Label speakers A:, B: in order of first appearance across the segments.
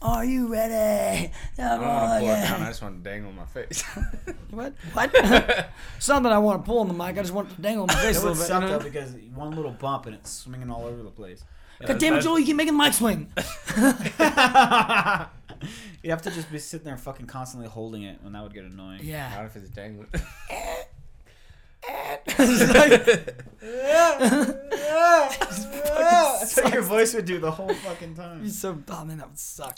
A: Are you ready?
B: I don't
A: Oh,
B: want to pull it down. I just want to dangle my face.
A: What? What? Something I want to pull in the mic. I just want it to dangle in my face
C: It
A: a
C: would
A: little bit.
C: suck
A: you know?
C: though because one little bump and it's swinging all over the place.
A: God damn it, Joel! You keep making the mic swing.
C: You'd have to just be sitting there fucking constantly holding it, and that would get annoying.
A: Yeah.
B: Not if it's dangling.
A: It's like-
C: so your voice would do the whole fucking time.
A: He's so oh man, that would suck.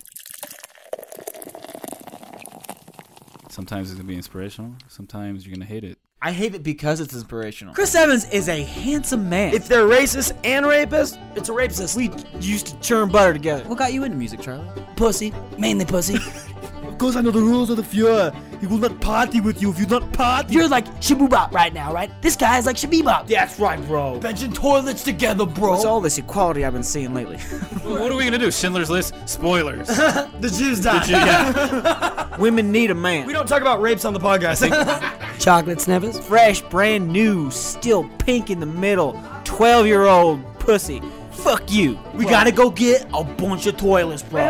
D: Sometimes it's gonna be inspirational. Sometimes you're gonna hate it.
C: I hate it because it's inspirational.
A: Chris Evans is a handsome man. If they're racist and rapist, it's a rapist. We used to churn butter together.
C: What got you into music, Charlie?
A: Pussy, mainly pussy.
E: Of course, I know the rules of the Fuhrer. He will not party with you if you not party.
A: You're like Shabubop right now, right? This guy is like Shabibop.
E: That's right, bro.
A: Benching toilets together, bro.
F: It's all this equality I've been seeing lately.
D: what are we gonna do? Schindler's List? Spoilers.
A: the Jews die.
F: Women need a man.
A: we don't talk about rapes on the podcast. Chocolate sniffers.
F: Fresh, brand new, still pink in the middle, 12 year old pussy. Fuck you.
E: We gotta go get a bunch of toilets, bro.
A: Hey,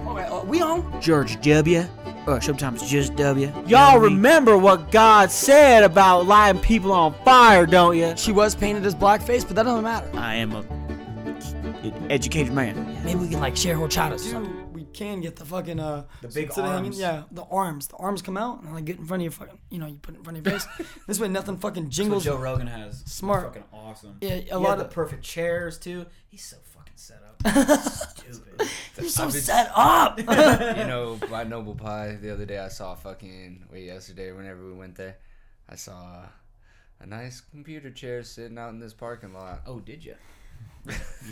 A: all right, uh, we on?
F: George W. Or sometimes just W. Y'all remember what God said about lighting people on fire, don't ya?
A: She was painted as blackface, but that doesn't matter.
F: I am a educated man.
A: Maybe we can like share horchata. Dude, we can get the fucking uh the
C: big arms.
A: yeah, the arms. The arms come out and like get in front of your fucking. You know, you put it in front of your face. this way, nothing fucking
C: What
A: jingles.
C: Joe Rogan has. It's
A: Smart.
C: Fucking awesome.
A: Yeah, a
C: he
A: lot
C: had
A: of-
C: the perfect chairs too. He's so fucking set up. Stupid.
A: You're so
B: Obvious.
A: set up.
B: you know, by Noble Pie the other day, I saw fucking wait yesterday. Whenever we went there, I saw a nice computer chair sitting out in this parking lot.
C: Oh, did you?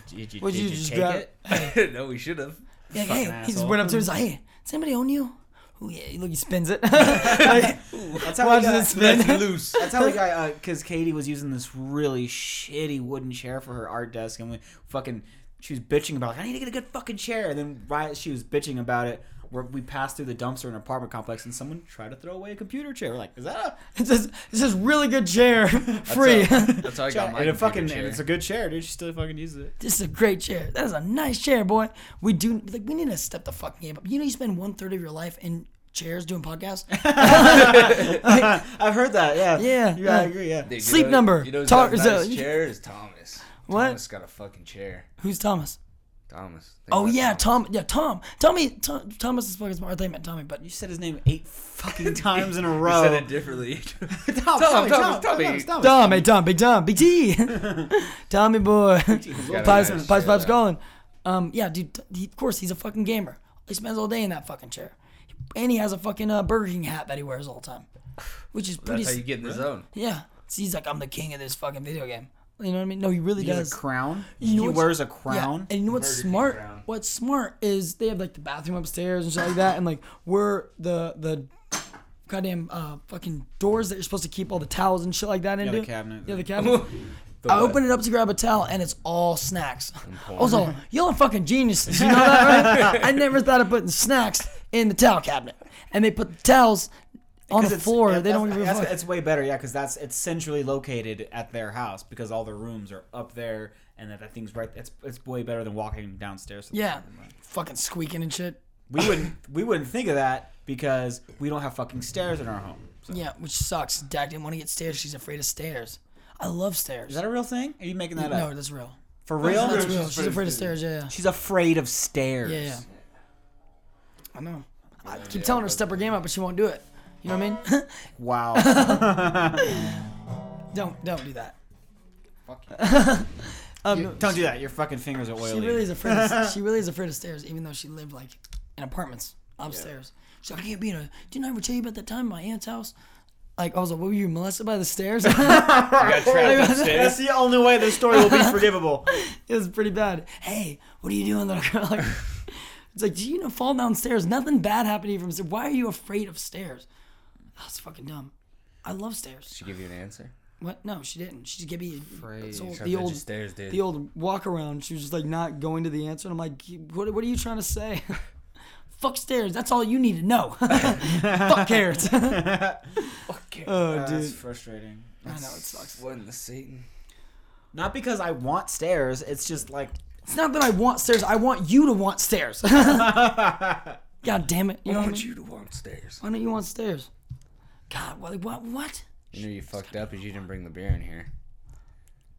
C: Did you,
A: Would
C: did
A: you
C: you,
A: just
C: take
A: grab-
C: it?
B: no, we should have.
A: Yeah, like, hey, he just
C: asshole. Hmm.
A: went up to him. He's like, hey, does anybody own you? Oh yeah, look, he spins it. Like,
C: That's
A: Watch this
B: That's
A: spin.
B: loose.
C: That's how we got because Katie was using this really shitty wooden chair for her art desk, and we fucking she was bitching about like I need to get a good fucking chair, and then right as she was bitching about it. Where we passed through the dumpster in an apartment complex, and someone tried to throw away a computer chair. We're like, is that
A: It's just, it's just really good chair, free.
B: That's how, that's how I
C: a?
B: got my computer
C: and it fucking,
B: chair.
C: and it's a good chair, dude. She still fucking uses it.
A: this is a great chair. That is a nice chair, boy. We do like we need to step the fucking game up. You know, you spend one third of your life in chairs doing podcasts.
C: I've heard that. Yeah.
A: Yeah,
C: Yeah,
A: yeah.
C: I agree. Yeah.
B: Dude, you
A: sleep
B: know-
A: number.
B: You know, who's
A: Tar-
B: got a
A: is a-
B: nice chair is Thomas.
A: What?
B: Thomas got a fucking chair.
A: Who's Thomas?
B: Thomas. Think
A: Oh
B: about
A: yeah,
B: Thomas.
A: Tom. Yeah, Tom. Tommy. Tom, Thomas is fucking smart. I thought you meant Tommy, but
C: You said his name eight fucking times in a
B: He
C: row.
B: said it differently.
C: Tom,
B: Tom,
C: Tom,
B: Tom, Tom.
C: Tom, Tom, Tom.
A: Dom, hey Dom, big Dom, big T, Tommy boy,
B: got a
A: Pipes,
B: nice
A: Pipes,
B: chair,
A: Pipes
B: though.
A: calling. Um, yeah, dude. He, of course, he's a fucking gamer. He spends all day in that fucking chair, and he has a fucking uh, Burger King hat that he wears all the time, which is pretty.
B: That's
A: s-
B: how you get in the zone.
A: yeah, So he's like, I'm the king of this fucking video game. You know what I mean? No, he really
C: He
A: does.
C: has a crown.
A: You know
C: he
A: what's-
C: wears a
A: Yeah,
C: crown.
A: And you know what's
B: Burger King
A: smart?
B: crown.
A: What's smart is they have like the bathroom upstairs and shit like that, and like where the the goddamn uh, fucking doors that you're supposed to keep all the towels and shit like that into.
C: the cabinet.
A: Yeah, the cabinet. I open it up to grab a towel, and it's all snacks. Also, y'all are fucking geniuses. You know that, right? I never thought of putting snacks in the towel cabinet, and they put the towels on the
C: It's-
A: floor.
C: yeah,
A: they don't
C: that's-
A: give a
C: that's-
A: fuck.
C: It's way better, yeah, because that's it's centrally located at their house because all the rooms are up there, and that, that thing's right. It's it's way better than walking downstairs. to the
A: Yeah,
C: fucking room.
A: fucking squeaking and shit.
C: we wouldn't we wouldn't think of that because we don't have fucking stairs in our home. So-
A: Yeah, which sucks. Dak didn't want to get stairs. She's afraid of stairs. I love stairs.
C: Is that a real thing? Are you making that
A: no,
C: up?
A: that's real.
C: For real?
A: That's real. She's afraid of stairs. Yeah,
C: She's afraid of stairs.
A: yeah, yeah. yeah. I know. I keep telling her to step her game up, but she won't do it. You know what I mean?
C: Wow.
A: don't don't do that.
B: Fuck you.
A: Um,
C: You- don't do that. Your fucking fingers are
A: she
C: oily.
A: really is afraid. Of, she really is afraid of stairs, even though she lived like in apartments upstairs. She's like, I can't be in a. Didn't I ever tell you about that time at my aunt's house? Like I was like, what were you molested by the stairs?
C: That's the only way this story will be forgivable.
A: It was pretty bad. Hey, what are you doing, little girl? Like, it's like, do you know, fall downstairs. Nothing bad happened to you from stairs. Why are you afraid of stairs? That's fucking dumb. I love stairs.
B: She give you an answer.
A: What? No, she didn't. She just gave me
C: Afraid.
A: the old,
B: Tried
A: the
B: to
A: old,
B: just stairs, dude.
A: the old walk around. She was just like not going to the answer, and I'm like, what? What are you trying to say? Fuck stairs. That's all you need to know. Fuck carrots. I know
C: Oh,
A: dude.
C: That's frustrating.
A: it sucks.
B: What in the Satan?
C: Not because I want stairs. It's just like
A: It's not that I want stairs. I want you to want stairs. God damn it! You know
B: I
A: what I
B: want
A: mean?
B: you to walk stairs.
A: Why don't you want stairs? God, what? What? What?
B: You know you fucked up is you didn't bring the beer in here.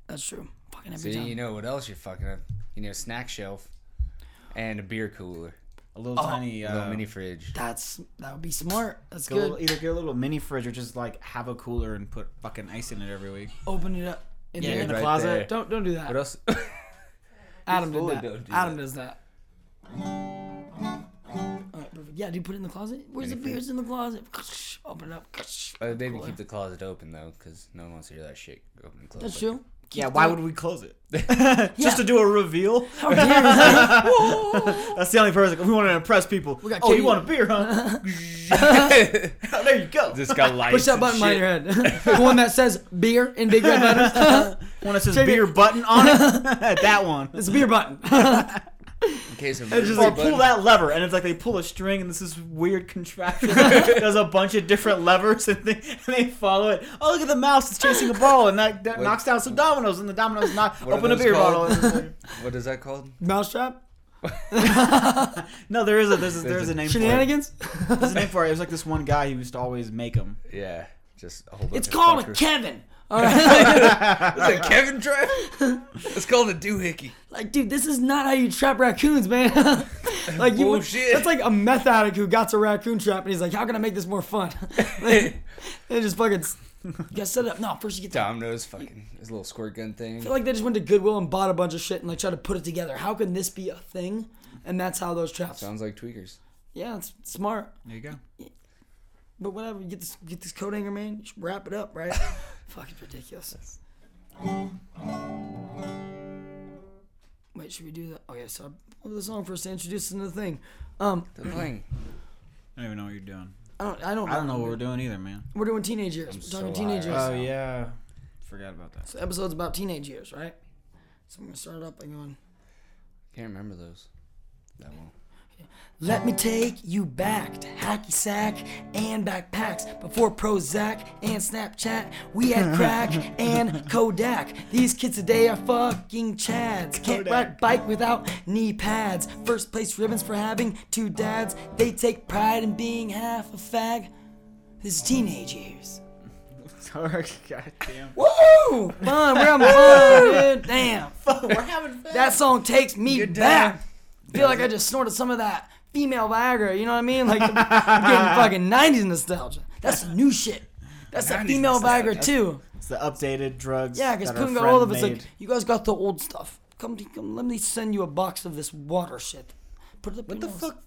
A: That's true. Fucking every
B: See,
A: time.
B: you know what else you're fucking up? You know, snack shelf and a beer cooler,
C: A little tiny,
B: a little
C: uh,
B: mini fridge.
A: That's that would be smart. That's
C: get a little-
A: good.
C: either get a little mini fridge or just like have a cooler and put fucking ice in it every week.
A: Open it up. In
C: Yeah,
A: the,
C: in the
B: right
C: closet.
B: there.
A: Don't don't do that.
B: What else? Uh,
A: Adam did
B: fully
A: that.
B: don't do
A: Adam
B: that.
A: does that. All right, perfect. Yeah, do you put it in the closet? Where's the beers in the closet? Open it up.
B: Uh, maybe keep the closet open though, because no one wants to hear that shit open and close.
A: That's
B: like
A: true.
C: Yeah, why would we close it? Just to do a reveal?
A: How dare you?
C: That's the only person. We want to impress people.
A: got
C: oh, you
A: Katie.
C: want a beer, huh? there you go.
B: This got lights.
A: Push that
B: and
A: button
B: shit.
A: behind your head. the one that says beer in big red letters.
C: One that says
A: Take it.
C: beer button on it. that one.
A: it's a beer button.
B: In case of
C: It's just
B: emergency
C: like pull
B: button.
C: that lever, and it's like they pull a string, and this is weird contraption. that does a bunch of different levers, and they, and they follow it. Oh, look at the mouse! It's chasing a ball, and that, that
B: What-
C: knocks down some dominoes, and the dominoes knock
B: What are
C: open a
B: those
C: beer
B: called?
C: bottle.
B: What is that called?
A: Mousetrap?
C: no, there is a there's a, there's a name for it.
A: Shenanigans?
C: There's a name for it. It was like this one guy who used to always make them.
B: Yeah, just a whole bunch.
A: It's
B: of
A: called a
B: fuckers.
A: Kevin. All right.
B: It's a Kevin trap. it's called a doohickey.
A: like, dude, this is not how you trap raccoons, man. like, you,
B: Bullshit.
A: that's like a meth addict who got a raccoon trap and he's like, how can I make this more fun? they just fucking, s- you gotta set it up. No, first you get the
B: Domino's fucking his little squirt gun thing.
A: I feel like they just went to Goodwill and bought a bunch of shit and like tried to put it together. How can this be a thing? And that's how those traps.
B: Sounds like tweakers.
A: Yeah, it's smart.
C: There you go.
A: But whatever, you get this get this coat hanger, man. You should wrap it up, right? Fuck, it's ridiculous. Wait, should we do that? Okay, so I the song first to introduce us to the thing. Um,
B: They're playing.
C: I don't even know what you're doing.
A: I don't, I don't,
C: I don't know what we're doing either, man.
A: We're doing teenage years. we're talking
B: so
A: teenage
B: high
A: years.
B: right
C: Uh,
B: now.
C: yeah, forgot about that.
A: So episode's about teenage years, right? So I'm gonna start it up by going.
B: Can't remember those. That one.
A: Let me take you back to Hacky Sack and backpacks before Prozac and Snapchat. We had crack and Kodak. These kids today are fucking chads. Can't ride bike without knee pads. First place ribbons for having two dads. They take pride in being half a fag. This is teenage years.
C: Sorry, goddamn.
A: Woo! Fun, we're having fun, dude. Damn.
C: We're having fun.
A: That song takes me
B: Good
A: back. I feel like I just snorted some of that female Viagra. You know what I mean? Like I'm getting fucking '90s nostalgia. That's the new shit. That's that
B: 90s
A: female
B: nostalgia.
A: Viagra too.
C: It's the updated drugs.
A: Yeah, because
C: that our
A: Putin got
C: friend
A: all of it's
C: made.
A: like, you guys got the old stuff. Come, come, let me send you a box of this water shit. Put it up What the fuck?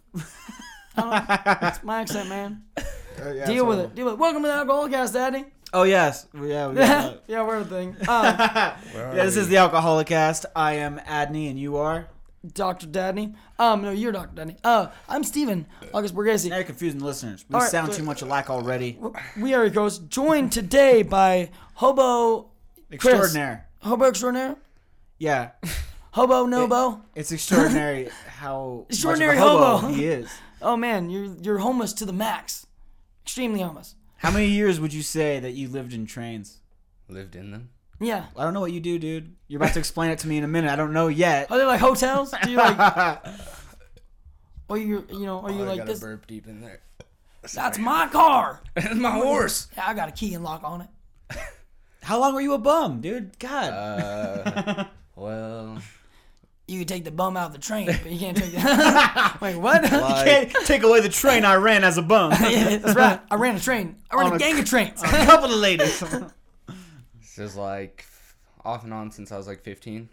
A: It's my accent, man.
C: Uh, yeah,
A: Deal
C: it's
A: with
C: horrible.
A: it. Deal with it. Welcome to the Alcoholicast, Daddy.
C: Oh yes, yeah, we got
A: yeah,
C: that.
A: we're a thing. Um,
C: yeah. This is the Alcoholicast. I am Adney, and you are.
A: Dr. Dadney. Um, no, you're Dr. Dadney. Uh, I'm Steven August Borghese.
C: Now you're confusing the listeners. We
A: All right,
C: sound
A: so-
C: too much alike already.
A: We are goes joined today by Hobo
C: Extraordinary.
A: Hobo Extraordinaire?
C: Yeah,
A: Hobo Nobo?
C: it's extraordinary how much of a
A: Extraordinary hobo.
C: he is.
A: Oh man, you're you're homeless to the max. Extremely homeless.
C: How many years would you say that you lived in trains?
B: lived in them.
A: Yeah.
C: I don't know what you do, dude. You're about to explain it to me in a minute. I don't know yet.
A: Are they like hotels? Do you like Are you you know,
C: Oh,
A: are you
B: Oh, I
A: like
B: got
A: this?
B: a burp deep in there.
A: That's my car.
B: That's my horse.
A: Yeah, I got a key and lock on it.
C: How long were you a bum, dude? God.
B: Uh, well,
A: You can take the bum out of the train, but you can't take the Wait, what?
C: you can't take away the train I ran as a bum.
A: yeah, that's right. I ran a train. I ran
C: On
A: a,
C: a
A: gang of trains.
C: a couple of ladies.
B: it's just like off and on since I was like 15,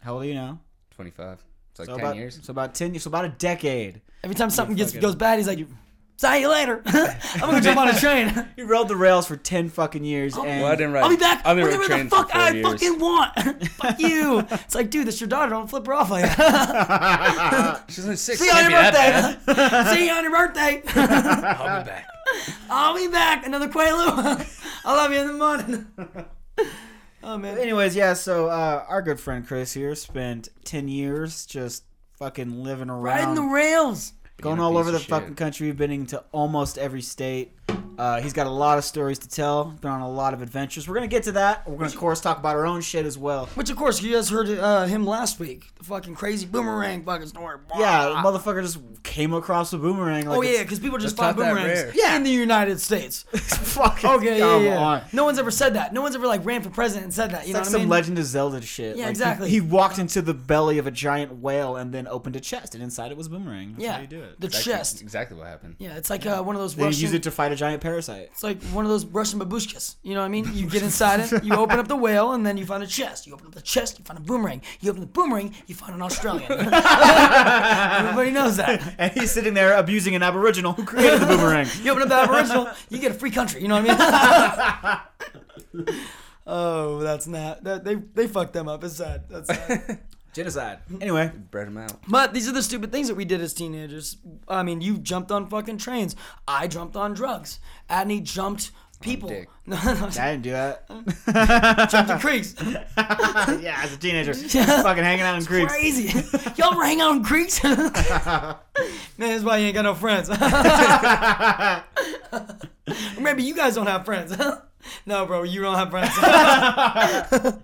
C: How old are you now?
B: 25. It's like
C: So
B: 10
C: about,
B: years.
C: So about ten years. So about a decade.
A: Every time something gets goes bad, he's like, "See you later. I'm gonna jump on a train."
C: You rode the rails for ten fucking years, and
B: Well, I didn't ride.
A: I'll be back
B: I didn't ride
A: whenever the
B: trains for
A: fuck
B: four
A: I
B: years.
A: fucking want. fuck you. It's like, dude, that's your daughter. Don't flip her off like that.
B: She's only six.
A: See you on
B: can't
A: your
B: be that
A: birthday. Uh, See you on your birthday.
B: bad. I'll be back.
A: I'll be back. Another Quaalude. I love you in the morning. oh man.
C: Anyways, yeah, so uh, our good friend Chris here spent 10 years just fucking living around,
B: Um,
A: Riding the rails.
C: going
B: Being a
C: all
B: piece
C: over
B: of
C: the
B: shit.
C: fucking country, been into almost every state. Uh, he's got a lot of stories to tell. Been on a lot of adventures. We're gonna get to that. We're gonna, of course, talk about our own shit as well.
A: Which, of course, you guys heard uh, him last week. The fucking crazy boomerang fucking story.
C: Yeah, the motherfucker just came across a boomerang. Like
A: Oh,
C: it's-
A: yeah, because people just buy
B: That's not that
A: boomerangs
B: rare.
A: yeah. in the United States.
C: fucking
A: Okay, yeah,
C: come
A: yeah.
C: on.
A: No one's ever said that. No one's ever, like, ran for president and said that. You
C: It's
A: know
C: like
A: what
C: some
A: I mean?
C: Legend of Zelda shit.
A: Yeah,
C: Like, he-
A: exactly.
C: He, walked into the belly of a giant whale and then opened a chest, and inside it was a boomerang. That's
A: yeah,
C: how you do it.
A: the
B: That's
A: chest.
B: Exactly what happened.
A: Yeah, it's like uh, one of those
C: They
A: Russian.
C: use it to fight a giant parasite.
A: it's like one of those Russian babushkas. You know what I mean? You get inside it, you open up the whale, and then you find a chest. You open up the chest, you find a boomerang. You open the boomerang, you find an Australian. Everybody knows that.
C: And he's sitting there abusing an Aboriginal who created the boomerang.
A: You open up the Aboriginal, you get a free country. You know what I mean? oh, that's not. That, they they fucked them up. It's sad. That's sad.
C: Genocide. Anyway,
B: Bred him out.
A: But these are the stupid things that we did as teenagers. I mean, you jumped on fucking trains. I jumped on drugs. Adney jumped people.
B: dick.
A: No, no,
C: I didn't do that.
A: jumped the creeks.
C: yeah, as a teenager, fucking hanging out in creeks.
A: Crazy. Y'all ever hang out in creeks? Man, that's why you ain't got no friends. Remember, you guys don't have friends. no, bro, you don't have friends.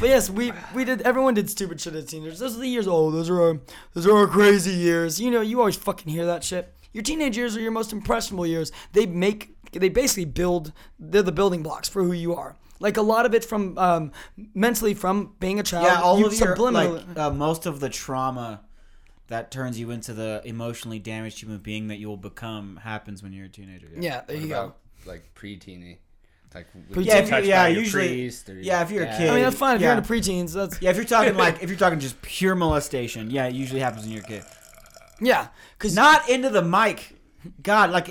A: but yes, we we did. Everyone did stupid shit as teenagers. Those are the years. Oh, those are our those are our crazy years. You know, you always fucking hear that shit. Your teenage years are your most impressionable years. They make they basically build. They're the building blocks for who you are. Like a lot of it from um, mentally from being a child.
C: Yeah, all
A: you
C: of your
A: subliminally-
C: like uh, most of the trauma that turns you into the emotionally damaged human being that you will become happens when you're a teenager.
A: yeah, there
B: What
A: you go.
B: about, like preteeny? Like
A: Preteen-
B: when
A: Yeah,
B: you
A: if
B: get
A: you-
B: touched
C: yeah,
B: by your
C: usually-
B: priest or your
C: yeah, if you're a
B: dad.
C: kid.
A: I mean, that's fine. If
C: Yeah.
A: you're into preteens, that's
C: Yeah, if you're talking like if you're talking just pure molestation, yeah, it usually happens when you're a kid.
A: yeah. Cause
C: Not into the mic. God, like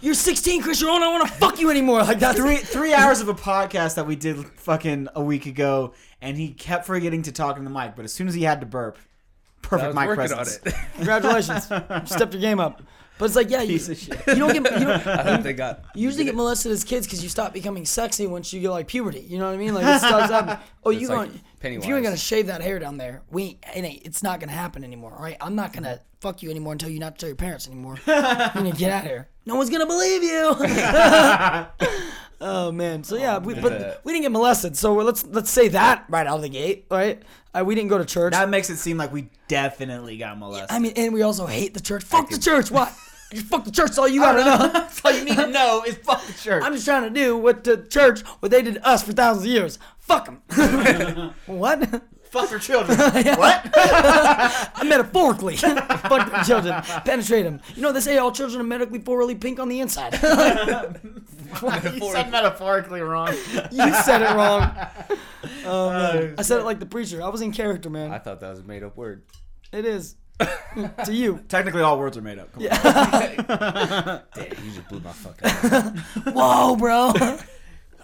A: you're 16, Chris. You're old. I don't want to fuck you anymore. Like that's
C: three three hours of a podcast that we did fucking a week ago, and he kept forgetting to talk in the mic. But as soon as he had to burp,
B: I
C: perfect
B: was
C: mic
B: working
C: presence.
B: on it.
A: Congratulations, stepped your game up. But it's like, yeah, you,
C: Piece of shit.
A: you don't get you don't,
B: I hope they got.
A: You usually get molested as kids because you stop becoming sexy once you get like puberty. You know what I mean? Like it stops happening. Oh, you
B: It's like
A: going? If
B: Pennywise.
A: you ain't gonna shave that hair down there, we ain't, it ain't, it's not gonna happen anymore. All right, I'm not gonna fuck you anymore until you not tell your parents anymore. You're gonna get out of here. No one's gonna believe you. oh man. So yeah, we, but we didn't get molested. So let's let's say that right out of the gate. Right? Uh, we didn't go to church.
C: That makes it seem like we definitely got molested.
A: I mean, and we also hate the church. Fuck the church. What? Fuck the church. That's all you gotta know. That's all you need to know.
C: no, it's fuck the church.
A: I'm just trying to do what the church, what they did to us for thousands of years. Fuck them. what?
C: fuck their children. what?
A: Metaphorically. Fuck their children. Penetrate them. You know, they say all children are medically poorly pink on the inside.
C: you said metaphorically wrong.
A: you said it wrong. Oh, man. I said it like the preacher. I was in character,
B: I
A: man.
B: thought that was a made up word.
A: It is. to you.
C: Technically, all words are made up. Come on.
B: Damn, you just blew my fucking. mind.
A: Whoa, bro.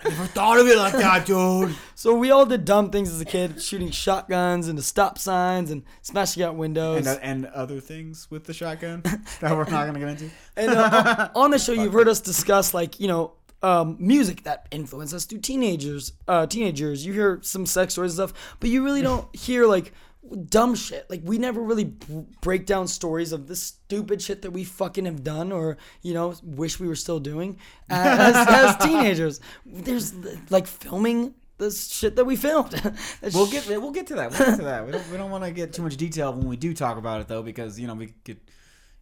C: Thought of it like that, dude.
A: so we all did dumb things as a kid, shooting shotguns into stop signs and smashing out windows.
C: And, uh, and other things with the shotgun that we're not gonna get into.
A: And uh, on the show, you've heard us discuss like you know um, music that influenced us through teenagers. Uh, teenagers, you hear some sex stories and stuff, but you really don't hear like dumb shit. Like we never really b- break down stories of the stupid shit that we fucking have done or you know wish we were still doing as, as teenagers. There's like filming the shit that we filmed.
C: We'll get we'll get to that. We'll get to that. We don't we don't want to get too much detail when we do talk about it though, because you know we could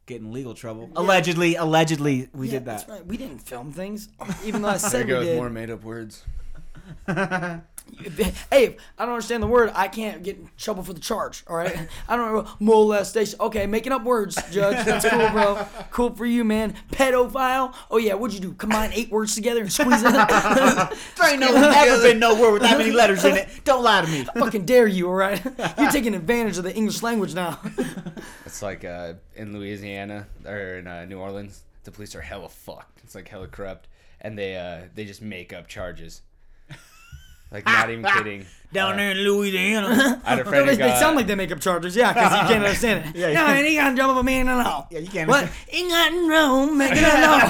C: get in legal trouble. Allegedly, allegedly, we
A: Yeah,
C: did
A: that's
C: that.
A: right. We didn't film things, even though I
B: There
A: said we
B: goes
A: did.
B: more made up words.
A: hey, if I don't understand the word, I can't get in trouble for the charge. All right, I don't know molestation. Okay, making up words, Judge. That's cool, bro. Cool for you, man. Pedophile. Oh yeah, what'd you do? Combine eight words together and squeeze it. I
C: There ain't no never been no word with that many letters in it. Don't lie to me.
A: fucking dare you. All right, you're taking advantage of the English language now.
B: It's like uh, in Louisiana or in uh, New Orleans, the police are hella fucked. It's like hella corrupt, and they uh, they just make up charges. Like not even kidding.
F: down there in Louisiana.
B: I had a friend
A: They,
B: who
A: they
B: got.
A: sound like they make up charges, yeah, because you can't understand it. yeah,
C: you
A: no,
C: can't.
A: and he got a job with me and all.
C: Yeah, you can't.
A: What? England and Rome, making it law.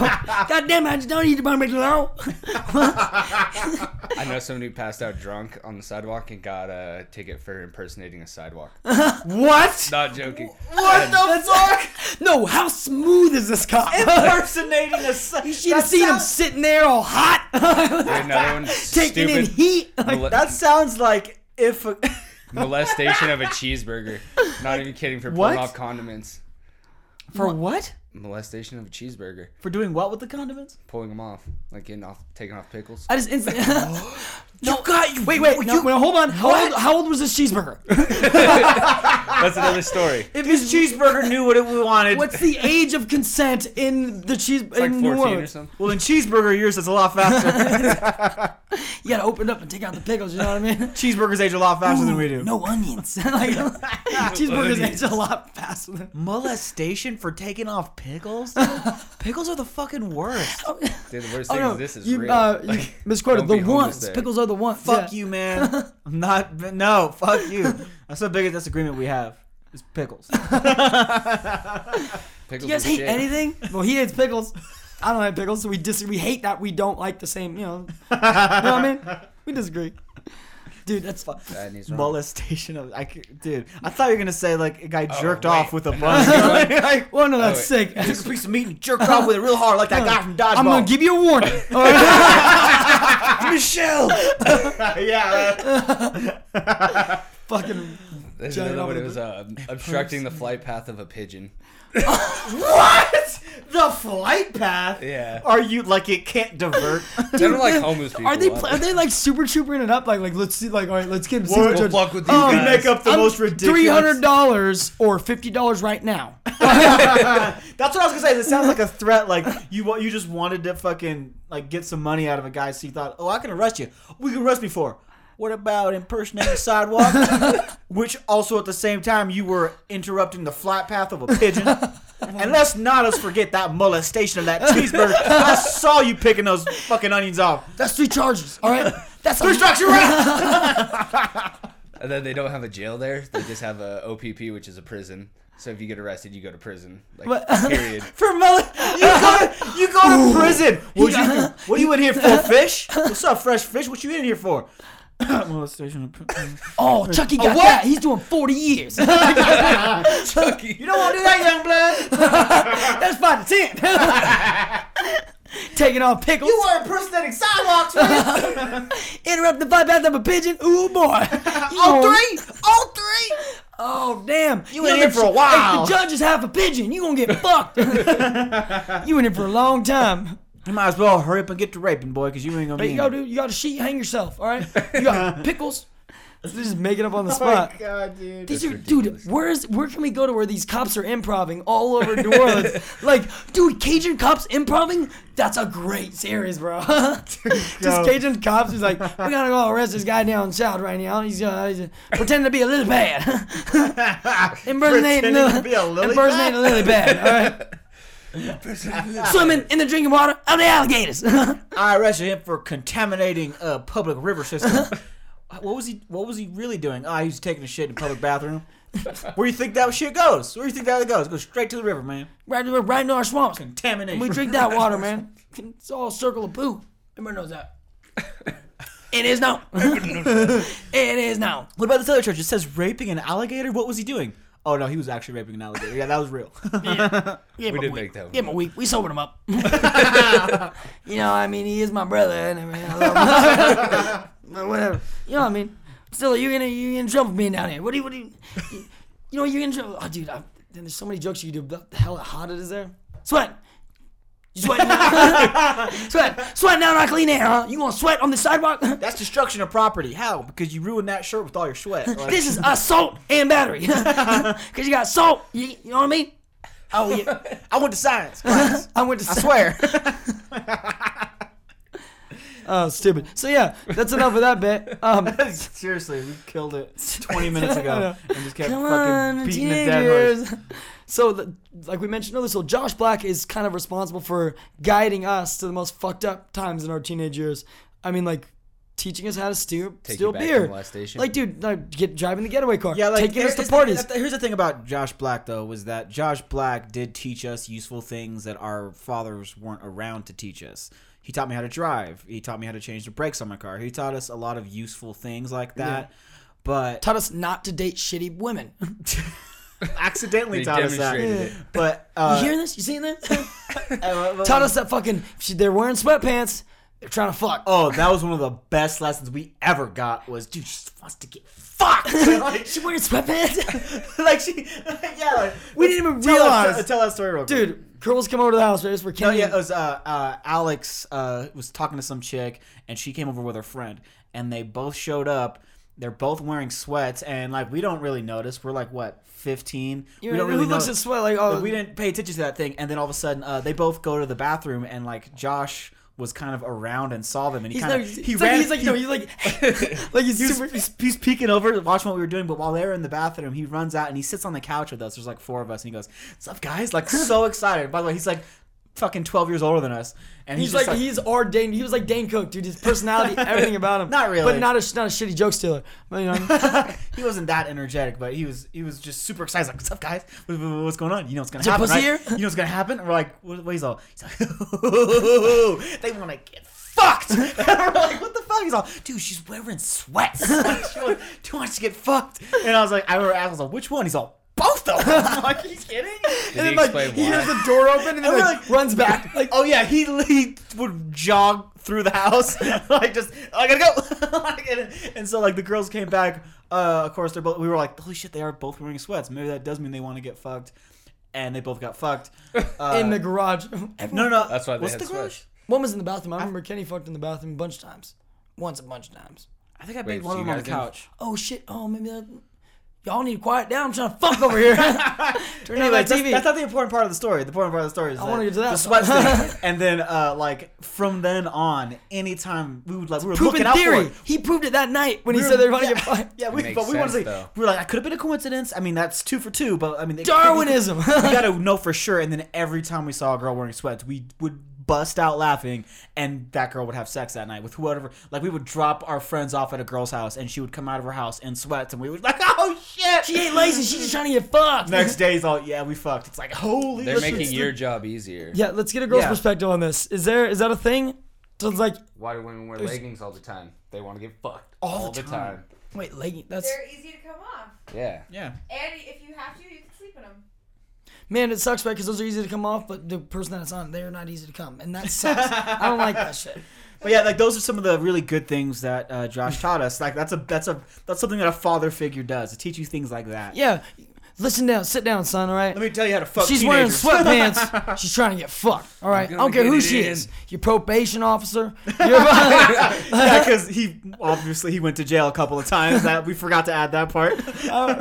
A: God damn, it, I just don't need to buy me the law.
B: I know somebody who passed out drunk on the sidewalk and got a ticket for impersonating a sidewalk.
A: What?
B: Not joking.
C: What the fuck?
A: No, how smooth is this cop?
C: Impersonating a.
A: you should have seen him sitting there all hot,
B: Another one.
A: taking in
B: stupid
A: heat.
B: mole-
C: That sounds like if. A,
B: molestation of a cheeseburger. Not even kidding for
C: What?
B: pulling off condiments.
C: for what?
B: Molestation of a cheeseburger.
C: For doing what with the condiments?
B: Pulling them off. Like getting off, taking off pickles.
A: I just instant. no, God, you, wait, wait, no, wait, hold on. How old, how old was this cheeseburger?
B: That's another story.
C: If his cheeseburger knew what it wanted.
A: What's the age of consent in the cheese
B: Like
A: in New
B: 14 or
A: Orleans?
B: something.
C: Well, in cheeseburger years, it's a lot faster.
A: You gotta open it up and take out the pickles. You know what I mean?
C: Cheeseburgers age a lot faster than we do.
A: No onions. like, cheeseburgers age a lot faster. Than,
C: Molestation for taking off pickles? pickles are the fucking worst.
A: oh,
B: Dude, the worst
A: oh
B: thing
A: no,
B: is this is
A: you,
B: real.
A: uh, you
B: Like,
A: misquoted
B: don't
A: the
B: be homeless
A: ones.
B: there.
A: Pickles are the ones.
C: fuck
A: yeah.
C: you, man. I'm not. No, fuck you. That's the biggest disagreement we have. Is pickles.
B: pickles
A: You guys
B: are
A: hate
B: shit.
A: anything? Well, he hates pickles. I don't like pickles, so we dis- we hate that we don't like the same. You know, you know what I mean? We disagree. Dude, that's fun.
B: That needs wrong.
C: Molestation of. I, c- dude, I thought you were going to say, like, a guy jerked
B: wait.
C: off with a bun. like, like,
A: Well, no, that's
B: wait.
A: sick.
C: took a piece of meat and jerked off with it real hard, like that guy from Dodgeball.
A: I'm gonna give you a warning. All right?
C: Michelle! yeah.
A: Fucking
B: There's
A: Giant
B: another
A: oven.
B: one. It was uh, obstructing the flight path of a pigeon.
C: What? The flight path?
B: Yeah.
C: Are you, like, it can't divert?
B: I don't like homeless people.
A: Are they
B: I
A: pl-
B: don't-
A: are they like super troopering it up? Like like let's see like all right let's get him. see
B: We'll
A: what judge-
B: fuck with these
A: Um,
B: guys.
C: make up the
A: I'm
C: most ridiculous.
A: Three hundred dollars or fifty dollars right now.
C: That's what I was gonna say. It sounds like a threat. Like you, wa- you just wanted to fucking like get some money out of a guy, so you thought, oh, I can arrest you. We can arrest me for. What about impersonating a sidewalk? Which also at the same time you were interrupting the flight path of a pigeon. and let's not us forget that molestation of that cheeseburger. I saw you picking those fucking onions off.
A: That's three charges. All right. That's
C: Three strikes, you're out.
B: And then they don't have a jail there. They just have a OPP, which is a prison. So if you get arrested, you go to prison. Like, period.
C: For mole- you go to, you go to prison. What you
A: got-
C: what you in here for? Fish? What's up, fresh fish? What you in here for? molestation. Of
A: Oh, Chucky got
C: what?
A: that. He's doing forty years.
C: You don't want to do that, young blood.
A: That's five to ten. Taking off pickles.
C: You were impersonating sidewalks, man.
A: Interrupt the vibe path of a pigeon. Ooh boy.
C: All three, all three.
A: Oh damn. You
C: in
A: know
C: here
A: the
C: for a
A: ju-
C: while.
A: If the judge is half a pigeon, you gonna get fucked. you in here for a long time.
C: You might as well hurry up and get to raping, boy, because you ain't gonna
A: But you
C: be. in
A: go,
C: it.
A: dude. You got a sheet. Hang yourself. All right. You got pickles. This is making up on the spot.
C: God, dude.
A: These are, dude. Where is? Where can we go to where these cops are improving all over New Orleans? like, dude, Cajun cops improving. That's a great series, bro. Just Cajun cops. He's like, we gotta go arrest this guy down south right now. He's, uh, he's uh, pretending to be a little bad. impersonating
C: Pretending to be a lily
A: impersonating a lily bad. All right. Swimming in the drinking water of the alligators.
C: I arrested him for contaminating a public river system. what was he? What was he really doing? Ah, he was taking a shit in a public bathroom. Where you think that shit goes? Where you think that goes? It goes straight to the river, man.
A: right, we're right into our swamps.
C: Contamination.
A: We drink that water, man. It's all a circle of poo. Everybody knows that. It is now. it is now.
C: What about this other church? It says raping an alligator. What was he doing? Oh no, he was actually raping an alligator. Yeah, that was real.
A: Give
B: We
A: him a week.
B: did make that one.
A: Give him a week. We sobered him up. you know, I mean, he is my brother, and I, mean, I love him. but whatever. You know what I mean? Still, you're gonna you in trouble for being down here. What do you what do you? You, you know you're in trouble. Oh, dude, I, then there's so many jokes you could do about the hell hot it is there. Sweat. You sweating? sweat. Sweating down our clean air, huh? You gonna sweat on the sidewalk?
C: That's destruction of property. How? Because you ruined that shirt with all your sweat. Like-
A: this is assault and battery. Because you got salt. You, you know what I mean? Oh, yeah.
C: I went to science. Class.
A: I went to.
C: I swear.
A: Oh, stupid. So, yeah, that's enough of that bit. Um,
C: Seriously, we killed it 20 minutes ago and just kept
A: come
C: fucking
A: on,
C: beating the dead horse.
A: teenagers. So, the, like we mentioned earlier, so Josh Black is kind of responsible for guiding us to the most fucked up times in our teenage years. I mean, like, teaching us how to steer,
B: Take
A: steal
B: you back to
A: beer.
B: molestation.
A: Like, dude, like, get driving the getaway car.
C: Yeah, like
A: taking us to
C: here's the-
A: parties.
C: here's the thing about Josh Black though was that Josh Black did teach us useful things that our fathers weren't around to teach us. He taught me how to drive. He taught me how to change the brakes on my car. He taught us a lot of useful things like that. But
A: Taught us not to date shitty women.
C: accidentally
B: They
C: taught us that.
B: demonstrated it.
C: But
A: you
C: uh,
A: hearing this? You seeing this? Taught us that fucking she, they're wearing sweatpants. They're trying to fuck.
C: oh, that was one of the best lessons we ever got. Was dude she just wants to get fucked. like,
A: she wearing sweatpants,
C: like she, yeah. Like,
A: We didn't even
C: tell that-
A: realize.
C: tell that story real quick.
A: dude. Girls come over to the house. Right? It's for
C: No,
A: Kenny.
C: yeah, it was uh, uh, Alex uh, was talking to some chick, and she came over with her friend, and they both showed up. They're both wearing sweats, and like we don't really notice. We're like what, fifteen?
A: You
C: we
A: know,
C: don't
A: who looks at sweat like oh
C: Like, we didn't pay attention to that thing, and then all of a sudden, uh, they both go to the bathroom, and like Josh was kind of around and saw them, and he
A: He's
C: kind
A: like,
C: of
A: he's
C: he
A: like,
C: ran.
A: he's like, no, he's like, like he's
C: he was-
A: super.
C: he's, he's peeking over, watching what we were doing. But while they were in the bathroom, he runs out and he sits on the couch with us. There's like four of us, and he goes, "What's up, guys?" Like so excited. By the way, he's like fucking 12 years older than us, and
A: He's
C: he's,
A: like,
C: just like,
A: he's our Dane. He was like Dane Cook, dude. His personality, everything about him.
C: Not really.
A: but not a not a shitty joke stealer. But, you know,
C: he wasn't that energetic, but he was he was just super excited. He's Like, "What's up, guys? What- what- What's going on? You know what's gonna
A: Is there
C: happen?
A: pussy
C: right?
A: here?"
C: You know what's gonna happen?" And we're like, "What?" what he's all, he's like, "They want to get." Fucked! And we're like, what the fuck? He's all, dude, she's wearing sweats. Like, she wants, she wants to get fucked. And I was like, I remember I was like, which one? He's all, both of them. I'm like, are you kidding?
B: Did he explain
A: he hears
B: why?
A: the door open and then
C: we're
A: like,
C: like-
A: runs back. Like,
C: Like, oh yeah, he, he would jog through the house, like just I gotta go. Like, and, and so like the girls came back. Uh, of course, they're both. We were like, holy shit, they are both wearing sweats. Maybe that does mean they want to get fucked, and they both got fucked. Uh,
A: in the garage.
C: no, no,
B: That's why they
C: what's
B: had
C: the garage?
B: sweats.
A: One was in the bathroom. I remember Kenny fucked in the bathroom a bunch of times. Once a bunch of times.
C: I think I
B: Wait,
C: made one
B: so
C: of
B: you
C: them on the
B: guys didn't-
C: couch.
A: Oh shit. Oh maybe that, y'all need to quiet down. I'm trying to fuck over here. Turn on my
C: Anyways,
A: TV.
C: that's, that's not the important part of the story. The important part of the story is I
A: wanna get to that.
C: the sweats thing. and then uh, like from then on, anytime we would like we were
A: Poop
C: looking
A: in
C: out for
A: theory.
C: it.
A: He proved it that night when he
C: We
A: said
C: were-
A: they want to
C: yeah,
A: get fired.
C: Yeah, we,
B: Makes
C: but we want to
B: sense,
C: say
B: though.
C: we were like, I could have been a coincidence. I mean, that's two for two, but I mean, it-
A: Darwinism.
C: we gotta know for sure. And then every time we saw a girl wearing sweats, we would bust out laughing, and that girl would have sex that night with whoever. Like we would drop our friends off at a girl's house, and she would come out of her house in sweats, and we would like, oh shit.
A: She ain't lazy. She's just trying to get fucked.
C: Next day's all yeah, we fucked. It's like holy.
B: They're
C: shit.
B: making your job easier.
A: Yeah, let's get a girl's
C: Yeah.
A: perspective on this. Is there is that a thing? So it's like
B: Why do women wear leggings all the time? They want to get fucked
C: All the time.
A: wait, legging. That's
G: They're easy to come off.
B: Yeah.
C: Yeah.
G: And if you have to, you can sleep in them.
A: man, it sucks, right? Because those are easy to come off, but the person that's on, they're not easy to come, and that sucks. I don't like that shit.
C: But yeah, like those are some of the really good things that uh, Josh taught us. Like that's a that's a that's something that a father figure does to teach you things like that.
A: Yeah, listen down, sit down, son. All right.
C: Let me tell you how to fuck.
A: She's wearing
C: teenagers.
A: sweatpants. She's trying to get fucked. All right. I
B: gonna
A: don't care
B: get
A: who
B: it
A: she
B: in.
A: is. Your probation officer. Your-
C: yeah, because he obviously he went to jail a couple of times. That we forgot to add that part.
A: I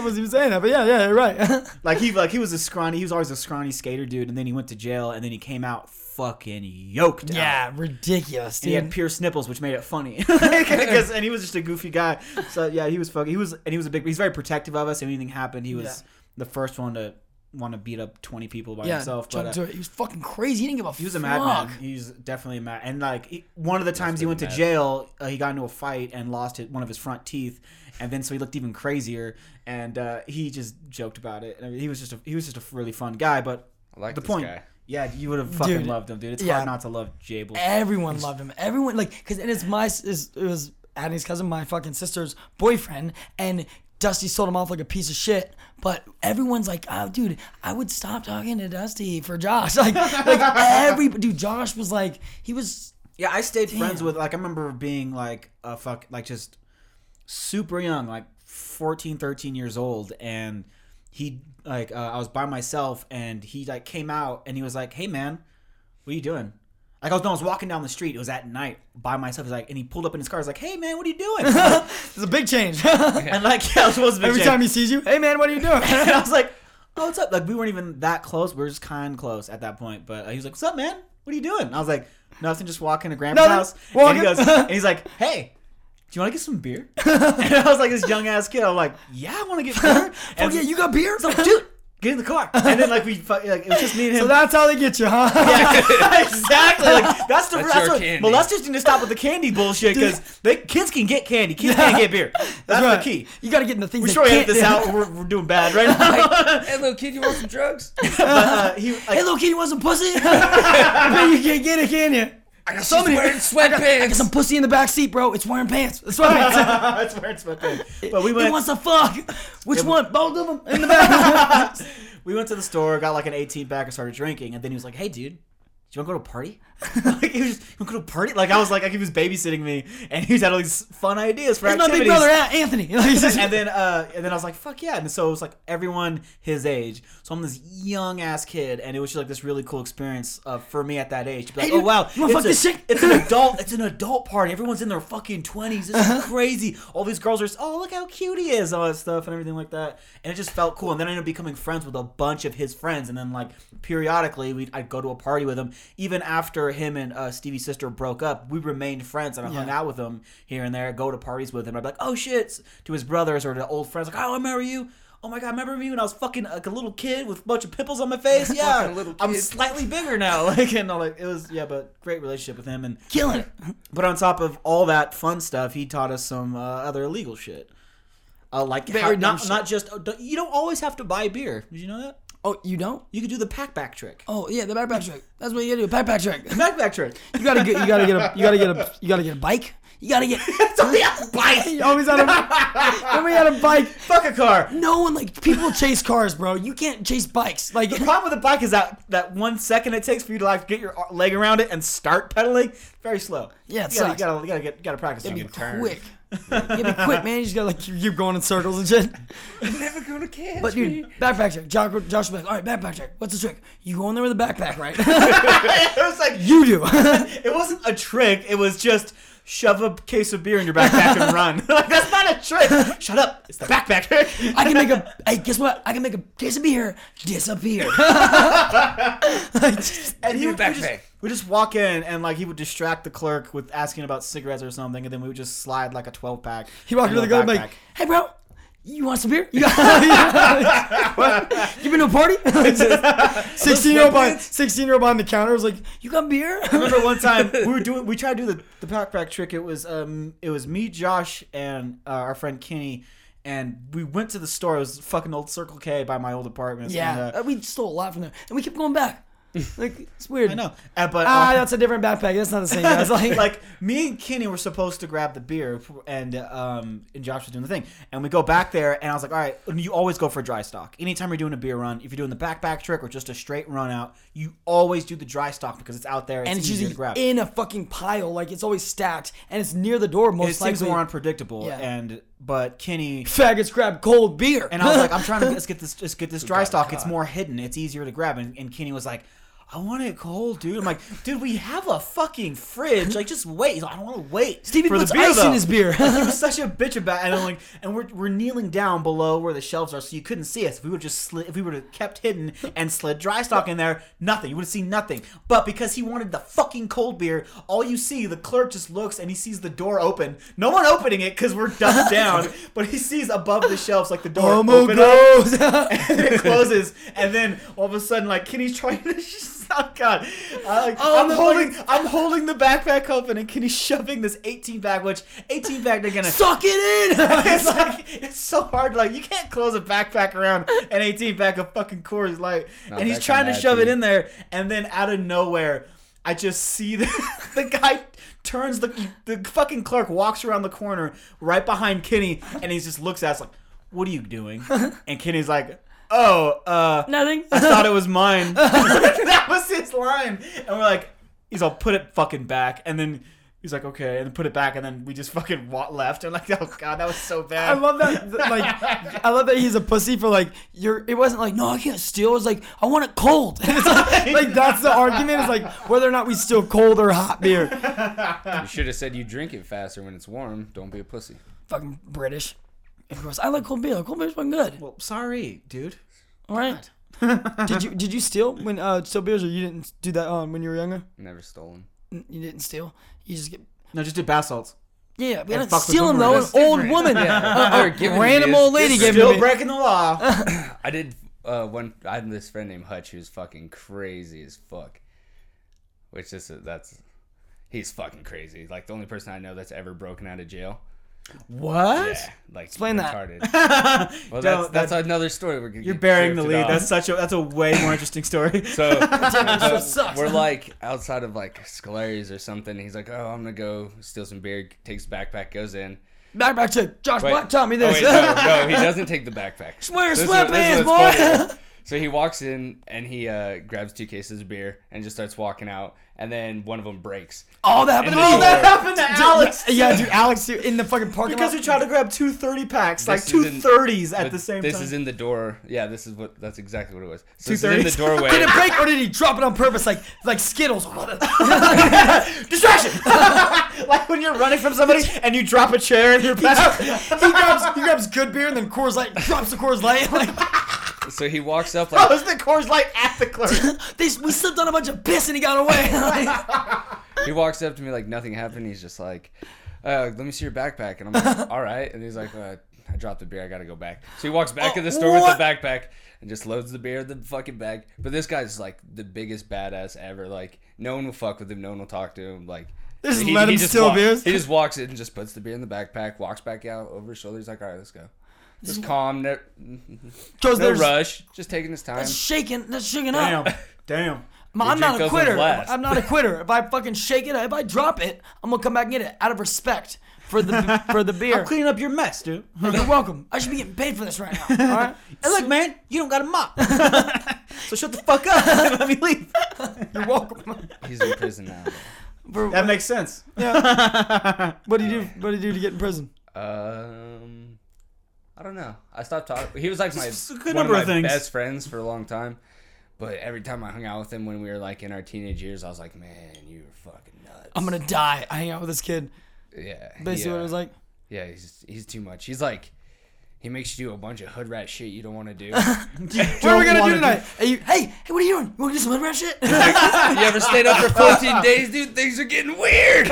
A: wasn't even saying that, but yeah, yeah, you're right.
C: Like he like he was a scrawny. He was always a scrawny skater dude, and then he went to jail, and then he came out fucking yoked. out.
A: yeah, ridiculous,
C: And he had
A: dude.
C: pierced nipples, which made it funny. 'Cause- and he was just a goofy guy. So yeah, he was fucking. He was and he was a big. He's very protective of us. If anything happened, he was
A: Yeah.
C: the first one to want to beat up twenty people by
A: Yeah,
C: himself.
A: trying
C: But, uh,
A: to do it. He was fucking crazy. He didn't give a
C: He was a
A: fuck.
C: madman. He's definitely a mad. And like he, one of the times
B: pretty
C: he went to
B: mad.
C: jail, uh, he got into a fight and lost his, one of his front teeth, and then so he looked even crazier. And uh, he just joked about it. And I mean, he was just a, he was just a really fun guy. But
B: I like
C: the
B: this
C: point,
B: guy.
C: yeah, you would have fucking
A: Dude,
C: loved him, dude. It's
A: yeah.
C: hard not to love Jable.
A: Everyone loved him. Everyone like because and it's my is it was Adney's cousin, my fucking sister's boyfriend, and Dusty sold him off like a piece of shit. But everyone's like, oh, dude, I would stop talking to Dusty for Josh. Like, like every dude, Josh was like, he was
C: Yeah, I stayed friends with like I remember being like a fuck like just super young, like 14, 13 years old and he like uh, I was by myself and he like came out and he was like, "Hey man, what are you doing?" Like I was, no, I was walking down the street. It was at night by myself. He's like, and he pulled up in his car. He's like, "Hey man, what are you doing?"
A: it's a big change. every
C: and like, yeah, it was a big change.
A: time he sees you, hey man, what are you doing?
C: and I was like, "Oh, what's up?" Like we weren't even that close. We were just kind of close at that point. But uh, he was like, "What's up, man? What are you doing?" And I was like, "Nothing. Just walking to grandma's
A: Nothing.
C: house."
A: Walking.
C: And he goes, and he's like, "Hey." Do you want to get some beer? and I was like this young ass kid. I'm like, yeah, I want to get beer.
A: oh
C: And
A: yeah, you got beer?
C: he's like, dude, Get in the car. And then like we fuck, like it was just me and him.
A: So that's how they get you, huh?
C: exactly. Like, that's the
B: That's
C: that's
B: your
C: what,
B: candy.
C: molesters need to stop with the candy bullshit because they kids can get candy, kids can't get beer. That's,
A: right.
C: the key.
A: You got to get in the things.
C: We
A: they
C: sure
A: can't
C: edit this
A: do.
C: out. We're, we're doing bad right now.
B: Hey, little kid, you want some drugs?
C: but, uh, he, like,
A: Hey, little kitty wants some pussy. I mean, you can't get it, can you?
B: I got
A: So
B: somebody
A: many-
B: wearing
A: I got
B: sweatpants.
A: some pussy in the back seat, bro. It's wearing pants. It's sweatpants.
C: that's where it's my thing. But we
A: He
C: went
A: wants to fuck. Which one? Both of them in the back.
C: we went to the store, got like an 18 pack, and started drinking. And then he was like, "Hey, dude." Do you want to go to a party? like he was just, you want to go to a party? Like I was like, like he was babysitting me, and he was had all these fun ideas for
A: It's my
C: activities.
A: big brother, An- Anthony. He's just-
C: and then uh, and then I was like, fuck yeah. And so it was like everyone his age. So I'm this young ass kid, and it was just like this really cool experience uh, for me at that age. To be like,
A: Hey, dude,
C: oh wow,
A: you wanna
C: it's,
A: fuck
C: a-
A: this chick?"
C: it's an adult, it's an adult party. Everyone's in their fucking twenties. This
B: Uh-huh.
C: is crazy. All these girls are just, oh look how cute he is, all that stuff and everything like that. And it just felt cool. And then I ended up becoming friends with a bunch of his friends, and then like periodically we I'd go to a party with him. Even after him and uh, Stevie's sister broke up, we remained friends, and I hung
A: Yeah.
C: out with him here and there. Go to parties with him. I'd be like, oh shit, to his brothers or to old friends, like, oh I remember you. Oh my god, remember me when I was fucking like a little kid with a bunch of pimples on my face? Yeah,
B: Fucking little
C: I'm
B: kid.
C: slightly bigger now. Like, and all like it was yeah, but great relationship with him. And
A: killing it.
C: but on top of all that fun stuff, he taught us some uh, other illegal shit. Uh, like how-
A: Very dumb
C: not
A: shit.
C: not just oh, don't- you don't always have to buy beer. Did you know that?
A: Oh, you don't?
C: You could do the pack back trick.
A: Oh yeah, the backpack trick. That's what you gotta do. Backpack trick.
C: Pack back trick.
A: You gotta get. You gotta get a. You gotta get a. You gotta get a bike. You gotta get.
C: Somebody had to buy
A: You
C: it.
A: always had a. Somebody had a bike.
C: Fuck a car.
A: No one like people chase cars, bro. You can't chase bikes. Like
C: The problem with the bike is that that one second it takes for you to like get your ar- leg around it and start pedaling, very slow.
A: Yeah, it
C: you gotta,
A: sucks.
C: you gotta you gotta get gotta practice. on
A: be
C: it.
A: quick. You gotta be quick, man. You just gotta like keep keep going in circles and shit.
B: never gonna catch
A: But
B: me.
A: dude, backpack check. Josh, Josh will be like, all right, backpack check. What's the trick? You go in there with a backpack, right?
C: it was like
A: you do.
C: it wasn't a trick. It was just shove a case of beer in your backpack and run. like that's not a trick. Shut up. It's the backpack trick.
A: I can make a. Hey, guess what? I can make a case of beer disappear.
C: and he
B: Your
C: would we just,
B: backpack.
C: we just walk in and like he would distract the clerk with asking about cigarettes or something, and then we would just slide like a twelve pack.
A: He walked
C: into
A: into the gun
C: backpack.
A: like, hey, bro. You want some beer? You, got- What? you been to a party? Sixteen year old behind sixteen year old behind the counter was like, "You got beer?"
C: I remember one time we were doing we tried to do the, the backpack trick. It was um it was me, Josh, and uh, our friend Kenny, and we went to the store. It was fucking old Circle K by my old apartment.
A: yeah,
C: and, uh,
A: Uh, we stole a lot from there, and we kept going back. Like it's weird.
C: I know. Uh, but
A: Ah,
C: uh,
A: that's a different backpack. That's not the same. Guys. Like,
C: like me and Kenny were supposed to grab the beer, and um, and Josh was doing the thing, and we go back there, and I was like, all right, and you always go for a dry stock. Anytime you're doing a beer run, if you're doing the backpack trick or just a straight run out, you always do the dry stock because it's out there
A: and it's
C: easier to
A: usually
C: grab.
A: in a fucking pile. Like it's always stacked, and it's near the door most
C: it seems
A: likely.
C: more unpredictable,
A: Yeah.
C: and but Kenny
A: Faggots grab cold beer,
C: And I was like, I'm trying to let's get this, just get this dry stock. It's more hidden. It's easier to grab. And, and Kenny was like, I want it cold, dude. I'm like, dude, we have a fucking fridge. Like, just wait. He's like, I don't want to wait.
A: Stevie
C: for the
A: puts ice in
C: though."
A: his beer.
C: Like, he was such a bitch about. And I'm like, and we're, we're kneeling down below where the shelves are, so you couldn't see us. If we would just slid, if we would have kept hidden and slid dry stock in there, nothing. You would have seen nothing. But because he wanted the fucking cold beer, all you see, the clerk just looks and he sees the door open. No one opening it because we're ducked down, but he sees above the shelves like the door door
A: Elmo
C: open
A: goes.
C: up, and it closes, and then all of a sudden, like Kenny's trying to. Oh God! I, like,
A: Oh,
C: I'm
A: the
C: holding, I'm holding the backpack open, and Kenny's shoving this 18 bag, which 18 bag they're gonna.
A: suck it in.
C: it's like it's so hard. Like you can't close a backpack around an 18 pack of fucking Coors Light,
B: Not
C: and he's
B: that
C: trying
B: kind
C: to
B: of
C: shove it
B: attitude.
C: in there, and then out of nowhere, I just see the the guy turns the the fucking clerk walks around the corner right behind Kenny, and he just looks at us like, "What are you doing?" And Kenny's like. Oh, uh,
A: Nothing.
C: I thought it was mine. that was his line. And we're like, he's all put it fucking back. And then he's like, okay, and then put it back. And then we just fucking wa- left. And like, oh god, that was so
A: I
C: bad.
A: love that. th- Like, I love that he's a pussy for like. You're. It wasn't like no, I can't steal. It was like I want it cold. And it's like, like, that's the argument. Is like whether or not we steal cold or hot beer.
B: You should have said you drink it faster when it's warm. Don't be a pussy.
A: fucking British. And gross. I like cold beer. Cold beer's fucking good.
C: well, sorry, dude.
A: All right. did you did you steal when uh steal beers or you didn't do that um, when you were younger?
B: Never stolen.
A: N- You didn't steal. You just get
C: No, just did bath salts.
A: yeah. We
C: And
A: didn't
C: fuck with
A: steal them though. An
B: That's
A: old
B: different.
A: woman,
B: Yeah.
A: Uh,
B: They were
A: a
B: giving
A: random
B: you
A: old
B: this.
A: lady
B: This
A: gave
B: is
A: it to
C: Still
A: me.
C: breaking the law.
B: I did uh, one I had this friend named Hutch who's fucking crazy as fuck. Which is that's he's fucking crazy. Like the only person I know that's ever broken out of jail.
C: What?
B: Yeah, like
A: Explain that.
B: retarded. that. well, that's,
C: Don't-
B: that's another story. We're gonna
C: You're
B: get
C: burying the
B: drifted
C: lead.
B: off.
C: That's such a that's a way more interesting story.
B: So uh,
A: sucks.
B: we're like outside of like Scolari's or something. He's like, "Oh, I'm gonna go steal some beer." Takes backpack, goes in.
A: Back back to Josh
B: Wait.
A: Black taught me
B: Oh,
A: this.
B: wait, no, no, he doesn't take the backpack.
A: Wearing
B: This one- this
A: sweatpants,
B: one's
A: boy.
B: funny. So he walks in and he uh, grabs two cases of beer and just starts walking out, and then one of them breaks.
A: All that happened to
B: And
A: me.
B: this is-
C: happened to Alex.
A: Yeah, dude, Alex dude, in the fucking parking
C: Because
A: lot.
C: we tried to grab two 30 packs, like
B: This
C: two
B: is in-
C: 30s at
B: But
C: the same
B: this
C: time.
B: is in the door. Yeah, this is what. That's exactly what it was. So this is in the
C: 2:30s.
B: doorway.
A: Did it break or did he drop it on purpose, like like Skittles?
C: distraction. like when you're running from somebody and you drop a chair in your path.
A: he grabs he grabs good beer and then Coors Light drops the Coors Light. Like
B: so he walks up
C: That
B: like
C: was the Coors Light at the clerk.
A: they, we slipped on a bunch of piss and he got away. Like,
B: he walks up to me like nothing happened. He's just like, uh, "Let me see your backpack," and I'm like, "All right." And he's like, uh, "I dropped the beer. I gotta go back." So he walks back to the store with
A: Oh, what?
B: the backpack and just loads the beer in the fucking bag. But this guy's like the biggest badass ever. Like no one will fuck with him. No one will talk to him. Like.
A: They just let him steal
B: walks,
A: beers?
B: He just walks in and just puts the beer in the backpack, walks back out over his shoulder. He's like, all right, let's go. Just calm, no,
A: Goes
B: no
A: there, just
B: rush, just taking his time.
A: shaking, just shaking
C: Damn.
A: up.
C: Damn.
A: Ma, I'm not
B: Your drink
A: a
B: goes
A: quitter.
B: in last.
A: I'm not a quitter. If I fucking shake it, if I drop it, I'm gonna come back and get it out of respect for the for the beer.
F: Clean up your mess, dude.
A: You're welcome. I should be getting paid for this right now. All right.
F: And look, man, you don't got a mop. so shut the fuck up and let me leave.
A: You're welcome.
B: He's in prison now.
A: For-
C: That makes sense.
A: what do you do? What do you do to get in prison?
B: Um, I don't know. I stopped talking. He was like my
F: It's a good
B: one
F: number
B: of
F: of
B: my
F: things.
B: best friends for a long time. But every time I hung out with him when we were like in our teenage years, I was like, man, you were fucking nuts.
A: I'm gonna die. I hang out with this kid.
B: yeah,
A: Basically,
B: yeah.
A: what it was like.
B: Yeah, he's he's too much. He's like, he makes you do a bunch of hood rat shit you don't want to do. you
A: What are we gonna
C: wanna
A: do
C: do-
A: tonight? Hey, you, hey, hey, what are you doing? You wanna do some hood rat shit?
B: ever stayed up for 14 days, dude? Things are getting weird.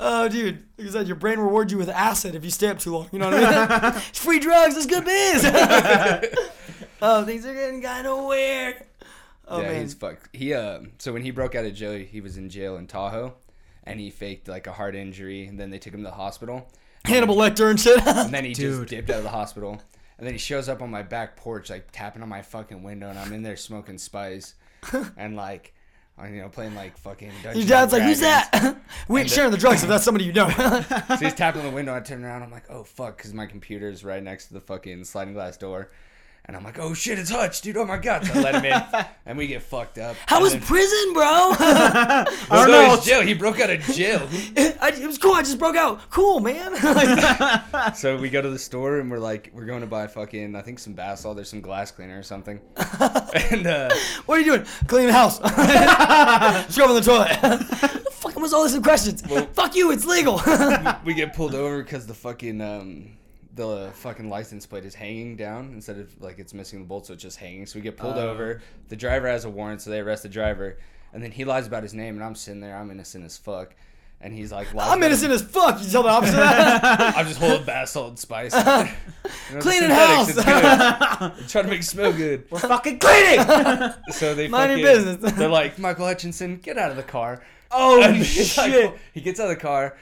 A: Oh, dude. Like I said, your brain rewards you with acid if you stay up too long. You know what I mean? it's free drugs. It's good biz. oh, things are getting kind of weird. Oh,
B: yeah,
A: man.
B: he's fucked. He uh, so when he broke out of jail, he was in jail in Tahoe, and he faked like a heart injury, and then they took him to the hospital.
A: Hannibal Lecter and shit.
B: And then he just dipped out of the hospital. And then he shows up on my back porch, like tapping on my fucking window, and I'm in there smoking spice, and like, I'm, you know, playing like fucking. Dungeons
A: Your dad's
B: and
A: like, who's
B: Dragons."
A: that? we ain't sharing the drugs if that's somebody you know.
B: So he's tapping on the window. I turn around. I'm like, oh fuck, because my computer's right next to the fucking sliding glass door. And I'm like, oh shit, it's Hutch, dude. Oh my god. So I let him in, and we get fucked up.
A: How
B: and
A: was
B: then-
A: prison, bro?
B: Well, no, it's jail. He broke out of jail.
A: I, it was cool. I just broke out. Cool, man. Like,
B: so we go to the store and we're like, we're going to buy fucking, I think some Basol. There's some glass cleaner or something. and uh,
A: what are you doing? Cleaning the house. Scrubbing the toilet. the fuck was all this in questions? fuck you. It's legal.
B: we get pulled over because the fucking um, the fucking license plate is hanging down instead of like it's missing the bolt, so it's just hanging. So we get
A: Oh.
B: pulled over. The driver has a warrant, so they arrest the driver. And then he lies about his name, and I'm sitting there, I'm innocent as fuck. And he's like, lies
A: I'm
B: about-
A: innocent as fuck. You tell the opposite of that?
B: I'm just holding bath salt and spice. You know, the
A: Cleaning
B: synthetics,
A: house.
B: it's good. I'm trying to make it smell good.
C: We're fucking cleaning.
B: So they
A: Mind
B: fucking,
A: your business.
B: they're like, Michael Hutchinson, get out of the car.
C: Oh,
B: And he's like,
C: shit.
B: he gets out of the car,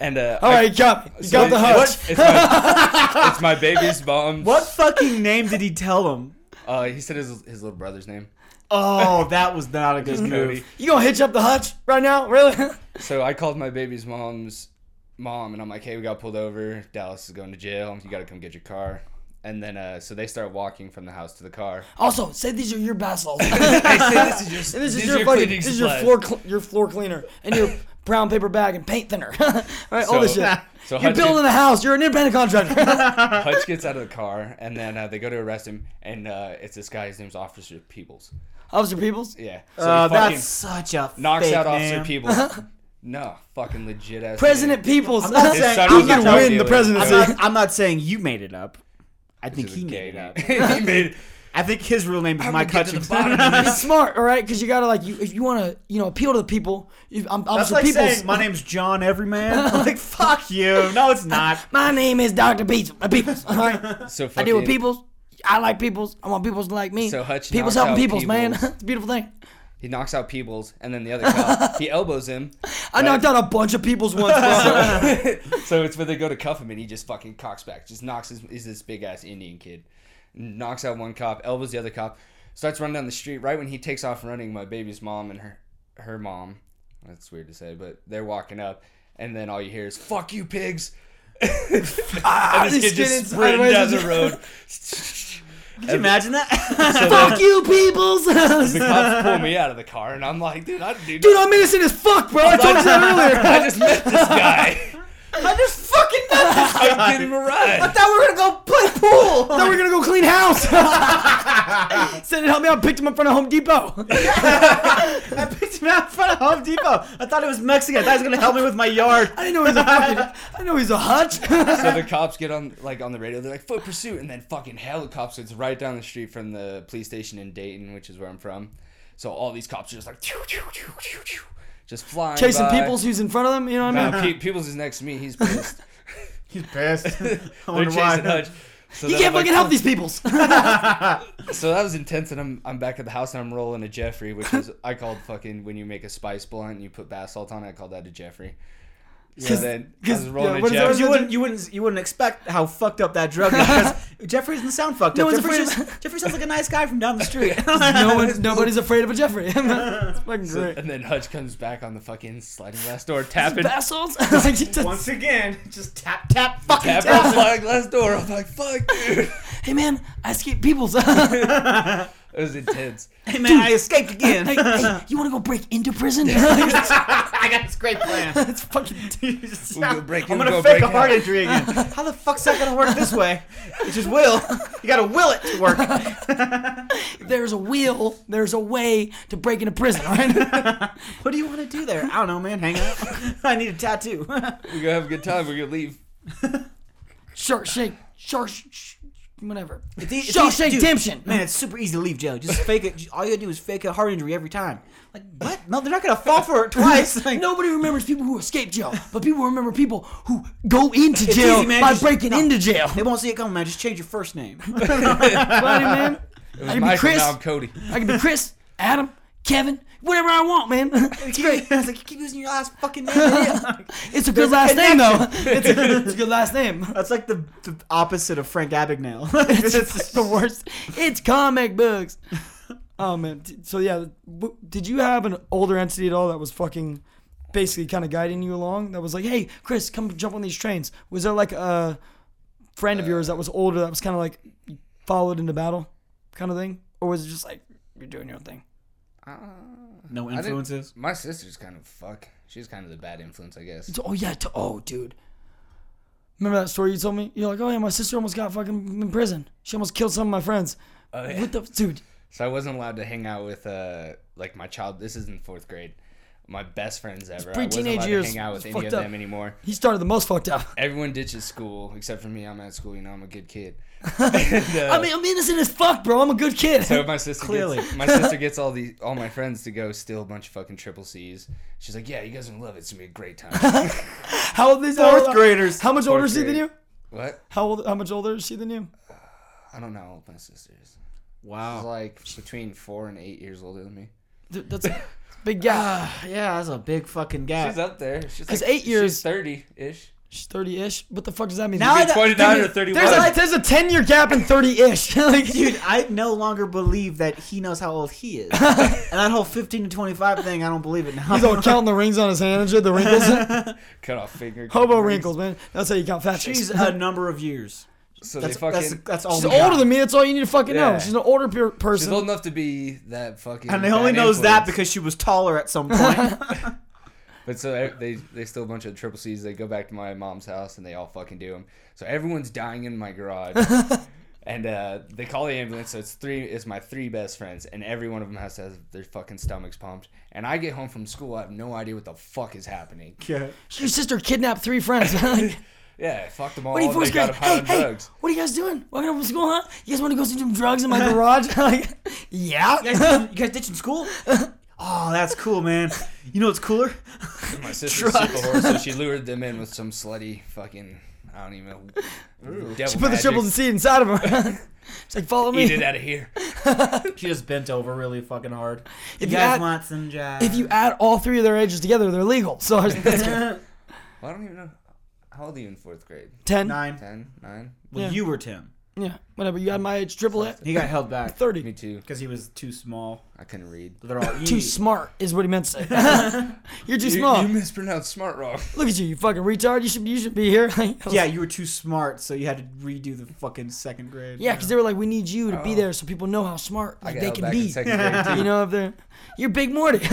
B: and uh,
A: All
B: I-
A: right, you got me. You
B: so
A: got the
B: it-
A: hutch.
B: It's, it's my, it's my baby's mom.
C: What fucking name did he tell him?
B: Uh, he said his, his little brother's name,
C: Oh, that was not a good
B: Cody.
C: move.
A: You gonna hitch up the hutch right now? Really?
B: So I called my baby's mom's mom, and I'm like, "Hey, we got pulled over. Dallas is going to jail. You got to come get your car." And then, uh, so they start walking from the house to the car.
A: also, say these are your basalts.
B: Hey, say this is your,
A: this
B: these
A: is
B: are
A: your fucking,
B: cleaning
A: this is your
B: supplies.
A: floor cl- your floor cleaner and your brown paper bag and paint thinner. all right, all this
B: So-
A: shit.
B: so
A: You're
B: Hutch-
A: building a house. You're an independent contractor.
B: Hutch gets out of the car, and then uh, they go to arrest him, and uh, it's this guy. His name's Officer Peebles.
A: Officer Peoples.
B: Yeah. So he
C: Oh,
B: fucking
C: that's such a
B: knocks
C: fake
B: out
C: name.
B: Officer Peebles. no, fucking legit ass.
A: President
B: name.
A: Peoples.
C: I'm not
B: His
C: saying
B: son
C: I'm
B: was a
C: gonna
B: drug
A: win the
B: dealer.
A: presidency.
C: I'm not, I'm not saying you made it up. I think
B: He's
C: he
B: a
C: made
B: gay
C: it
B: dude.
C: up.
B: he made.
C: I think his real name is
B: I'm
C: Mike
B: gonna get to the
C: Hutchinson.
B: bottom of
A: It's smart, all right, because you gotta like you if you want to you know appeal to the people. You, I'm
C: That's
A: Officer
C: like
A: Peoples.
C: saying my name's John Everyman. like fuck you. No, it's not.
A: My name is Doctor Peoples. Peoples. All right,
B: So fucking,
A: I deal with Peoples. I like peoples. I want peoples to like me.
B: So Hutch
A: peoples
B: knocks
A: helping
B: out
A: peoples, man.
B: Peebles.
A: it's a beautiful thing.
B: He knocks out Peebles, and then the other cop he elbows him.
A: I knocked out a bunch of peoples once. bro.
B: So it's when they go to cuff him, and he just fucking cocks back, just knocks his. He's this big ass Indian kid, knocks out one cop, elbows the other cop, starts running down the street. Right when he takes off running, my baby's mom and her her mom. That's weird to say, but they're walking up, and then all you hear is "fuck you, pigs." and this
A: this
B: kid just
A: kid is-
B: sprinting down the road.
C: Could you imagine that?
B: So the-
A: fuck you, peoples.
B: the cops pull me out of the car, and I'm like, dude, I dude,
A: Dude, I'm innocent as fuck, bro. I told you that earlier.
B: I just met this guy.
A: I just fucking met this
B: I'm giving him a
A: I
B: ride.
A: thought we were gonna go play pool. I thought we were gonna go clean house. Said it helped me out. Picked him up in front of Home Depot.
C: I picked him out in front of Home Depot. I thought it was Mexican. I thought he was gonna help me with my yard.
A: I didn't know he was a fucking. I didn't know he was a hutch.
B: So the cops get on like on the radio. They're like foot pursuit, and then fucking helicopters. It's right down the street from the police station in Dayton, which is where I'm from. So all these cops are just like, "Choo, choo, choo, choo, choo," just flying,
A: Chasing
B: by.
A: peoples who's in front of them. You know what I mean?
B: Uh, Pe- Peoples is next to me. He's pissed.
C: He's pissed. I
B: They're
C: wonder
B: chasing
C: why.
B: Hutch. So
A: You
B: then
A: can't
B: I'm like,
A: fucking help these peoples.
B: So that was intense, and I'm I'm back at the house, and I'm rolling a Jeffrey, which is I called fucking when you make a spice blunt and you put bath salt on it. I called that a Jeffrey. So then I was rolling a
A: what is that?
B: Jeffrey.
C: You wouldn't, you wouldn't, you wouldn't expect how fucked up that drug is because Jeffrey doesn't sound fucked
A: No
C: up.
A: one's
C: Jeffrey,
A: afraid of-
C: just- Jeffrey sounds like a nice guy from down the street.
A: no one, nobody's afraid of a Jeffrey. it's fucking
B: So-
C: uh,
A: great.
B: and then Hutch comes back on the fucking sliding glass door, tapping,
A: Bastards. Like, he just-
C: again, just tap, tap, fucking
B: tapping the sliding glass door. I'm like, fuck, dude.
A: hey man, I escaped peoples.
B: It was intense.
C: Hey man, I escaped again.
A: Hey, hey, you want to go break into prison?
C: I got this great plan.
A: it's fucking.
B: We'll go break
C: I'm
B: in,
C: gonna
B: we'll go
C: fake
B: break
C: a heart
B: out.
C: injury again. How the fuck's that gonna work this way? It just will. You gotta will it to work.
A: There's a wheel. There's a way to break into prison. All right.
C: What do you want to do there? I don't know, man. Hang out. I need a tattoo.
B: We're gonna have a good time. We're gonna leave.
A: Shark shake. Shark. Sh- sh- whatever.
C: It's e- it's
A: Shawshank
C: easy- dude,
A: Redemption.
C: Man, it's super easy to leave jail. Just fake it. All you gotta do is fake a heart injury every time. Like what? No, they're not gonna fall for it twice. Like,
A: Nobody remembers people who escape jail, but people remember people who go into
C: It's
A: jail
C: easy, man.
A: by
C: Just-
A: breaking
C: no.
A: into jail.
C: They won't see it coming, man. Just change your first name.
A: Buddy, man.
B: It
A: I
B: was
A: can be
B: Michael,
A: Chris.
B: now I'm Cody.
A: I can be Chris, Adam, Kevin, whatever I want, man. It's great.
C: I was like, you keep using your last fucking name. idiot.
A: It's a good
C: a
A: last name, though. It's a, it's a good last name.
C: That's like the, the opposite of Frank Abagnale. it's,
A: It's the worst. It's comic books. Oh man. D- So yeah, w- did you have an older entity at all that was fucking, basically kind of guiding you along? That was like, hey, Chris, come jump on these trains. Was there like a friend of yours that was older that was kind of like followed into battle, kind of thing, or was it just like you're doing your own thing?
C: no
B: I didn't-
C: influences.
B: My sister's kind of fuck. She's kind of the bad influence, I guess.
A: Oh yeah. T- oh dude. Remember that story you told me? You're like, oh yeah, my sister almost got fucking in prison. She almost killed some of my friends. What the dude?
B: So I wasn't allowed to hang out with uh like my child. This is in fourth grade. My best friends ever. I wasn't
A: pre-teenage
B: allowed
A: years.
B: to hang out
A: It's
B: with any of
A: fucked up.
B: them anymore.
A: He started the most fucked up.
B: Everyone ditches school except for me. I'm at school. You know, I'm a good kid. uh,
A: I mean, I'm innocent as fuck, bro. I'm a good kid.
B: So my sister
C: Clearly.
B: gets, my sister gets all the all my friends to go steal a bunch of fucking triple C's. She's like, yeah, you guys are gonna love it. It's gonna be a great time.
A: How old is
C: Fourth graders.
A: How much older is she
B: grade.
A: than you?
B: what?
A: How old? How much older is she than you?
B: I don't know how old my sister is. She's
C: Wow.
B: like between four and eight years older than me.
A: Dude, that's a big guy.
C: Yeah, that's a big fucking gap.
B: She's up there. She's
A: That's
B: like,
A: eight years.
B: She's thirty ish.
A: She's thirty ish. What the fuck does that mean?
C: Now I don't-
B: Twenty nine or thirty
A: there's a
B: one.
A: there's a ten year gap in thirty ish. like,
C: Dude, I no longer believe that he knows how old he is. and that whole 15 to 25 thing, I don't believe it now.
A: he's all counting the rings on his hand and shit. The wrinkles,
B: Cut off finger.
A: hobo wrinkles, man. That's how you count fat chicks.
C: She's a number of years.
B: So
C: That's,
B: they fucking.
C: that's, that's all
A: She's
C: we
A: older
C: got.
A: than me. That's all you need to fucking know.
B: Yeah.
A: She's an older per- person.
B: She's old enough to be that fucking.
C: And they only
B: bad
C: knows that
B: influence.
C: because she was taller at some point.
B: But so they- they they steal a bunch of triple C's. They go back to my mom's house and they all fucking do them. So everyone's dying in my garage. And uh, they call the ambulance. So it's three. It's my three best friends, and every one of them has to have their fucking stomachs pumped. And I get home from school. I have no idea what the fuck is happening.
A: Your sister kidnapped three friends. like,
B: Yeah, I fucked them all.
A: what are you
B: up. Oh, They
A: fourth grade?
B: got a pile
A: Hey,
B: of
A: hey,
B: drugs.
A: what are you guys doing? Walking up from school, huh? You guys want to go see some drugs in my garage? like, yeah.
C: you, guys, you guys ditching school? Oh, that's cool, man. You know what's cooler?
B: My sister's super whore, so she lured them in with some slutty fucking I don't even know. Devil
A: She put the triple
B: magic.
A: C inside of her. She's like, follow me.
B: Eat it out of here.
C: She just bent over really fucking hard.
A: If you
C: you guys
A: add-
C: want some jazz?
A: If you add all three of their ages together, they're legal. So I was that's good.
B: Well, I don't even know. How old are you in fourth grade?
A: ten.
C: nine,
B: Ten? Nine?
C: well,
A: Yeah.
C: you were Tim.
A: Yeah, whatever. You add my age, triple it,
C: He got held back
B: Me
A: thirty.
B: too.
C: because he was too small.
B: I couldn't read.
C: They're all E.
A: Too
C: you-
A: smart is what he meant to say. You're too small.
B: You, you mispronounced smart wrong.
A: Look at you, you fucking retard. You should you should be here. Like, I was
C: Yeah,
A: like,
C: you were too smart, so you had to redo the fucking second grade.
A: yeah, because they were like, we need you to be
B: Oh.
A: there so people know how smart
B: I
A: like,
B: got
A: they
B: held
A: can
B: back in
A: be.
B: second grade too.
A: You know, if they're you're Big Morty.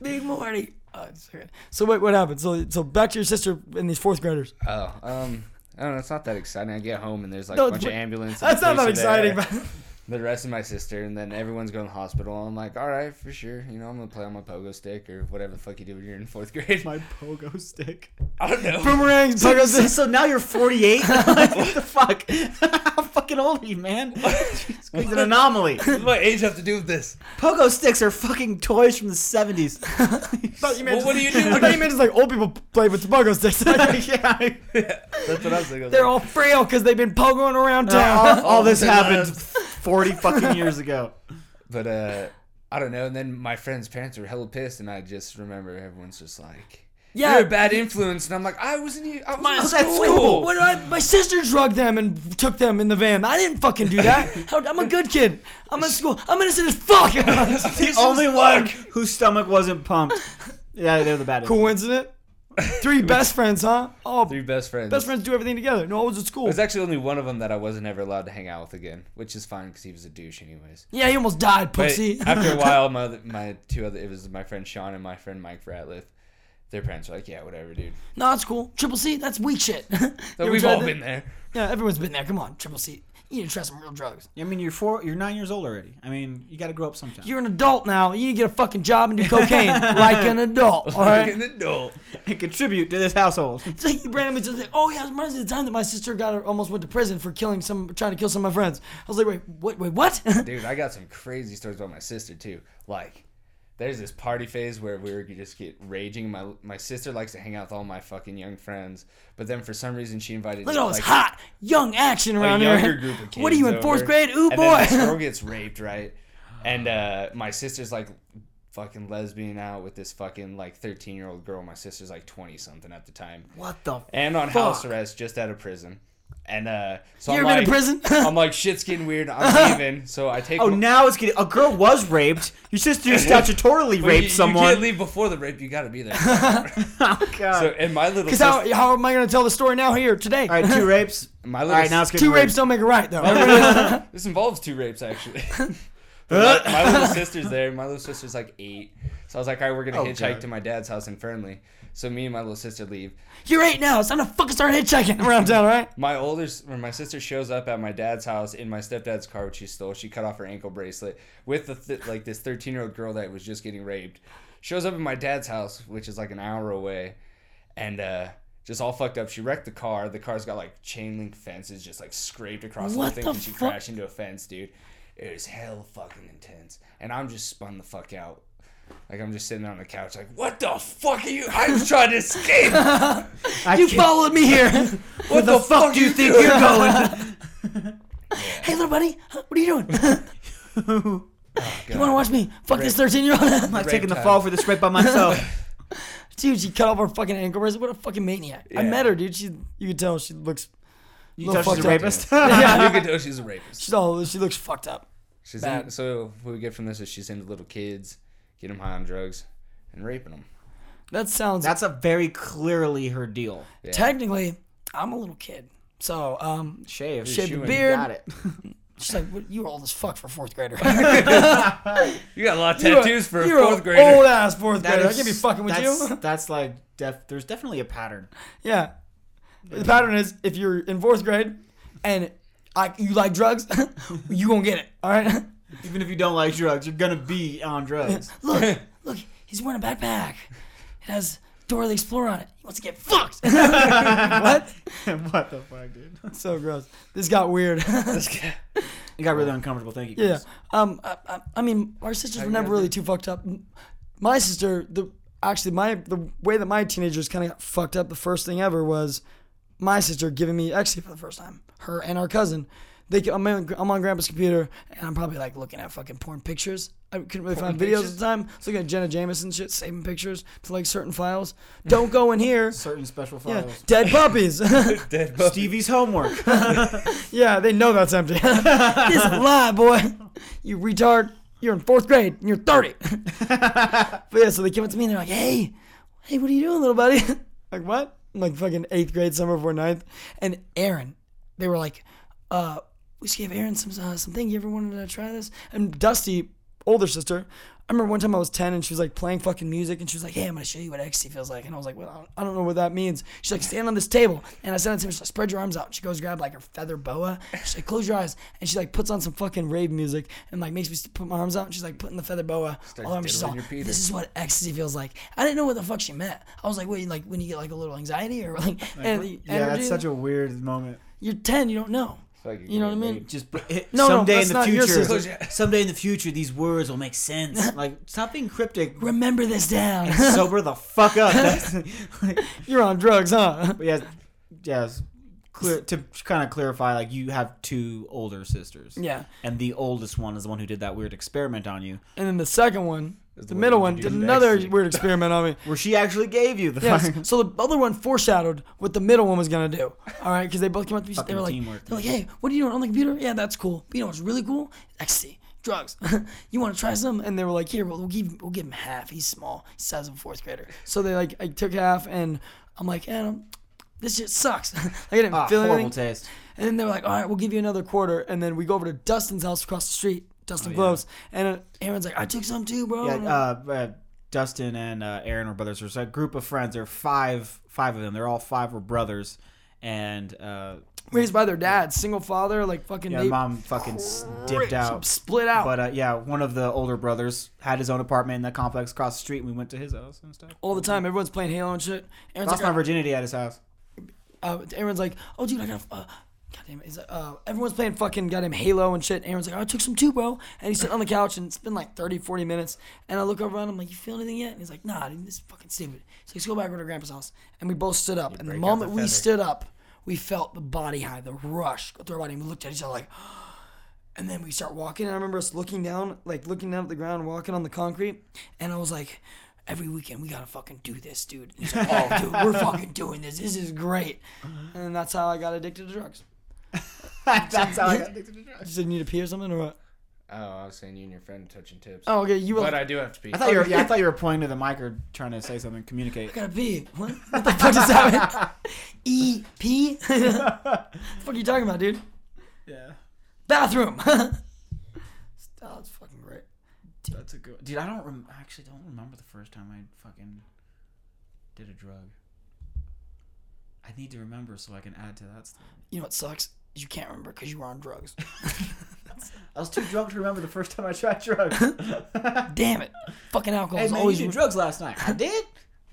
A: Big Morty. Oh, it's so good. so wait, what happened? So so back to your sister and these fourth graders.
B: Oh, um, I don't know. It's not that exciting. I get home and there's like
A: No,
B: a bunch of
A: it's-
B: ambulances.
A: That's not that
B: police are there,
A: exciting. But
B: The rest of my sister, and then everyone's going to the hospital. I'm like, all right, for sure. You know, I'm gonna play on my pogo stick or whatever the fuck you do when you're in fourth grade.
C: My pogo stick.
B: I don't know.
A: boomerangs.
C: So,
A: tacos,
C: so now you're 48. Like, what the fuck? How fucking old are you, man? He's an anomaly.
B: What does my age have to do with this?
C: Pogo sticks are fucking toys from the 70s.
A: thought you meant
B: Well,
A: just-
B: what do you do
A: I
B: when
A: thought you
B: you-
A: meant just like old people play with tobacco sticks.
C: yeah.
B: That's what I was thinking.
A: They're all frail because they've been pogoing around town.
C: all, all this
B: All
C: happened
B: the
C: 40 fucking years ago.
B: But uh, I don't know. And then my friend's parents were hella pissed, and I just remember everyone's just like,
A: Yeah.
B: you're a bad influence." And I'm like, "I wasn't. e- I was
A: My,
B: not
A: that's cool. When I, my sister drugged them and took them in the van. I didn't fucking do that. How- I'm a good kid. I'm in school. I'm innocent as fuck.
C: The only one whose stomach wasn't pumped. Yeah, they're the baddest.
A: Coincident? Three best friends, huh? Oh,
B: Three best friends.
A: best friends do everything together. No, I was at school.
B: There's actually only one of them that I wasn't ever allowed to hang out with again, which is fine because he was a douche, anyways.
A: yeah, he almost died,
B: But
A: pussy.
B: after a while, my other, my two other it was my friend Sean and my friend Mike Ratliff. Their parents were like, "Yeah, whatever, dude."
A: no, it's cool. Triple C, that's weak shit.
B: So
A: You
B: we've
A: tried
B: all
A: that?
B: been there.
A: Yeah, everyone's been there. Come on, Triple C. You need to try some real drugs.
C: I mean, you're four. You're nine years old already. I mean, you got to grow up sometime.
A: You're an adult now. You need to get a fucking job and do cocaine like an adult. All right.
B: Like an adult.
C: and contribute to this household.
A: It's like you randomly just like, oh yeah, it reminds me of the time that my sister got almost went to prison for killing some, trying to kill some of my friends. I was like, wait, what? Wait, what?
B: Dude, I got some crazy stories about my sister too. Like, there's this party phase where we were just get raging. My my sister likes to hang out with all my fucking young friends, but then for some reason she invited
A: Look at all this
B: like,
A: hot young action
B: a
A: around
B: younger
A: here.
B: group of kids.
A: what are you in
B: over,
A: fourth grade? Ooh
B: and
A: boy.
B: Then this girl gets raped, right? And uh, my sister's like fucking lesbian out with this fucking like 13 year old girl. My sister's like 20 something at the time.
C: What the?
B: and on house arrest just out of prison. And uh, so
A: You
B: I'm
A: ever
B: like,
A: been to prison?
B: I'm like, shit's getting weird. I'm leaving. So I take.
C: Oh,
B: my-
C: now it's getting. A girl was raped. Your sister statutorily
B: Well, you-
C: raped
B: You
C: someone. Oh,
B: can't leave before the rape. You got to be there. so and my little
A: Because
B: sister,
A: how, how am I going to tell the story now here today?
C: All right, two rapes.
B: my
C: All
B: little
C: right,
B: s-
C: now it's getting
A: Two
C: weird.
A: rapes don't make it right
B: Oh,
A: though.
B: this involves two rapes actually. But my, my little sister's there. My little sister's like eight. So I was like, all right, we're gonna
C: Oh,
B: hitchhike
C: God.
B: to my dad's house in Fernley. So me and my little sister leave.
A: You're eight now. It's time to fucking start hitchhiking around town, all right?
B: My older, s- when my sister shows up at my dad's house in my stepdad's car, which she stole, she cut off her ankle bracelet with the th- like this thirteen year old girl that was just getting raped. Shows up at my dad's house, which is like an hour away, and uh, just all fucked up. She wrecked the car. The car's got like chain link fences, just like scraped across
A: What
B: the thing,
A: the
B: and she
A: fuck?
B: crashed into a fence, dude. It was hell fucking intense, and I'm just spun the fuck out. Like I'm just sitting on the couch, like, what the fuck are you? I was trying to escape. What
A: you followed me here.
B: the, fuck, do you think you're going?
A: hey, little buddy, huh, what are you doing? you want to watch me fuck this 13 year
C: I'm
A: old?
C: not taking the
B: time.
C: fall for this rape by myself.
A: dude, she cut off her fucking ankle bracelet. What a fucking maniac. I
B: Yeah.
A: met her, dude. She, You can tell she looks
C: you
A: Little fucked
C: touched the
A: up.
C: rapist.
B: you can tell she's a rapist.
A: She's all she looks fucked up.
B: She's
A: Bad.
B: in, so what we get from this is she's into little kids, get them high on drugs, and raping them.
A: That sounds
C: That's a very clearly her deal.
A: technically. I'm a little kid, so um,
C: Shave.
A: shaved
B: she
A: the
B: went-
A: beard.
C: Got it.
A: She's like, what, "You were old as fuck for fourth grader.
B: You got a lot of
A: You're a-
B: tattoos for a
A: you're a
B: fourth grader.
A: Old ass fourth
C: That
A: grader. I
C: is-
A: can't be fucking with
C: that's,
A: you.
C: That's like def. There's definitely a pattern.
A: yeah. The pattern is if you're in fourth grade and I, you like drugs, you gonna get it. All right.
C: Even if you don't like drugs, you're gonna be on drugs.
A: Look, look, he's wearing a backpack. It has Dora the Explorer on it. He wants to get fucked. what?
C: what the fuck, dude?
A: So gross. This got weird.
C: It got really uncomfortable. Thank you.
A: Yeah.
C: Chris.
A: Um. I, I, I mean, our sisters were
B: you
A: never
B: guys
A: really too fucked up. My sister, the actually my the way that my teenagers kind of got fucked up the first thing ever was my sister giving me actually for the first time her and our cousin they ca- I'm, on- I'm on grandpa's computer and i'm probably like looking at fucking porn pictures i couldn't really find videos at the time so looking at jenna jameson shit saving pictures to like certain files don't go in here
C: Certain special
A: yeah,
C: files.
A: dead puppies
C: Stevie's homework.
A: yeah they know that's empty this is a lie boy you retard you're in fourth grade and you're 30 But yeah, so they came up to me and they're like, hey, hey, what are you doing, little buddy? like, what? I'm like fucking eighth grade, summer before ninth. And Aaron, they were like, uh, we should give Aaron some, uh, something. You ever wanted to try this? And Dusty, older sister, I remember one time I was 10 and she was like playing fucking music and she was like, hey, I'm going to show you what ecstasy feels like. And I was like, well, I don't, I don't know what that means. She's like, stand on this table. And I said to her, she's like, spread your arms out. She goes, grab like her feather boa. She's like, close your eyes. And she like puts on some fucking rave music and like makes me put my arms out. And she's like putting the feather boa. all over. She's
B: diddling
A: all,
B: your penis.
A: this is what ecstasy feels like. I didn't know what the fuck she meant. I was like, wait, like when you get like a little anxiety or like, and the
C: yeah,
A: energy?
C: that's such a weird moment.
A: You're ten, you don't know.
B: like you're
A: you know what I
B: getting
A: mean?
F: Just b- it-
A: No, no,
F: someday
A: that's
F: in the
A: not your
F: future.
B: sister.
F: Someday in the future, these words will make sense. Like stop being cryptic.
A: Remember this down.
F: Sober the fuck up. That's-
A: You're on drugs, huh?
C: But yeah, yeah. it's Clear, to kind of clarify, like you have two older sisters.
A: Yeah.
F: and the oldest one is the one who did that weird experiment on you,
A: And then the second one, the
B: one
A: middle
B: that
A: one, did
B: introduced
A: another
B: ecstasy.
A: weird experiment on me.
F: where she actually gave you the.
A: Yes.
F: fucking-
A: So the other one foreshadowed what the middle one was gonna do. All right, because they both came up to me. They
F: Fucking
A: were like,
F: teamwork,
A: they're like, hey, what are you doing on the computer? Yeah, that's cool. But you know what's really cool? Ecstasy, drugs. you want to try some? And they were like, here, we'll, we'll give we'll give him half. He's small. He's the size of a fourth grader. So they like, I took half, and I'm like, Adam, this shit sucks. like, I didn't
F: Ah,
A: feel
F: horrible
A: anything.
F: taste.
A: And then they were like, all right, we'll give you another quarter. And then we go over to Dustin's house across the street. Dustin Gloves. And uh, Aaron's like, I took some too, bro.
C: Yeah,
A: And I'm
C: uh, uh, Dustin and uh, Aaron were brothers. There's a group of friends. There are five, five of them. They're all five were brothers, and uh,
A: raised by their dad, single father, like fucking
C: yeah,
A: they
C: mom fucking s- dipped out.
A: split out.
C: But uh, yeah, one of the older brothers had his own apartment in the complex across the street, and we went to his house and stuff.
A: all the time. Everyone's playing Halo and shit. Aaron's
C: Lost
A: like,
C: my virginity at his house.
A: uh, Aaron's like, oh dude, I got. Uh, God damn it. He's like, uh, everyone's playing fucking goddamn Halo and shit. Aaron's like, I took some too, bro. And he's sitting on the couch and it's been like 30, 40 minutes. And I look over and I'm like, you feel anything yet? And he's like, nah, dude, this is fucking stupid. So let's go back over to grandpa's house. And we both stood up. and the
B: break out
A: moment
B: the
A: we
B: feather.
A: stood up, we felt the body high, the rush go through our body. And we looked at each other like, and then we start walking. And I remember us looking down, like looking down at the ground, walking on the concrete. And I was like, every weekend we gotta fucking do this, dude. He's like, oh, dude, we're fucking doing this. This is great.
C: Uh-huh.
A: And that's how I got addicted to drugs.
C: That's how I got addicted to drugs.
A: You said you need to pee or something or what?
B: Oh, I was saying you and your friend touching tips.
A: Oh, okay. You were
B: but
A: like, I,
B: I do have to pee.
C: I thought you were, yeah, I thought you were pointing to the mic or trying to say something, communicate.
A: gotta pee. What? What the fuck does that mean? E P? What fuck are you talking about, dude?
C: Yeah,
A: Bathroom. oh, that's fucking great.
C: that's a good. Dude, I don't rem- I actually don't remember the first time I fucking did a drug. I need to remember so I can add to that story.
A: You know what sucks? You can't remember because you were on drugs.
C: I was too drunk to remember the first time I tried drugs. hey
A: Damn it. Fucking alcohol is
C: man,
A: always
C: you did drugs last night. I did.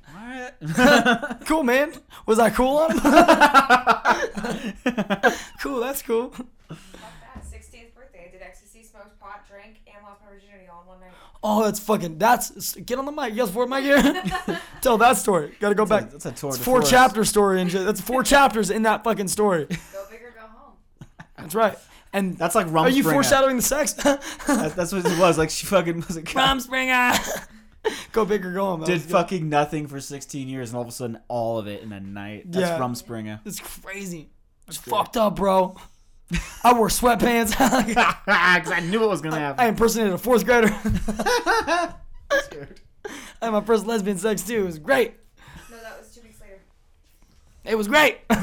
C: All right.
A: cool, man. Was I cool on? cool, that's cool.
G: Fuck that. 60th birthday. I did ecstasy, smoked pot, drank, and lost my virginity all in one night.
A: Oh, that's fucking. That's get on the mic. You guys for mic here. Tell that story. Gotta go back.
C: That's a tour.
A: It's
C: de
A: four
C: force.
A: chapter story and shit. That's four chapters in that fucking story.
G: Go big or go home.
A: That's right. And
C: That's like Rumspringer.
A: are you foreshadowing the sex?
C: That's, that's what it was. Like she fucking was a
A: Rom Springer. go big or go home. That
C: Did
A: was good.
C: fucking nothing for 16 years, and all of a sudden, all of it in a night. That's
A: Yeah.
C: Rumspringer.
A: It's crazy. It's fucked up, bro. I wore sweatpants. I
C: Because I knew it was gonna happen.
A: impersonated a fourth grader. I had my first lesbian sex too. It was great.
G: No, that was two weeks later.
A: It was great.
G: I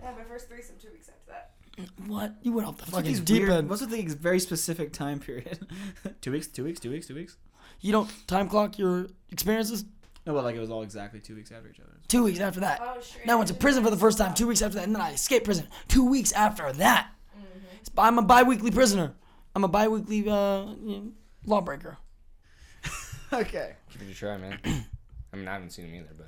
G: had my first threesome two weeks after that.
A: what? You went off the
C: What's
A: fucking
C: with these
A: deep
C: weird-
A: end.
C: What's with the very specific time period? two weeks, two weeks, two weeks, two weeks.
A: You don't time clock your experiences?
C: No, but like it was all exactly two weeks after each other.
A: Two weeks after that.
G: Oh, sure.
A: Then I went to prison for the first time two weeks after that, and then I escaped prison two weeks after that.
G: Mm-hmm.
A: I'm a bi weekly prisoner. I'm a bi weekly uh, you know, lawbreaker.
C: Okay.
B: Give it a try, man. I mean, I haven't seen him either, but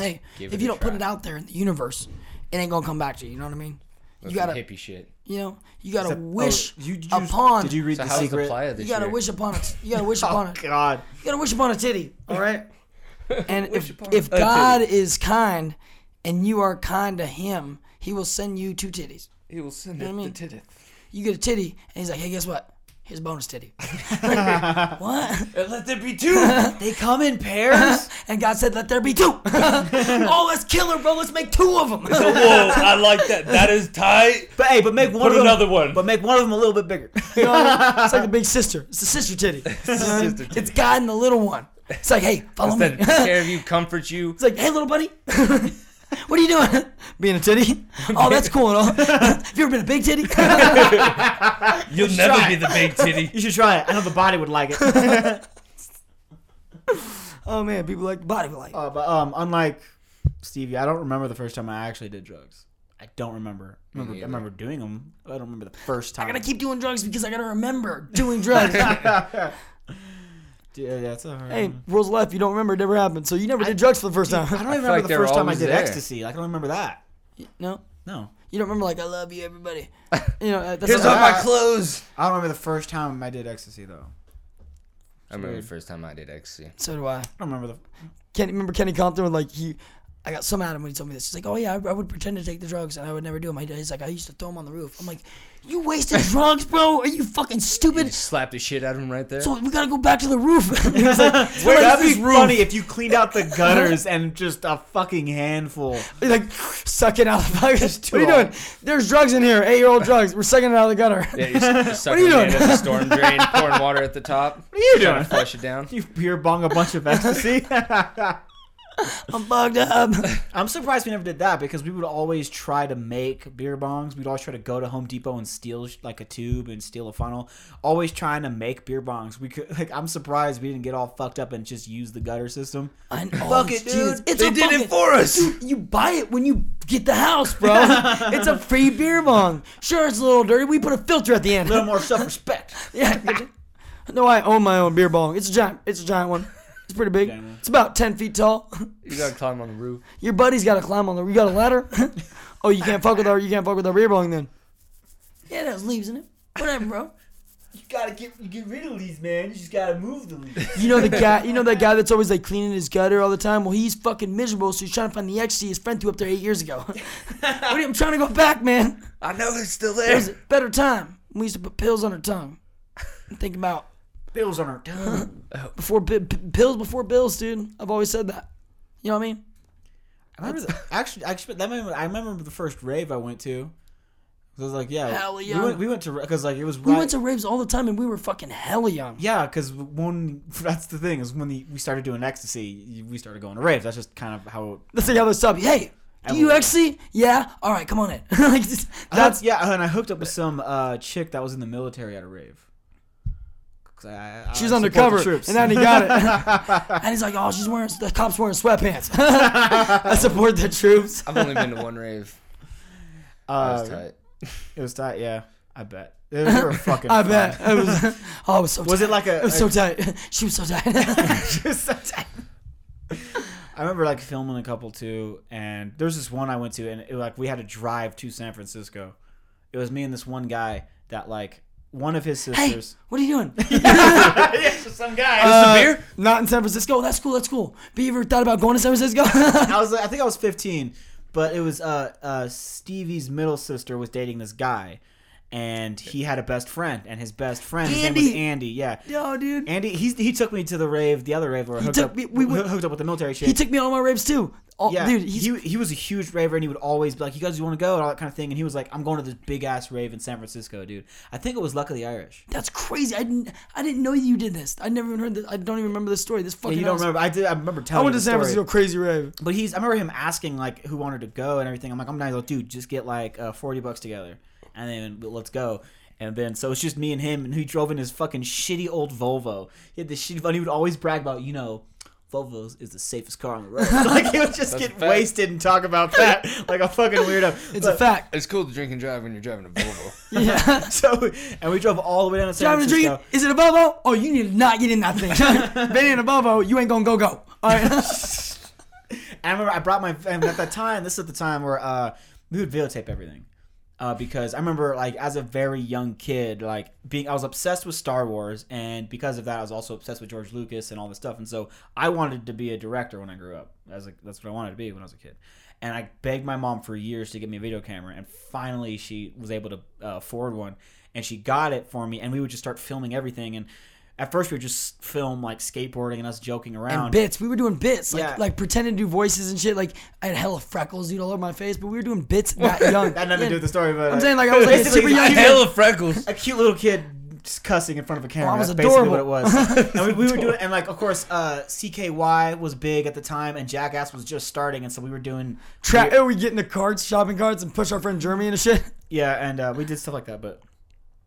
A: Hey,
B: Give
A: if
B: it
A: you
B: a
A: don't put
B: try.
A: it out there in the universe, it ain't gonna come back to you. You know what I mean?
B: That's
A: you gotta,
B: some hippie shit.
A: you know, you gotta
C: Oh,
A: wish
C: you- did you-
A: upon.
C: Did you read
B: So
C: the
B: how's
C: secret? Oh,
B: the playa this
A: you gotta
B: year?
A: wish upon a you gotta wish upon a you
C: God.
A: gotta wish upon a titty, all right? And if if
B: titty.
A: God is kind, and you are kind to Him, He will send you two titties.
B: He will send
A: know
B: it.
A: what I mean?
B: the titty.
A: You get a titty, and He's like, hey, guess what? Here's a bonus titty. what?
B: And let there be two.
A: They come in pairs. and God said, let there be two. oh, let's kill her, bro. Let's make two of them.
B: Whoa, I like that. That is tight.
C: But hey, but make one
B: Put
C: of them,
B: another one.
C: But make one of them a little bit bigger.
A: You know what I mean? It's like the big sister. It's the sister titty.
B: sister titty.
A: It's God and the little one. It's like, hey, follow me.
B: Instead, take care of you, comfort you.
A: It's like, hey, little buddy, what are you doing? Being a titty? Oh, that's cool and all. Have you ever been a big titty?
B: You'll never be the big titty.
C: You should try it. I know the body would like it. uh,
A: oh man, people like body like.
C: but um, unlike Stevie, I don't remember the first time I actually did drugs. I don't remember. I remember, I
B: neither.
C: remember doing them. I don't remember the first time.
A: I gotta keep doing drugs because I gotta remember doing drugs.
C: Yeah, that's a hard
A: hey,
C: one.
A: rules of life, you don't remember, it never happened. So you never did drugs for the first
C: I don't
A: time.
C: remember
B: like
C: the
B: they were
C: first time I
B: always
C: did
B: there.
C: ecstasy. Like, I don't remember that.
A: no,
C: No,
A: you don't remember like I love you, everybody. You know, that's
B: Here's
A: not-
B: all my clothes.
C: I don't remember the first time I did ecstasy though.
B: I remember the first time I did ecstasy.
A: so do I.
C: I don't remember the.
A: Kenny, remember Kenny Compton when like he, I got some at him when he told me this. He's like, oh yeah, I, I would pretend to take the drugs and I would never do them. I, he's like, I used to throw them on the roof. I'm like, you wasted drugs, bro? Are you fucking stupid?
B: Just slapped the shit out of him right there.
A: So we gotta go back to the roof. He was like,
C: Wait,
A: like,
C: that'd be
A: this roof.
C: funny if you cleaned out the gutters and just a fucking handful.
A: He's like, suck it out of the gutter. What are you
C: all.
A: doing? There's drugs in here. Eight year old drugs. We're sucking it out of the gutter.
B: yeah, you're, you're
A: are you
B: sucking your hand
A: doing?
B: up the storm drain, pouring water at the top. What are
C: you
B: trying
C: doing?
B: To flush it down.
C: You beer bong a bunch of ecstasy.
A: I'm bugged up.
C: I'm surprised we never did that because we would always try to make beer bongs. We'd always try to go to Home Depot and steal sh- like a tube and steal a funnel. Always trying to make beer bongs. We could like. I'm surprised we didn't get all fucked up and just use the gutter system.
A: And all these dudes- It's
B: they
A: a
B: did
A: fucking-
B: it for us.
A: You buy it when you get the house, bro. it's a free beer bong. Sure, it's a little dirty. We put a filter at the end.
C: A little more self-respect.
A: Yeah. No, I own my own beer bong. It's a giant. It's a giant one. It's pretty big. It's about ten feet tall.
B: You gotta climb on the roof.
A: Your buddy's got to climb on the. You got a ladder. oh, you can't fuck with our. You can't fuck with our beer bong then. Yeah, that was leaves in it. Whatever, bro.
C: You gotta get you get rid of these, man. You just gotta move the leaves.
A: You know the guy. You know that guy that's always like cleaning his gutter all the time. Well, he's fucking miserable, so he's trying to find the ecstasy his friend threw up there eight years ago. what do you, I'm trying to go back, man.
B: I know it's still
A: There's
B: there.
A: a better time. We used to put pills on her tongue. And think about
C: Bills on our tongue.
A: before bi- p- pills before bills, dude. I've always said that. You know what I mean?
C: I remember the, actually, actually, that moment, I remember the first rave I went to. 'Cause I was like, yeah,
A: Hell
C: we
A: yeah.
C: went, we went to because like it was
A: We went to raves all the time, and we were fucking hella young.
C: yeah, because when that's the thing is when the, we started doing ecstasy, we started going to raves. That's just kind of how.
A: Let's see how this up. Hey, do you ecstasy? Yeah. All right, come on in. like just,
C: That's
A: that's
C: yeah, and I hooked up with some uh, chick that was in the military at a rave. 'Cause I- I- I
A: she was
C: support the
A: undercover,
C: troops.
A: and then he got it. and he's like, "Oh, she's wearing the cops wearing sweatpants." I support the troops.
B: I've only been to one rave. That was
C: uh,
B: tight.
C: it was tight. Yeah, I bet. They were fucking.
A: I
C: fun.
A: bet it was. Oh, it was so.
C: Was
A: tight.
C: it like a-
A: It was so tight. She was so tight.
C: I remember like filming a couple too, and there's this one I went to, and it, like we had to drive to San Francisco. It was me and this one guy that like one of his
A: hey,
C: sisters.
A: what are you doing?
C: some guy.
A: beer? Not in San Francisco. That's cool. That's cool. But you ever thought about going to San Francisco?
C: I was I think I was 15, but it was uh, uh Stevie's middle sister was dating this guy, and he had a best friend, and his best friend his name was
A: Andy.
C: Andy. Yeah.
A: Yo, dude.
C: Andy, he, he took me to the rave, the other rave where I hooked
A: took
C: up.
A: me-
C: we
A: we went-
C: hooked up with the military chick.
A: He took me on all my raves too. All,
C: Yeah,
A: dude. He's,
C: he, he was a huge raver, and he would always be like, "You guys want to go?" and all that kind of thing. And he was like, "I'm going to this big ass rave in San Francisco, dude." I think it was Luck of the Irish.
A: that's crazy. I didn't. I didn't know you did this. I never even heard that. I don't even remember this story. This
C: Yeah,
A: fucking.
C: you don't
A: awesome.
C: remember? I did. I remember
A: I
C: telling.
A: went
C: you
A: to
C: the
A: San
C: story.
A: Francisco crazy rave.
C: but he's. I remember him asking like who wanted to go and everything. I'm like, I'm not like, dude, just get like uh, forty bucks together, and then but let's go. And then so it's just me and him, and he drove in his fucking shitty old Volvo. He had this shitty, but he would always brag about, you know. Volvos is the safest car on the road. like he would just get
B: fact.
C: wasted and talk about that like a fucking weirdo.
A: It's
C: But-
A: a fact.
B: It's cool to drink and drive when you're driving a Volvo.
A: Yeah.
C: So and we drove all the way down to San
A: Driving a
C: Francisco.
A: drink. Is it a Volvo? Oh, you need to not get in that thing. Been in a Volvo, you ain't gonna go go. All right.
C: And I remember I brought my and at that time. This is at the time where uh, we would videotape everything. uh, because I remember like as a very young kid, like being I was obsessed with Star Wars, and because of that, I was also obsessed with George Lucas and all this stuff. And so I wanted to be a director when I grew up. As like that's what I wanted to be when I was a kid. And I begged my mom for years to get me a video camera, and finally she was able to uh, afford one, and she got it for me. And we would just start filming everything. And at first, we would just film like skateboarding and us joking around.
A: And bits. We were doing bits, like
C: Yeah.
A: like pretending to do voices and shit. Like I had hella freckles, dude, all over my face. But we were doing bits that young.
C: That had nothing to do with the story, but
A: I'm saying like I was like a
C: Basically,
A: super
C: I
A: young
C: had
A: kid.
B: Hell of freckles.
C: a cute little kid just cussing in front of a camera.
A: I was
C: That's basically what it
A: adorable.
C: was. and we, we were doing, and like of course, uh, CKY was big at the time, and Jackass was just starting, and so we were doing
A: Tra- oh, we get into carts, shopping carts, and push our friend Jeremy into shit.
C: yeah, and uh, we did stuff like that. But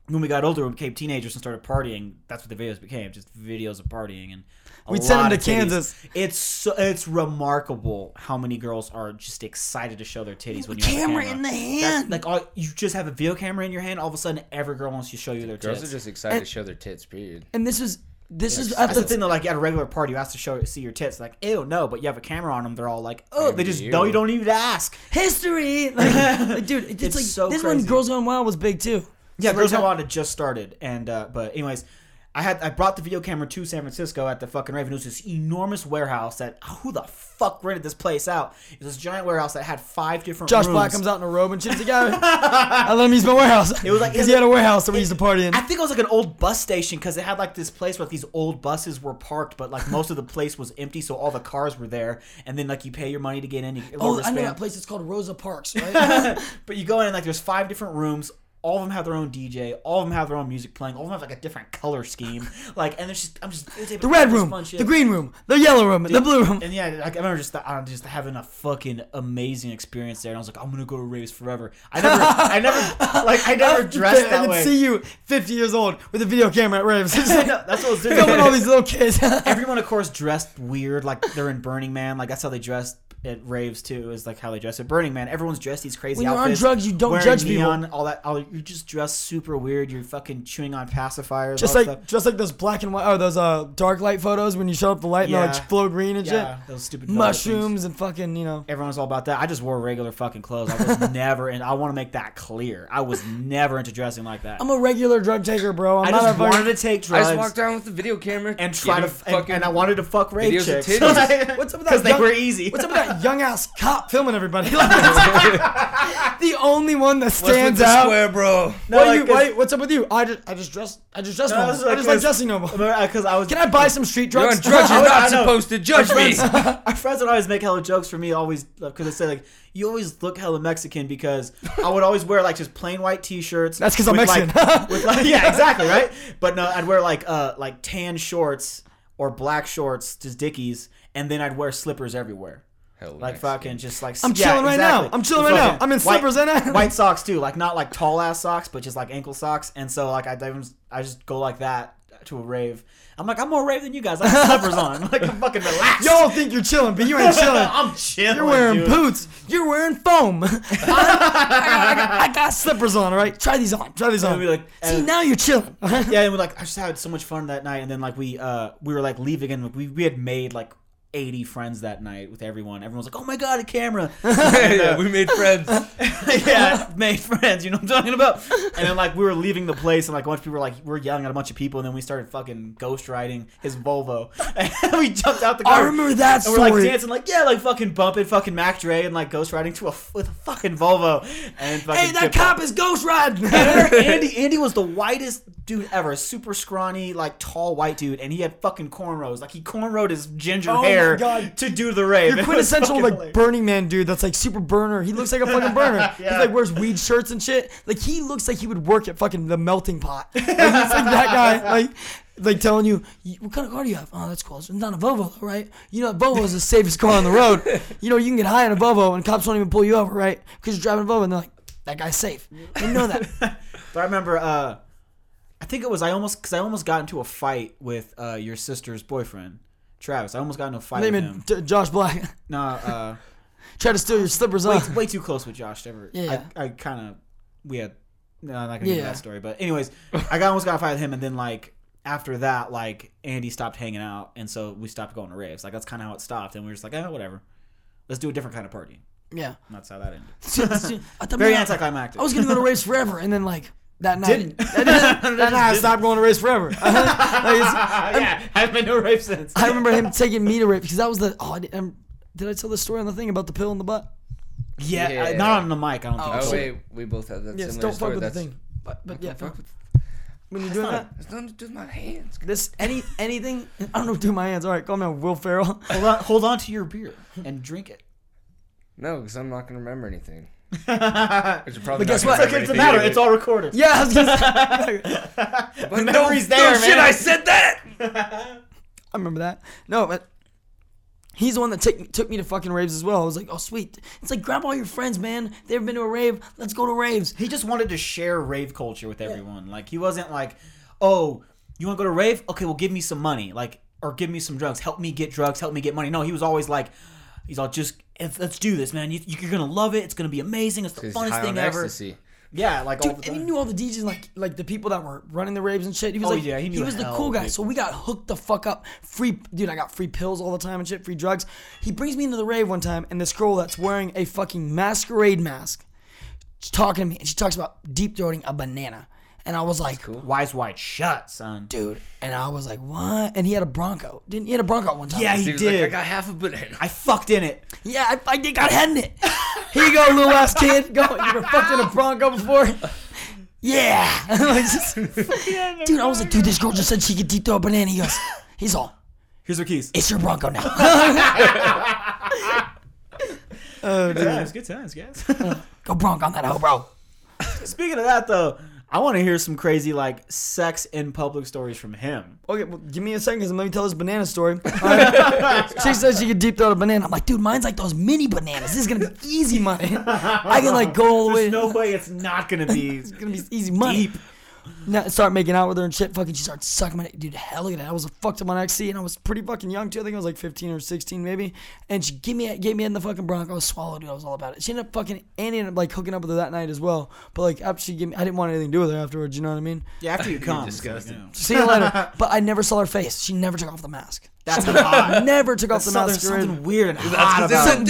C: when we got older, we became teenagers and started partying. That's what the videos became, just videos of partying and. a
A: We'd send 'em
C: lot
A: to
C: of titties.
A: Kansas.
C: It's so, it's remarkable how many girls are just excited to show their titties when you
A: Camera
C: have a camera
A: in the
C: That's-
A: hand.
C: like all you just have a video camera in your hand. All of a sudden, every girl wants to show you their tits.
B: Girls are just excited to show their tits. Period.
A: And this was this is at
C: That's the
A: the
C: thing though, like at a regular party, you ask to show see your tits, like ew, no, but you have a camera on them. They're all like, oh, they just no, you don't even ask.
A: history. Like, like, dude, it's,
C: It's
A: like
C: so
A: this
C: crazy.
A: one Girls Gone Wild was big too.
C: Yeah,
A: So,
C: Girls
A: like,
C: Gone Wild had just started, and uh, but anyways, I had I brought the video camera to San Francisco at the fucking Raven. It was this enormous warehouse that who the fuck rented this place out? It was this giant warehouse that had five different.
A: Josh
C: rooms.
A: Black comes out in a robe and shit together. I let him use my warehouse. It
C: was like-
A: because he had a warehouse that we used to party in.
C: I think it was like an old bus station because it had like this place where these old buses were parked, but like most of the place was empty, so all the cars were there. And then like you pay your money to get in. You
A: Oh,
C: lower
A: I know
C: span.
A: that place. It's called Rosa Parks, right?
C: but you go in and like there's five different rooms. All of them have their own DJ. All of them have their own music playing. All of them have like a different color scheme. Like and there's just I'm just it's
A: the red room, the green room, the yellow room, and the blue room.
C: And yeah, like, I remember just the, I'm just having a fucking amazing experience there. And I was like, I'm gonna go to raves forever. I never, I never, like I never
A: I
C: dressed
A: can
C: that way.
A: see you, 50 years old, with a video camera at raves.
C: No, that's what I was doing.
A: Filming all these little kids.
C: Everyone, of course, dressed weird. Like they're in Burning Man. Like that's how they dressed at raves too. Is like how they dress at Burning Man. Everyone's dressed these crazy.
A: When you're on
C: outfits,
A: drugs, you don't
C: wearing
A: judge people.
C: neon, All that. All, you're just dressed super weird. You're fucking chewing on pacifiers.
A: just
C: all
A: like
C: that stuff.
A: just like those black and white, or those uh dark light photos when you show up the light and
C: Yeah.
A: they're like flow green and
C: yeah,
A: shit.
C: those stupid velvet things.
A: Mushrooms and fucking, you know.
C: Everyone's all about that. I just wore regular fucking clothes. I was never, and I want to make that clear. I was never into dressing like that.
A: I'm a regular drug taker, bro. I'm
C: I
A: not
C: just
A: a fucking-
C: wanted to take
B: I
C: drugs
B: just walked around with the video camera
C: and try to,
B: getting
C: f- and, and I wanted to fuck rave
B: videos of
C: chicks.
B: titties.
A: What's up with that
C: Because they
A: young-
C: were easy.
A: What's up with that young ass cop filming everybody? Like, the only one that stands out.
B: square, bro.
C: No,
A: why
C: like,
A: you,
C: 'cause-
A: why, what's up with you? I just, I just dress, I just dress
C: No,
A: normal.
C: it's like-
A: I just like dressing normal.
C: Because uh, I was.
A: Can I buy some street
B: You're on
A: drugs?
B: drugs. You're
C: I
B: not
C: know.
B: supposed to judge me.
C: Our friends would always make hella jokes for me, always because they say like, "You always look hella Mexican," because I would always wear like just plain white T-shirts.
A: That's 'cause I'm
C: with,
A: Mexican.
C: like- with, like- yeah, exactly, right. But no, I'd wear like uh like tan shorts or black shorts, just Dickies, and then I'd wear slippers everywhere. Like fucking just like
A: I'm chilling right now. I'm chilling right now.
C: fucking
A: I'm in
C: white-
A: slippers and I-
C: white socks too. Like not like tall ass socks, but just like ankle socks. And so like I don't- I just go like that to a rave. I'm like I'm more rave than you guys. I have slippers on. Like I'm fucking relaxed.
A: Y'all think you're chilling, but you ain't chilling.
C: I'm chilling.
A: You're wearing
C: dude.
A: boots. You're wearing foam. I, got, I got- I got slippers on, all right? Try these on. Try these
C: And
A: on.
C: we like- uh,
A: See,
C: and-
A: now you're chilling.
C: Yeah, and we like I just had so much fun that night, and then like we uh we were like leaving, and we we had made like. 80 friends that night with everyone. Everyone's like, "Oh my god, a camera!"
B: yeah, we made friends. Oh,
C: yeah, made friends. You know what I'm talking about. And then like we were leaving the place, and like a bunch of people were like, we are yelling at a bunch of people, and then we started fucking ghostwriting his Volvo. And we jumped out the car.
A: I remember that
C: And we're like
A: story.
C: dancing, like yeah, like fucking bumping fucking Mac Dre and like ghostwriting to a f- with a fucking Volvo. And fucking
A: hey, that
C: tripped
A: cop is ghost riding.
C: Andy Andy was the whitest dude ever, super scrawny, like tall white dude, and he had fucking cornrows. Like he cornrowed his ginger
A: Oh my
C: hair
A: God.
C: to do the rave.
A: Your
C: It was
A: quintessential
C: fucking
A: like
C: hilarious.
A: Burning Man dude that's like super burner. He looks like a fucking burner. He like wears weed shirts and shit. Like he looks like he would work at fucking the melting pot. Like, he's like that guy. Like like telling you, "You- what kind of car do you have? Oh, that's cool. It's not a Volvo, though, right? You know, a Volvo is the safest car on the road. You know, you can get high on a Volvo and cops won't even pull you over, right? Because you're driving a Volvo and they're like, that guy's safe. I know that.
C: But I remember, uh, I think it was I almost because I almost got into a fight with uh, your sister's boyfriend, Travis. I almost got into a fight
A: Name
C: with
A: it
C: him.
A: J- Josh Black.
C: No, uh,
A: Try to steal your slippers on.
C: way too close with Josh. to Ever,
A: Yeah.
C: I, I kind of we had. No, I'm not gonna get into
A: Yeah.
C: that story. But anyways, I got almost got in a fight with him, and then like after that, like Andy stopped hanging out, and so we stopped going to raves. Like that's kind of how it stopped, and we were just like, eh, whatever. Let's do a different kind of party.
A: Yeah.
C: And that's how that ended.
A: I thought
C: Very
A: maybe I-
C: anticlimactic.
A: I was gonna go to race forever, and then like that night,
C: Didn't.
A: that, that night I stopped going to race forever.
C: yeah, I've been to a rape since.
A: I remember him taking me to rape because that was the. Oh, I did, um, did I tell the story on the thing about the pill in the butt?
C: Yeah,
B: Yeah.
C: uh, not on the mic. I don't think.
B: Oh
C: so.
B: wait, we both have that
A: Yes,
B: similar
A: don't
B: story.
A: fuck with the
B: That's
A: thing. But, but yeah,
B: fuck with.
A: when you're doing that,
B: It's nothing to do with my hands.
A: this any anything. I don't know do my hands. All right, call me Will Ferrell.
C: Hold on, hold on to your beer and drink it.
B: No, because I'm not gonna remember anything.
C: It's
B: Which you're probably
A: But guess
B: not
A: what?
B: gonna remember
C: a
B: anything
C: matter.
B: either.
C: It's all recorded.
A: Yeah, I was gonna say,
B: But no,
C: memory's
B: no
C: there,
B: Oh, shit,
C: man.
B: I said that.
A: I remember that. No, but he's the one that took took me to fucking raves as well. I was like, oh sweet. It's like grab all your friends, man. They've been to a rave. Let's go to raves.
C: He just wanted to share rave culture with everyone. Like he wasn't like, "Oh, you want to go to rave? Okay, well, give me some money, like, or give me some drugs. Help me get drugs. Help me get money." No, he was always like, "He's all just if, let's do this, man. You, you're gonna love it. It's gonna be amazing. It's the
B: He's
C: funnest
B: high
C: thing
B: on
C: ever."
B: ecstasy.
C: Yeah, like all
A: Dude,
C: the
A: and he
C: time.
A: knew all the DJs, like like the people that were running the raves and shit. He was
C: Oh,
A: like,
C: yeah, he
A: he,
C: knew
A: was the
C: hell
A: cool
C: of
A: guy. So we got hooked the fuck up. Free, dude, I got free pills all the time and shit, free drugs. He brings me into the rave one time, and this girl that's wearing a fucking masquerade mask, she's talking to me, and she talks about deep throating a banana, and I was like,
C: Wise wide shut, son.
A: dude, and I was like, what? And he had a Bronco, didn't he? Had a Bronco one time.
C: Yeah, he
B: He was
C: did.
B: like, I got half a banana.
C: I fucked in it.
A: yeah, I, I did got head in it. Here you go, little ass kid. Go, you ever fucked in a Bronco before? Yeah. Like, just- dude, I was like, dude, this girl just said she could deep throw a banana. He goes, he's all,
C: Here's her keys.
A: it's your Bronco now.
C: Good times, good times, guys.
A: go Bronco on that hoe, bro.
C: Speaking of that, though, I want to hear some crazy like sex in public stories from him.
A: Okay, well, give me a second because let me tell this banana story. All right. she said she could deep throw a banana. I'm like, dude, mine's like those mini bananas. This is gonna be easy money. I can like go all the way.
C: There's no way it's not gonna be.
A: It's gonna be easy money. Now, start making out with her and shit. Fucking, she starts sucking my dick. dude. Hell look at that. I was fucked up on XC, and I was pretty fucking young too. I think I was like 15 or 16 maybe. And she gave me gave me in the fucking Bronco. I was swallowed, dude. I was all about it. She ended up fucking and ended up like hooking up with her that night as well. But like after she gave me, I didn't want anything to do with her afterwards. You know what I mean?
C: Yeah, after you come,
B: disgusting.
A: See you later. but I never saw her face. She never took off the mask.
C: That's hot.
A: Never took off the
C: So there's
A: mask.
C: something weird and hot about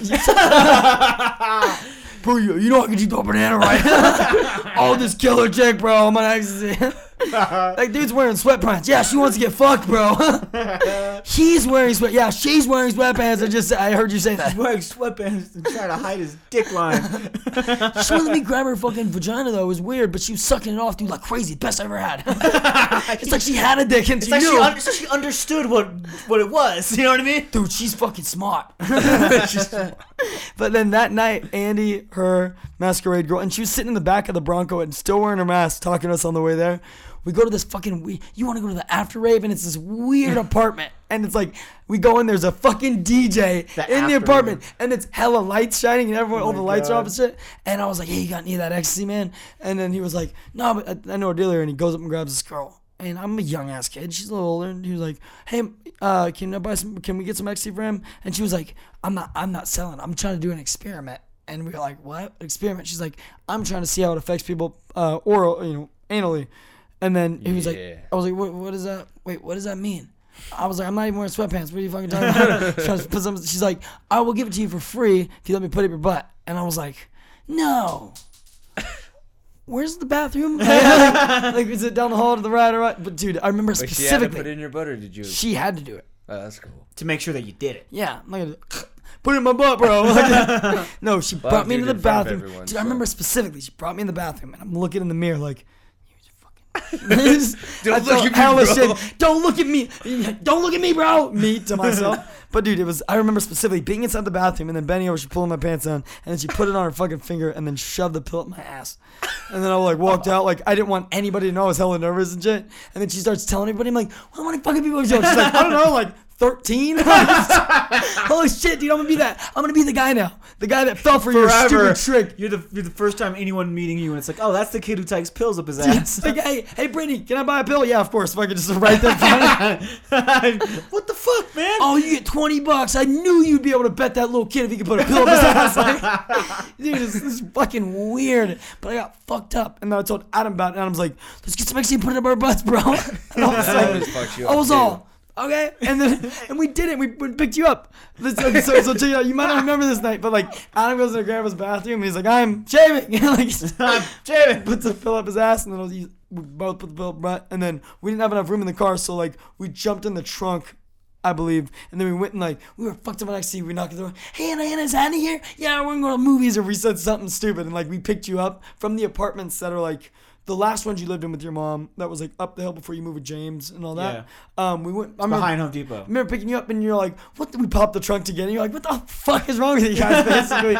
C: it.
A: Something Bro, you, you know I can eat a banana, right? All this killer chick, bro. Oh, I'm on ecstasy. like, dude's wearing sweatpants. Yeah, she wants to get fucked, bro. He's wearing sweat. Yeah, she's wearing sweatpants. I just I heard you say that.
C: Wearing sweatpants and trying to hide his dick line.
A: She wouldn't let me grab her fucking vagina though. It was weird, but she was sucking it off, dude, like crazy. Best I ever had. it's like she had a dick and she
C: like she,
A: knew.
C: under, so she understood what what it was. You know what I mean?
A: dude, she's fucking smart. She's smart. But then that night, Andy, her masquerade girl, and she was sitting in the back of the Bronco and still wearing her mask, talking to us on the way there. We go to this fucking. We, you want to go to the after rave, and it's this weird apartment, and it's like we go in. There's a fucking DJ
C: The
A: in the
C: after Oh
A: apartment, and it's hella lights shining, and everyone, all the lights are off and shit. And I was like, "Hey, you got any of that ecstasy, man?" And then he was like, "No, but I, I know a dealer," and he goes up and grabs this girl. And I'm a young ass kid. She's a little older, and he was like, "Hey, uh, can I buy some? Can we get some ecstasy for him?" And she was like, "I'm not. I'm not selling. I'm trying to do an experiment." And we were like, "What experiment?" She's like, "I'm trying to see how it affects people, uh, oral, you know, anally." And then he was
B: Yeah.
A: like, "I was like, what, what is that? Wait, what does that mean?" I was like, "I'm not even wearing sweatpants. What are you fucking talking about?" She was- put some- She's like, "I will give it to you for free if you let me put it up your butt." And I was like, "No." Where's the bathroom? like, is it down the hall to the right or right? But dude, I remember
B: Wait, she had to
A: specifically
B: put it in your butt, or did you?
A: she had to do it.
B: Oh, that's cool.
C: To make sure that you did it.
A: Yeah, I'm not gonna put it in my butt, bro. no, she brought me
B: dude,
A: into the
B: in front of
A: bathroom.
B: everyone,
A: dude, I
B: so-
A: remember specifically, she brought me in the bathroom, and I'm looking in the mirror like. Don't
B: Don't look at me, bro.
A: Don't look at me. Don't look at me, bro. Me to myself. but dude, it was. I remember specifically being inside the bathroom and then bending over. She pulling my pants down and then she put it on her fucking finger and then shoved the pill up my ass. And then I like walked out. Like I didn't want anybody to know I was hella nervous and shit. And then she starts telling everybody, I'm like, how many fucking people are you doing?" She's like, I don't know, like 13. Holy shit, dude! I'm gonna be that. I'm gonna be the guy now. The guy that fell for your stupid trick.
C: You're the you're the first time anyone meeting you, and it's like, oh, that's the kid who takes pills up his ass.
A: Like, hey, hey, Brittany, can I buy a pill? Yeah, of course. Fucking just right there. in front of me.
C: what the fuck, man?
A: oh, you get twenty bucks. I knew you'd be able to bet that little kid if he could put a pill up his ass. Like, dude, this, this is fucking weird. But I got fucked up, and then I told Adam about it, and Adam's like, "Let's get some XC and put it up our butts, bro." And I was
B: That
A: like,
B: always fucks you
A: I
B: up,
A: was
B: too.
A: all. okay? And then and we did it. We, we picked you up. This, okay, so so check it out. You might not remember this night, but like Adam goes to grandma's bathroom and he's like, I'm shaving. And like I'm shaving. Puts a pill up his ass and then he'll- we both put the pill up front. And then we didn't have enough room in the car, so like we jumped in the trunk. I believe, and then we went and like we were fucked up on XC. We knocked at the door. Hey, Anna, Anna, is Anna here? Yeah, we're going to movies, or we said something stupid, and like we picked you up from the apartments that are like the last ones you lived in with your mom. That was like up the hill before you moved with James and all that. Um, we went. I remember-
C: Behind Home Depot.
A: I remember picking you up and you're like, what did we pop the trunk together? You're like, what the fuck is wrong with you guys, basically?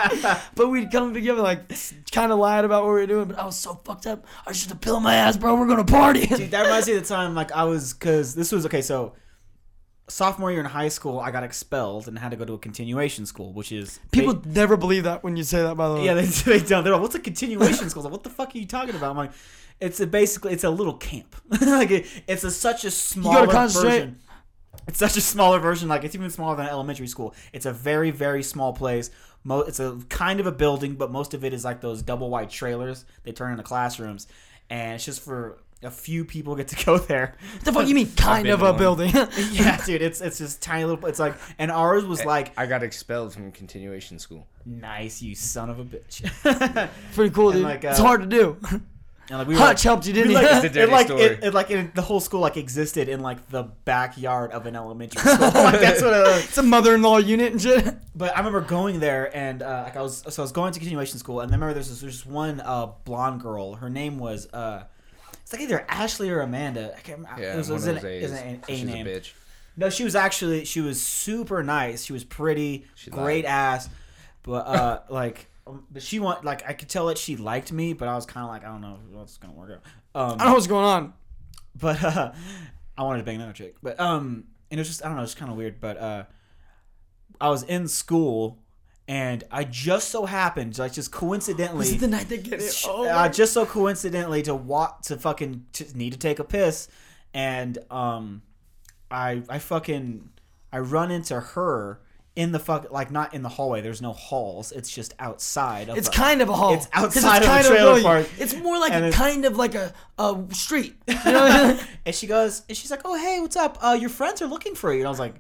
A: but we'd come together, like, kind of lied about what we were doing, but I was so fucked up. I should have pilled my ass, bro. We're going to party.
C: Dude, that reminds me of the time like I was because this was okay. So sophomore year in high school, I got expelled and had to go to a continuation school, which is
A: People never believe that when you say that, by the way.
C: yeah, they, they don't. They're like, "What's a continuation school?" Like, what the fuck are you talking about? I'm like, it's a basically it's a little camp. like it, it's a such a smaller
A: concentrate?
C: version. It's such a smaller version. Like it's even smaller than elementary school. It's a very very small place. Mo- it's a kind of a building, but most of it is like those double wide trailers they turn into classrooms, and it's just for a few people get to go there.
A: What the fuck you mean, kind
B: been
A: of
B: to
A: a
B: one.
A: building?
C: yeah, dude, it's it's just tiny little. It's like, and ours
A: Eh.
C: was like,
B: I got expelled from continuation school.
C: nice, you son of a bitch.
A: Pretty cool,
C: And
A: dude.
C: like,
A: it's
C: uh,
A: hard to do.
C: and like we were like,
A: Hutch helped you, didn't
C: We,
A: he?
C: like,
B: It's a dirty
C: it, like,
B: story.
C: It, it, like it, the whole school like existed in like the backyard of an elementary school. like, that's what. Uh,
A: it's a mother-in-law unit and shit.
C: but I remember going there and uh, like I was so I was going to continuation school and I remember there's this, there's this one uh, blonde girl. Her name was uh, it's like either Ashley or Amanda. I can't remember.
B: Yeah,
C: it was, it
B: one
C: was
B: of
C: an,
B: those
C: it was
B: A's.
C: an A
B: She's
C: name.
B: a bitch.
C: No, she was actually she was super nice. She was pretty,
B: She
C: great ass, but uh, like, um, but she want like I could tell that she liked me, but I was kind of like I don't know if it's gonna work out. Um,
A: I don't know what's going on.
C: but uh, I wanted to bang another chick. But um, and it was just I don't know, it's kind of weird. But uh, I was in school, and I just so happened, like just coincidentally,
A: This is the night they get it.
C: sh-
A: Oh,
C: uh,
A: my-
C: just so coincidentally to walk to fucking to need to take a piss, and um, I I fucking I run into her in the fuck like not in the hallway. There's no halls. It's just outside. Of
A: it's
C: the-
A: kind of a hall.
C: It's
A: 'Cause
C: outside of a
A: kind
C: trailer
A: really-
C: park.
A: It's more like
C: And
A: a
C: it's-
A: kind of like a, a street. You know?
C: and she goes and she's like, oh hey, what's up? Uh, your friends are looking for you. And I was like.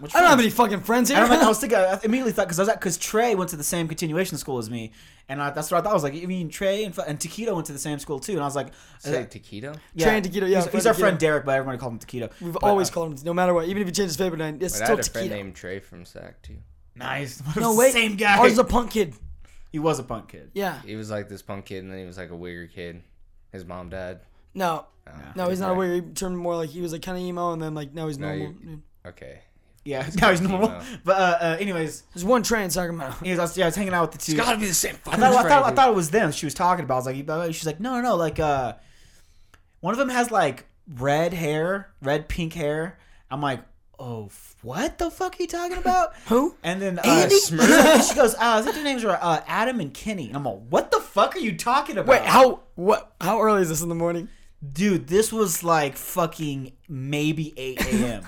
C: Which
A: I don't have
C: friends?
A: any fucking friends here.
C: And I'm like, I was thinking, I immediately thought because I was at because Trey went to the same continuation school as me, and I, that's what I thought. I was like, you mean Trey and, fu- and Taquito went to the and Taquito went to the same school too? And I was like,
B: Say taquito.
A: Trey and Taquito, yeah,
C: he's,
A: Fred
C: he's our
A: Taquito.
C: friend Derek, but everyone called him Taquito.
A: We've
C: But,
A: always
C: uh,
A: called him, no matter what. Even if you change his favorite name, it's
B: But I
A: still
B: had a friend
A: tequila.
B: named Trey from SAC too.
C: nice.
A: No, wait.
C: same guy.
A: Ours is a punk kid.
C: he was a punk kid.
A: Yeah.
B: He was like this punk kid, and then he was like a wigger kid. His mom died.
A: No.
B: Oh,
A: No, he's not
B: okay.
A: weird. He turned more like he was like kind of emo, and then like now he's
B: No,
A: normal.
B: you-
A: dude.
B: Okay.
C: Yeah, now he's normal.
B: Taquito.
C: But uh, uh, anyways,
A: There's one Trey in Sacramento.
C: anyways, I was, yeah, I was hanging out with the two.
B: be the same fucking
C: I thought, I, thought, I thought it was them. She was talking about. I was like, you- she's like, no, no, no. Like, uh, one of them has like red hair, red pink hair. I'm like, oh, f- what the fuck are you talking about?
A: Who?
C: And then uh,
A: Andy?
C: she goes, uh, I think their names are uh, Adam and Kenny. And I'm like, what the fuck are you talking about?
A: Wait, how? What? How early is this in the morning?
C: Dude, this was like fucking maybe 8 a.m.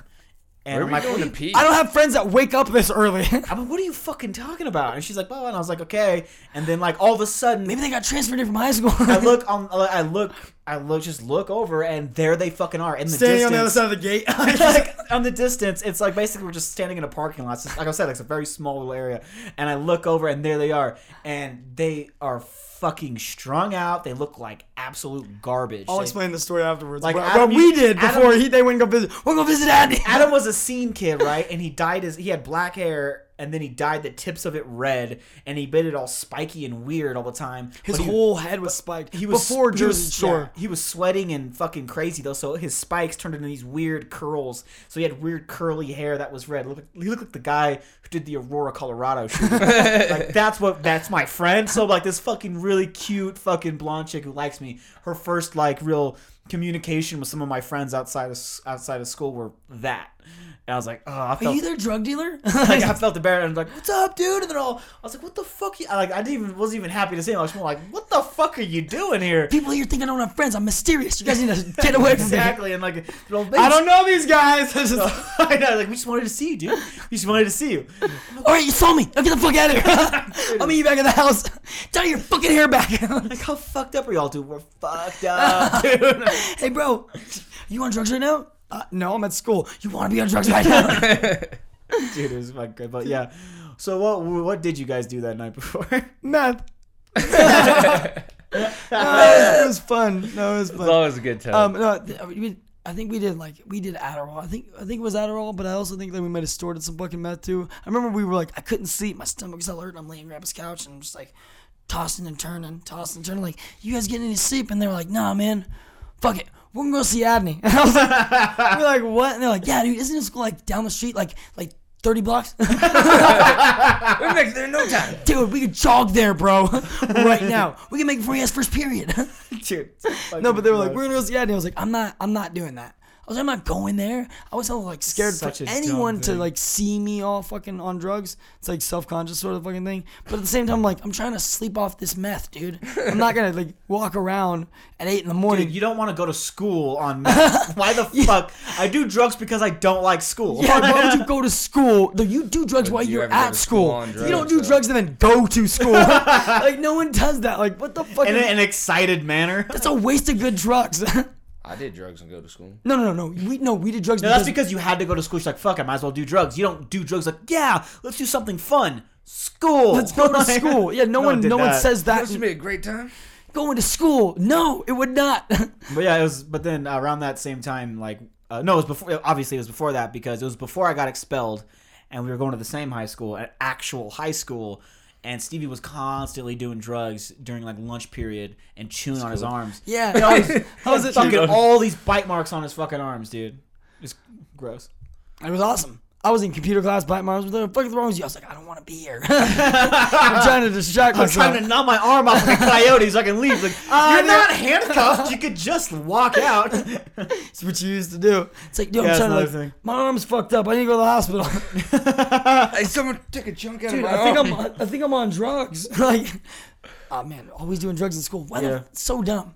C: And
B: Where
C: I'm
B: we
C: like,
B: going
C: what
B: to
C: are you
B: pee?
A: I don't have friends that wake up this early.
C: I'm like, what are you fucking talking about? And she's like, well, and I was like, okay. And then like all of a sudden,
A: Maybe they got transferred here from high school.
C: I look on. I look. I look. Just look over, and there they fucking are in the
A: Standing on
C: distance.
A: the other side of the gate.
C: like on the distance, it's like basically we're just standing in a parking lot. It's just- like I said, like it's a very small little area. And I look over, and there they are, and they are fucking strung out. They look like absolute garbage.
A: I'll
C: They-
A: explain the story afterwards.
C: Like,
A: Like
C: Adam,
A: what
C: you-
A: we did
C: Adam-
A: before he they went to go visit. We'll go visit Andy.
C: Adam was a scene kid, right? And he dyed his he had black hair and then he dyed the tips of it red and he made it all spiky and weird all the time.
A: His
C: But he-
A: whole head was spiked.
C: he was
A: before
C: he was-
A: Jersey Shore.
C: yeah, he was sweating and fucking crazy though, so his spikes turned into these weird curls. So he had weird curly hair that was red. Look, he looked like the guy who did the Aurora, Colorado shooting. like that's what that's my friend. So like this fucking really cute fucking blonde chick who likes me. Her first like real communication with some of my friends outside of s- outside of school were that. And I was like, oh, I
A: Are
C: felt
A: you their drug dealer?
C: like I felt embarrassed. I'm like, "What's up, dude?" And then all I was like, "What the fuck?" You, I, like I didn't even wasn't even happy to see him. I was more like, "What the fuck are you doing here?"
A: People here think I don't have friends. I'm mysterious. You guys need to get away from
C: exactly. And like, they're all,
A: me. I don't know these guys. It's just-
C: I know. Like we just wanted to see you, dude. We just wanted to see you.
A: All right, you saw me. Now get the fuck out of here. I'll meet you back at the house. Tie your fucking hair back.
C: Like how fucked up are y'all, dude? We're fucked up, dude.
A: hey, bro, you on drugs right now? Uh, no, I'm at school. You want to be on drugs right now?
C: Dude, it was fucking good. But yeah. So what what did you guys do that night before?
A: Meth. No, it was fun. No, it was
B: It's
A: fun.
B: always a good time.
A: Um, no, th- we- I think we did like we did Adderall. I think I think it was Adderall, but I also think that we might have stored some fucking meth too. I remember we were like I couldn't sleep, my stomach was all hurt, and I'm laying grandpa's couch and I'm just like tossing and turning, tossing and turning. Like, you guys getting any sleep? And they were like, Nah, man, fuck it, we're gonna go see Adney. And I was like, we're like what? And they're like, Yeah, dude, isn't this like down the street, like like thirty blocks?
B: we make it there in no time.
A: dude, we could jog there, bro, right now. We can make it before he has first period.
C: Dude.
A: No, but they were like, we're gonna go see Adney. I was like, I'm not, I'm not doing that. I was like, I'm not going there. I was all like scared
C: Such
A: for
C: a dumb
A: anyone to
C: thing.
A: like see me all fucking on drugs. It's like self conscious sort of fucking thing. But at the same time, I'm like, I'm trying to sleep off this meth, dude. I'm not gonna like walk around at eight in the morning.
C: Dude, you don't want to go to school on meth. Why the fuck? I do drugs because I don't like school.
A: yeah, why would you go to school? Though you do drugs
B: But
A: while
B: you
A: you're
B: ever go
A: at
B: to school
A: school.
B: on
A: you don't
B: drugs,
A: do
B: though.
A: drugs and then go to school. like no one does that. Like what the fuck?
C: In
A: is-
C: an excited manner.
A: that's a waste of good drugs. no,
B: I did drugs and go to school.
A: no, no, no. We no, we did drugs.
C: No, that's because you had to go to school. She's like, fuck, I might as well do drugs. You don't do drugs like, yeah, let's do something fun. School.
A: Let's go to school. Yeah, no, one,
C: did
A: no one
C: that.
A: says that.
B: This should be a great time.
A: going to school. No, it would not.
C: But yeah, it was. But then around that same time, like, uh, no, it was before. Obviously, it was before that because it was before I got expelled, and we were going to the same high school, an actual high school. And Stevie was constantly doing drugs during like lunch period and chewing on his arms.
A: Yeah.
C: And I was, I was
A: Dude,
C: fucking
A: I'm-
C: all these bite marks on his fucking arms, dude. It's gross.
A: it was awesome. I was in computer class by my arms. What the fuck is wrong with you? I was like, I don't want to be here. I'm trying to distract
C: I'm
A: myself.
C: trying to numb my arm off like a coyote so I can leave. Like, you're
A: no.
C: not handcuffed. You could just walk out.
A: It's what you used to do. It's like, dude,
C: Yeah,
A: I'm
C: it's
A: trying to. Like,
C: another thing.
A: My arm's fucked up. I need to go to the hospital.
B: Hey, someone took a chunk out
A: dude,
B: of my
C: Oh.
A: I think
B: arm.
A: I'm. I think I'm on drugs. like, oh man, always doing drugs in school. Why
C: Yeah.
A: the so dumb?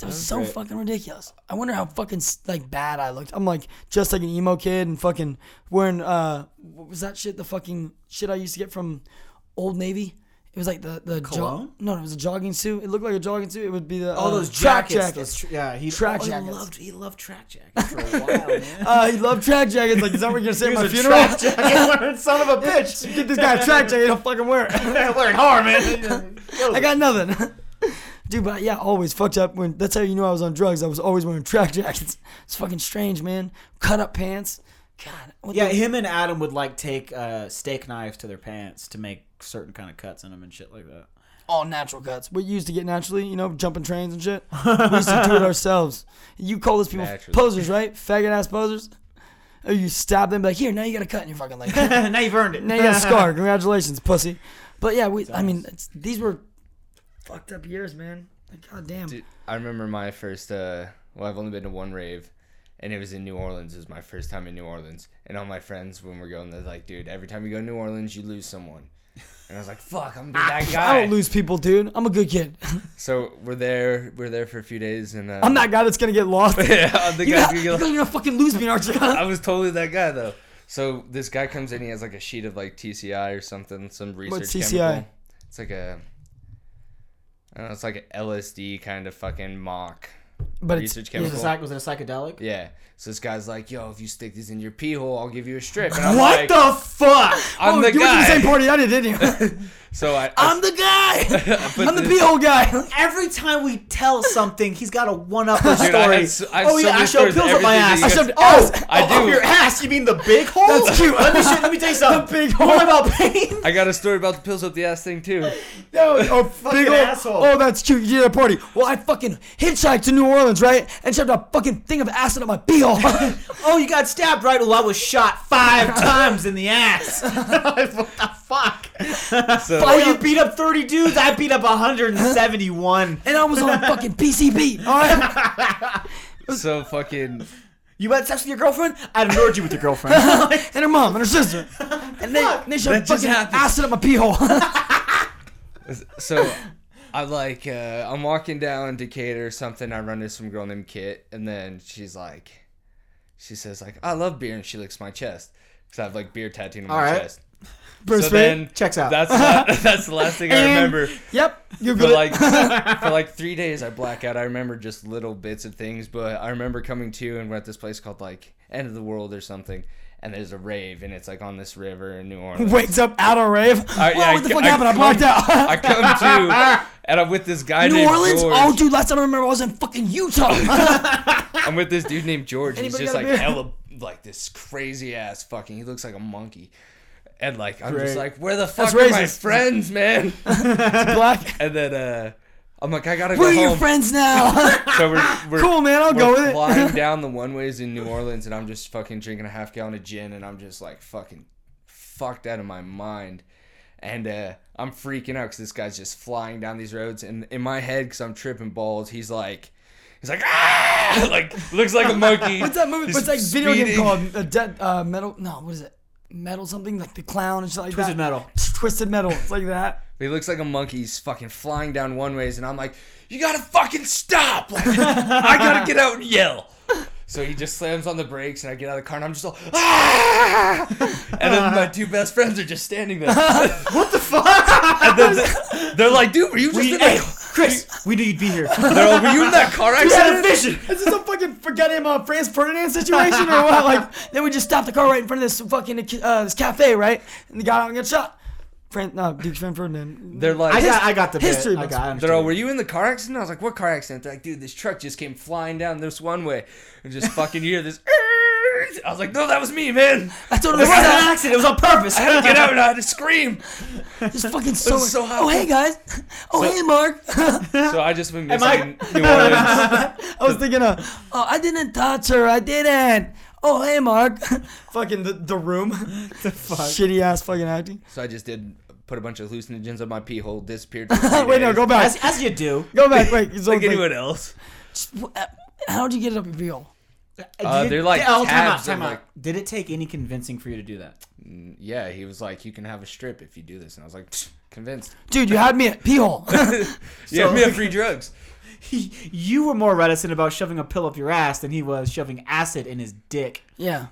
A: That was so fucking ridiculous. I wonder how fucking s- like bad I looked. I'm like just like an emo kid and fucking wearing uh what was that shit? The fucking shit I used to get from Old Navy. It was like the the jog.
C: Cologne?
A: No, it was a jogging suit. It looked like a jogging suit. It would be the
C: All
A: uh,
C: those
A: track
C: jackets. those tr- yeah, he
A: Track
C: oh, he
A: jackets.
C: loved he loved track jackets for a while, man.
A: Uh, he loved track jackets. Like, is that what you're gonna say at
C: He
A: my
C: was a
A: funeral?
C: track jacket wearing son of a bitch.
A: Get this guy a track jacket. He don't fucking wear it.
C: wearing hard, man.
A: I got nothing. Dude, but yeah, always fucked up. When that's how you knew I was on drugs. I was always wearing track jackets. It's fucking strange, man. Cut up pants. God. What
C: yeah,
A: the-
C: him and Adam would like take uh, steak knives to their pants to make certain kind of cuts in them and shit like that.
A: all natural cuts. What you used to get naturally, you know, jumping trains and shit. We used to do it ourselves. You call those people
B: Naturally.
A: posers, right? Faggot ass posers. Or you stab them, be like here. Now you got a cut in your fucking leg.
C: now you've earned it.
A: now you got a scar. Congratulations, pussy. But yeah, we. I mean, it's, these were fucked up years, man. Like, God damn.
B: Dude, I remember my first. Uh, well, I've only been to one rave, and it was in New Orleans. It was my first time in New Orleans, and all my friends when we're going, they're like, "Dude, every time you go to New Orleans, you lose someone." And I was like, "Fuck, I'm gonna be that
A: I don't
B: guy."
A: lose people, dude. I'm a good kid.
B: So we're there. We're there for a few days, and uh,
A: I'm that guy that's gonna get lost.
B: yeah, I'm the
A: You
B: guy
A: got,
B: who
A: you're
B: goes-
A: gonna fucking lose me in Archie.
B: I was totally that guy though. So this guy comes in, he has like a sheet of like TCI or something, some research
A: TCI?
B: chemical. It's like a, I don't know, it's like an LSD kind of fucking mock
A: But it's,
B: research
C: Was it,
B: chemical.
C: a psych- was it a psychedelic?
B: yeah. So this guy's like, "Yo, if you stick these in your pee hole, I'll give you a strip." And I'm
A: what
B: like,
A: the fuck?
B: I'm
A: oh,
B: the
A: you went to the
B: guy.
A: same party I did, didn't you?
B: So I, I
A: I'm the guy.
B: put
A: I'm the
B: this-
A: pee hole guy.
C: Every time we tell something, he's got a one up story.
B: Dude, I had so- I had
C: oh
B: so
C: yeah, I
B: many
C: showed
B: stories,
C: pills up my
B: everything
C: ass.
B: that
C: I
B: you
C: shoved.
B: guys-
C: Oh,
B: I
C: oh, up
B: do.
C: your ass. You mean the big hole? That's
A: cute.
C: let me show, let me tell you something.
A: big
C: What
A: hole.
C: about pain?
B: I got a story about the pills up the ass thing too.
C: No, oh fucking
A: Big ol-
C: asshole.
A: Oh, that's cute. You did at a party. Well, I fucking hitchhiked to New Orleans, right? And shoved a fucking thing of acid up my pee hole.
C: Oh, you got stabbed right? Well, I was shot five times in the ass. what the fuck?
B: So
C: Oh, you beat up 30 dudes. I beat up 171.
A: and I was on fucking PCB. All right.
B: so fucking
C: You had sex with your girlfriend? I ignored you with your girlfriend.
A: And her mom and her sister. And they, and they shoved fucking acid up my pee hole.
B: so I'm like, uh, I'm walking down Decatur or something. I run into some girl named Kit, and then she's like, she says like, I love beer, and she licks my chest because I have like beer tattooed on my
C: All right.
B: chest. So then
C: Checks out.
B: That's the- that's the last thing I remember.
A: Yep, you're
B: For
A: good.
B: like for like three days, I black out. I remember just little bits of things, but I remember coming to and we're at this place called like End of the World or something. And there's a rave, and it's like on this river in New Orleans.
A: Wakes up out on rave.
B: All right,
A: Whoa,
B: Uh, yeah,
A: what the
B: c-
A: fuck happened? I
B: come-
A: blacked out.
B: I come to, and I'm with this guy
A: New
B: named
A: Orleans?
B: George.
A: Oh, dude, last time I remember I was in fucking Utah.
B: I'm with this dude named George. He's
A: Anybody
B: just
A: got a
B: like
A: beer?
B: hella, like this crazy ass fucking. He looks like a monkey. And like I'm just like, where the fuck are my
A: racist.
B: friends, man?
A: Black.
B: And then uh, I'm like, I gotta
A: Where are
B: go
A: your
B: home.
A: friends now?
B: So we're, we're
A: cool, man. I'll
B: we're
A: go with it.
B: flying down the one ways in New Orleans, and I'm just fucking drinking a half gallon of gin, and I'm just like fucking fucked out of my mind, and uh, I'm freaking out because this guy's just flying down these roads, and in my head, because I'm tripping balls, he's like. He's like, ah! like looks like a monkey.
A: What's that movie?
B: He's
A: What's that video game
B: speeding.
A: called? A dead uh, metal? No, what is it? Metal something like the clown and shit like
C: Twisted
A: that.
C: Metal.
A: Twisted metal. It's like that.
B: He looks like a monkey. He's fucking flying down one ways, and I'm like, "You gotta fucking stop! Like, I gotta get out and yell." So he just slams on the brakes, and I get out of the car, and I'm just all, "Ah!" And then my two best friends are just standing there. what the fuck? And then they- they're like, "Dude, were you just in that?
C: Chris, we knew you'd be here.
B: They're like, were you in that car accident?"
C: vision.
A: Is this a fucking goddamn uh, France Ferdinand situation or what? Like, then we just stopped the car right in front of this fucking uh, this cafe, right? And the guy out and got shot. Fran, no, Duke Fran Ferdinand.
B: They're like,
C: I got, I got the
A: History
C: Bit. I
A: books.
C: got, I
B: They're all,
C: understand.
B: were you in the car accident? I was like, what car accident? They're like, dude, this truck just came flying down this one way and just fucking you hear this. "Err!" I was like, no, that was me, man.
A: I told him it was an accident. It was on purpose.
B: I had to get out and I had to scream.
A: Just fucking so.
B: was so hot.
A: oh hey guys. Oh hey Mark.
B: So I just been missing
C: I-
B: New
A: I
B: Orleans.
A: was thinking of. Oh I didn't touch her. I didn't. Oh hey Mark. fucking the, the room. The fuck. Shitty ass fucking acting.
B: So I just did put a bunch of hallucinogens up my pee hole, disappeared. For three
A: Wait no
B: days.
A: go back.
C: as, as you do.
A: Go back. Wait. It's
B: Like
A: like uh,
B: anyone else.
A: How'd you get it up your peel?
B: Uh,
C: Did-
B: they're like
C: oh, time out,
B: tabs
C: time
B: and
C: out.
B: like-
C: Did it take any convincing for you to do that?
B: Yeah, he was like, you can have a strip if you do this, and I was like, "Psh, convinced.
A: Dude, you had me at pee hole.
B: yeah, we have free drugs.
C: you were more reticent about shoving a pill up your ass than he was shoving acid in his dick.
A: yeah.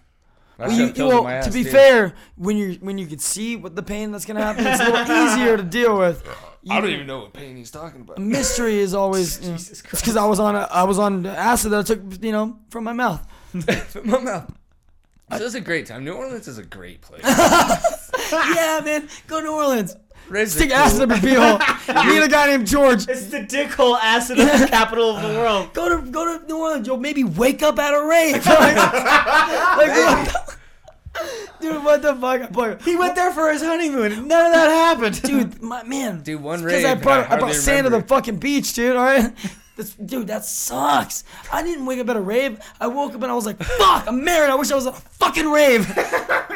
B: I
A: Well,
B: shoved
A: you,
B: pills in
A: well
B: my
A: to
B: ass,
A: be
B: too.
A: fair, when you when you can see what the pain that's gonna happen, it's a little easier to deal with.
B: I don't even know what pain he's talking about.
A: Mystery is always you know, it's because I was on a, I was on acid that I took you know from my mouth.
B: my mouth. So this is a great time. New Orleans is a great place.
A: yeah, man, go to New Orleans.
B: Reds are
A: Stick
B: cool.
A: acid up your hole. Meet a guy named George.
C: It's the dick hole acid of the capital of the world.
A: Go to go to New Orleans. You'll maybe wake up at a rave. like, what the- dude, what the fuck? I'm like,
C: He went there for his honeymoon. None of that happened.
A: dude, my man.
B: Dude, one
A: Because
B: rave.
A: I
B: and
A: brought, I,
B: hardly
A: brought sand to the
B: remember
A: fucking beach, dude. All right. This, dude, that sucks. I didn't wake up at a rave. I woke up and I was like, fuck, I'm married. I wish I was at a fucking rave.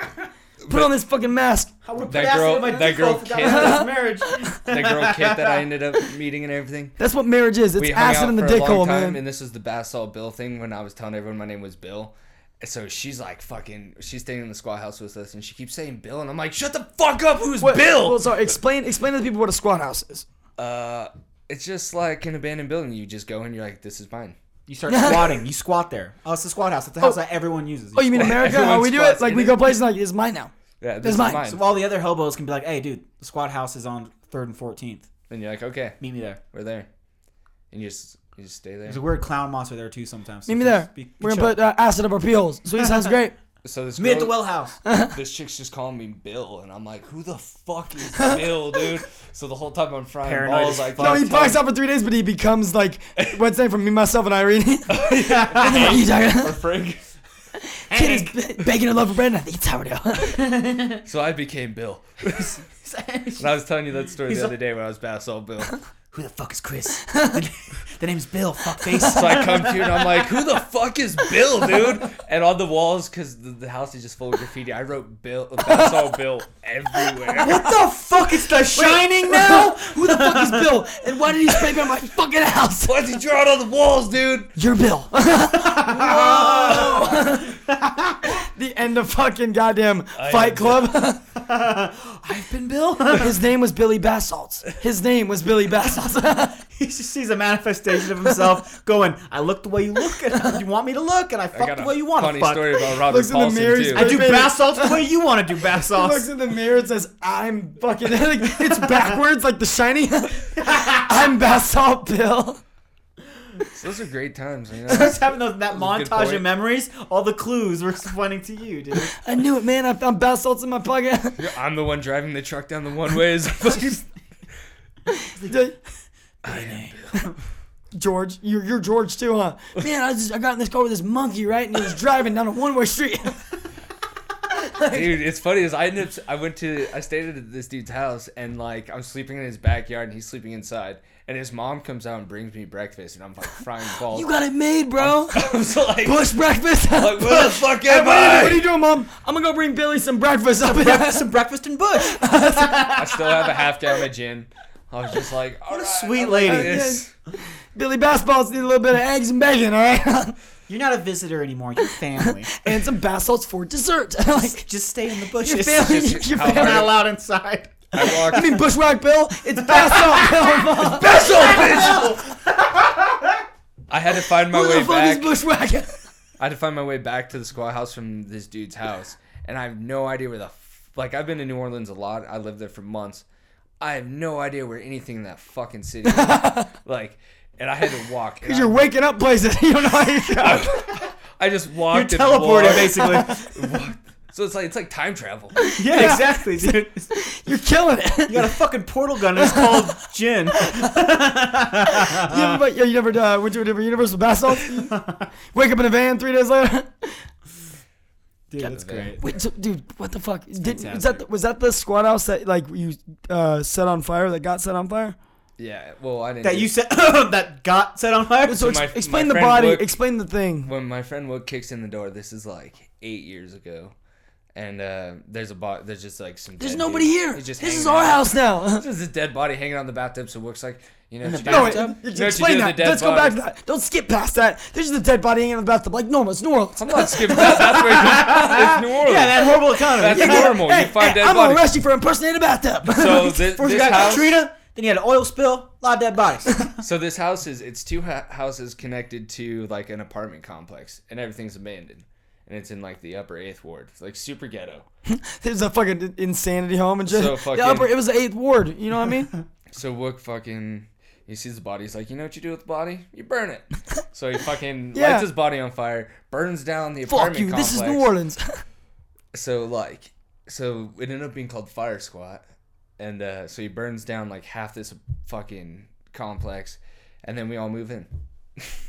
A: Put on this fucking mask.
B: it. that girl, that girl, Kit, that
C: marriage.
B: girl Kit that I ended up meeting and everything.
A: That's what marriage is. It's
B: we hung
A: acid
B: out
A: in the
B: for a
A: dick
B: long
A: hole,
B: time,
A: man.
B: and this was the Basalt Bill thing when I was telling everyone my name was Bill. And So she's like fucking. She's staying in the squad house with us, and she keeps saying Bill, and I'm like, shut the fuck up. Who's
A: What-
B: Bill?
A: Well, sorry. Explain, explain to the people what a squat house is.
B: uh, it's just like an abandoned building. You just go in, you're like, this is mine.
C: You start squatting. You squat there. Oh, it's the squat house. It's the house that everyone uses.
A: Oh, you mean
B: Squat.
A: America? How
B: Everyone
A: we do
B: squats
A: it? Like
B: in
A: we
B: it.
A: go places like it's mine now.
B: Yeah,
A: This
B: this
A: is
B: is
A: mine.
B: mine.
C: So all the other hobos can be like, "Hey, dude, the squat house is on Third and Fourteenth.
B: and you're like, okay,
C: Meet me there."
B: we're there, and you just you just stay there.
C: There's a weird clown monster there too. Sometimes.
A: Meet me
C: So
A: there.
C: just be- be
A: We're gonna
C: chill.
A: put uh, acid up our pee holes. Sweet sounds great.
B: So this
C: Meet at the
B: girl-
C: well house.
B: this chick's just calling me Bill, and I'm like, who the fuck is Bill, dude? So the whole time I'm frying
C: Paranoid
B: balls,
C: as
B: like,
A: No, he blacks out for three days, but he becomes like what's his name from me, myself, and Irene. What are you talking about?
B: or Frank.
A: Kid is b- begging her love for bread, and I think it's sourdough.
B: So I became Bill. And I was telling you that story the other day when I was Basalt Bill.
C: Who the fuck is Chris? the, the name's Bill. Fuckface.
B: So I come to you and I'm like, who the fuck is Bill, dude? And on the walls, because the, the house is just full of graffiti, I wrote Bill, Basalt Bill everywhere.
C: what the fuck is the Shining now?
A: Who the fuck is Bill? And why did he spray paint my fucking house?
B: Why'd you draw it on the walls, dude?
A: You're Bill. the end of fucking goddamn Fight Club.
C: I've been Bill.
A: His name was Billy Bassalts. His name was Billy Bassalts.
C: he just sees a manifestation of himself going, I look the way you look, and you want me to look, and I
B: I
C: fuck
B: got
C: the
B: a
C: way you want
B: funny
C: to fuck.
B: story about Robert
A: Looks in the
B: Paulson
A: mirror, he's
B: too.
C: I do
A: Wait a
C: bath salts the way you want to do bath
A: He looks
C: salts.
A: in the mirror and says, I'm fucking. like, it's backwards, like the shiny. I'm Basalt Bill.
B: Those are great times. You
C: I
B: know?
C: was having those, that
B: That's a good
C: montage
B: point.
C: of memories. All the clues were pointing to you, dude.
A: I knew it, man. I found basalts in my pocket.
B: I'm the one driving the truck down the one ways.
A: George, you're, you're George too, huh? Man, I just I got in this car with this monkey, right? And he was driving down a one-way street.
B: dude, it's funny is I ended up, I went to I stayed at this dude's house and like I'm sleeping in his backyard and he's sleeping inside and his mom comes out and brings me breakfast and I'm like frying balls.
A: you got it made, bro.
B: I'm so like,
A: Bush breakfast.
B: like what the fuck am
A: What are, you, what are
B: I?
A: you doing, mom? I'm gonna go bring Billy some breakfast up here.
C: Some breakfast in bush.
B: I still have a half gallon of gin. I was just like, what a
C: Sweet lady.
A: Billy basketballs need a little bit of eggs and bacon, all right?
C: You're not a visitor anymore. You're family.
A: and some basalts for dessert. like,
C: Just stay in the
A: your
C: bushes.
A: family,
B: just
A: your
B: how
C: You're
A: family.
C: not allowed inside.
B: I walked
A: I mean, Bushwhack Bill. It's basalt, Bill. Mom.
B: I had to find my
A: Who
B: way
A: the fuck
B: back.
A: is Bushwhack?
B: I had to find my way back to the squad house from this dude's house, and I have no idea where the f- like I've been to New Orleans a lot. I lived there for months. I have no idea where anything in that fucking city is. like, and I had to walk. and I,
A: You're waking up places. You don't know how you got.
B: I just walked. and
C: You're teleporting,
B: walked.
C: basically.
B: So it's like it's like time travel.
C: yeah, exactly, dude. You
A: You're killing it.
C: got a fucking portal gun. And it's called gin.
A: You ever, but, yeah, you never uh, went to a different universe with basalt? Wake up in a van three days later.
C: Dude, that's great.
A: Wait, so, dude, what the fuck? Did, was that
C: fantastic.
A: the, was that the squad house that like you uh, set on fire that got set on fire?
B: Yeah. Well, I didn't.
C: That
B: do-
C: you said that got set on fire.
A: So,
B: my-
A: ex- explain
B: my
A: the
B: friend
A: body.
B: Luke-
A: explain the thing.
B: when my friend Wook kicks in the door. This is like eight years ago, and uh, there's a bo- there's just like some.
A: There's
B: dead
A: nobody
B: dude.
A: here.
B: He's
A: This
B: just
A: is
B: hanging
A: our
B: out.
A: house now.
B: There's this dead body hanging on the bathtub. So Wook's like, you know, what you do?
A: No, wait,
B: You know what you
A: explain
B: do with
A: that.
B: a dead
A: Let's go back
B: body?
A: to that. Don't skip past that. There's just a dead body hanging in the bathtub. Like, no, it's New Orleans.
B: I'm not skipping that. That's where it's New Orleans.
C: yeah, that horrible economy.
B: That's
C: Yeah,
B: normal.
A: Hey,
B: you find
A: hey,
B: dead
A: I'm
B: bodies.
A: gonna arrest you for impersonating a bathtub.
B: so this,
C: First,
B: this
C: you got
B: house,
C: Katrina. Then you had an oil spill. A lot of dead bodies.
B: so this house is it's two ha- houses connected to like an apartment complex, and everything's abandoned, and it's in like the upper eighth ward, it's like super ghetto.
A: There's a fucking insanity home and just
B: So
A: the
B: fucking-
A: upper. It was the eighth ward. You know what I mean?
B: So Wook fucking he sees the body. He's like, you know what you do with the body? You burn it. So he fucking
A: Yeah.
B: lights his body on fire, burns down the
A: Fuck
B: apartment
A: you.
B: complex.
A: This is New Orleans.
B: so like so it ended up being called fire squat and uh, so he burns down like half this fucking complex and then we all move in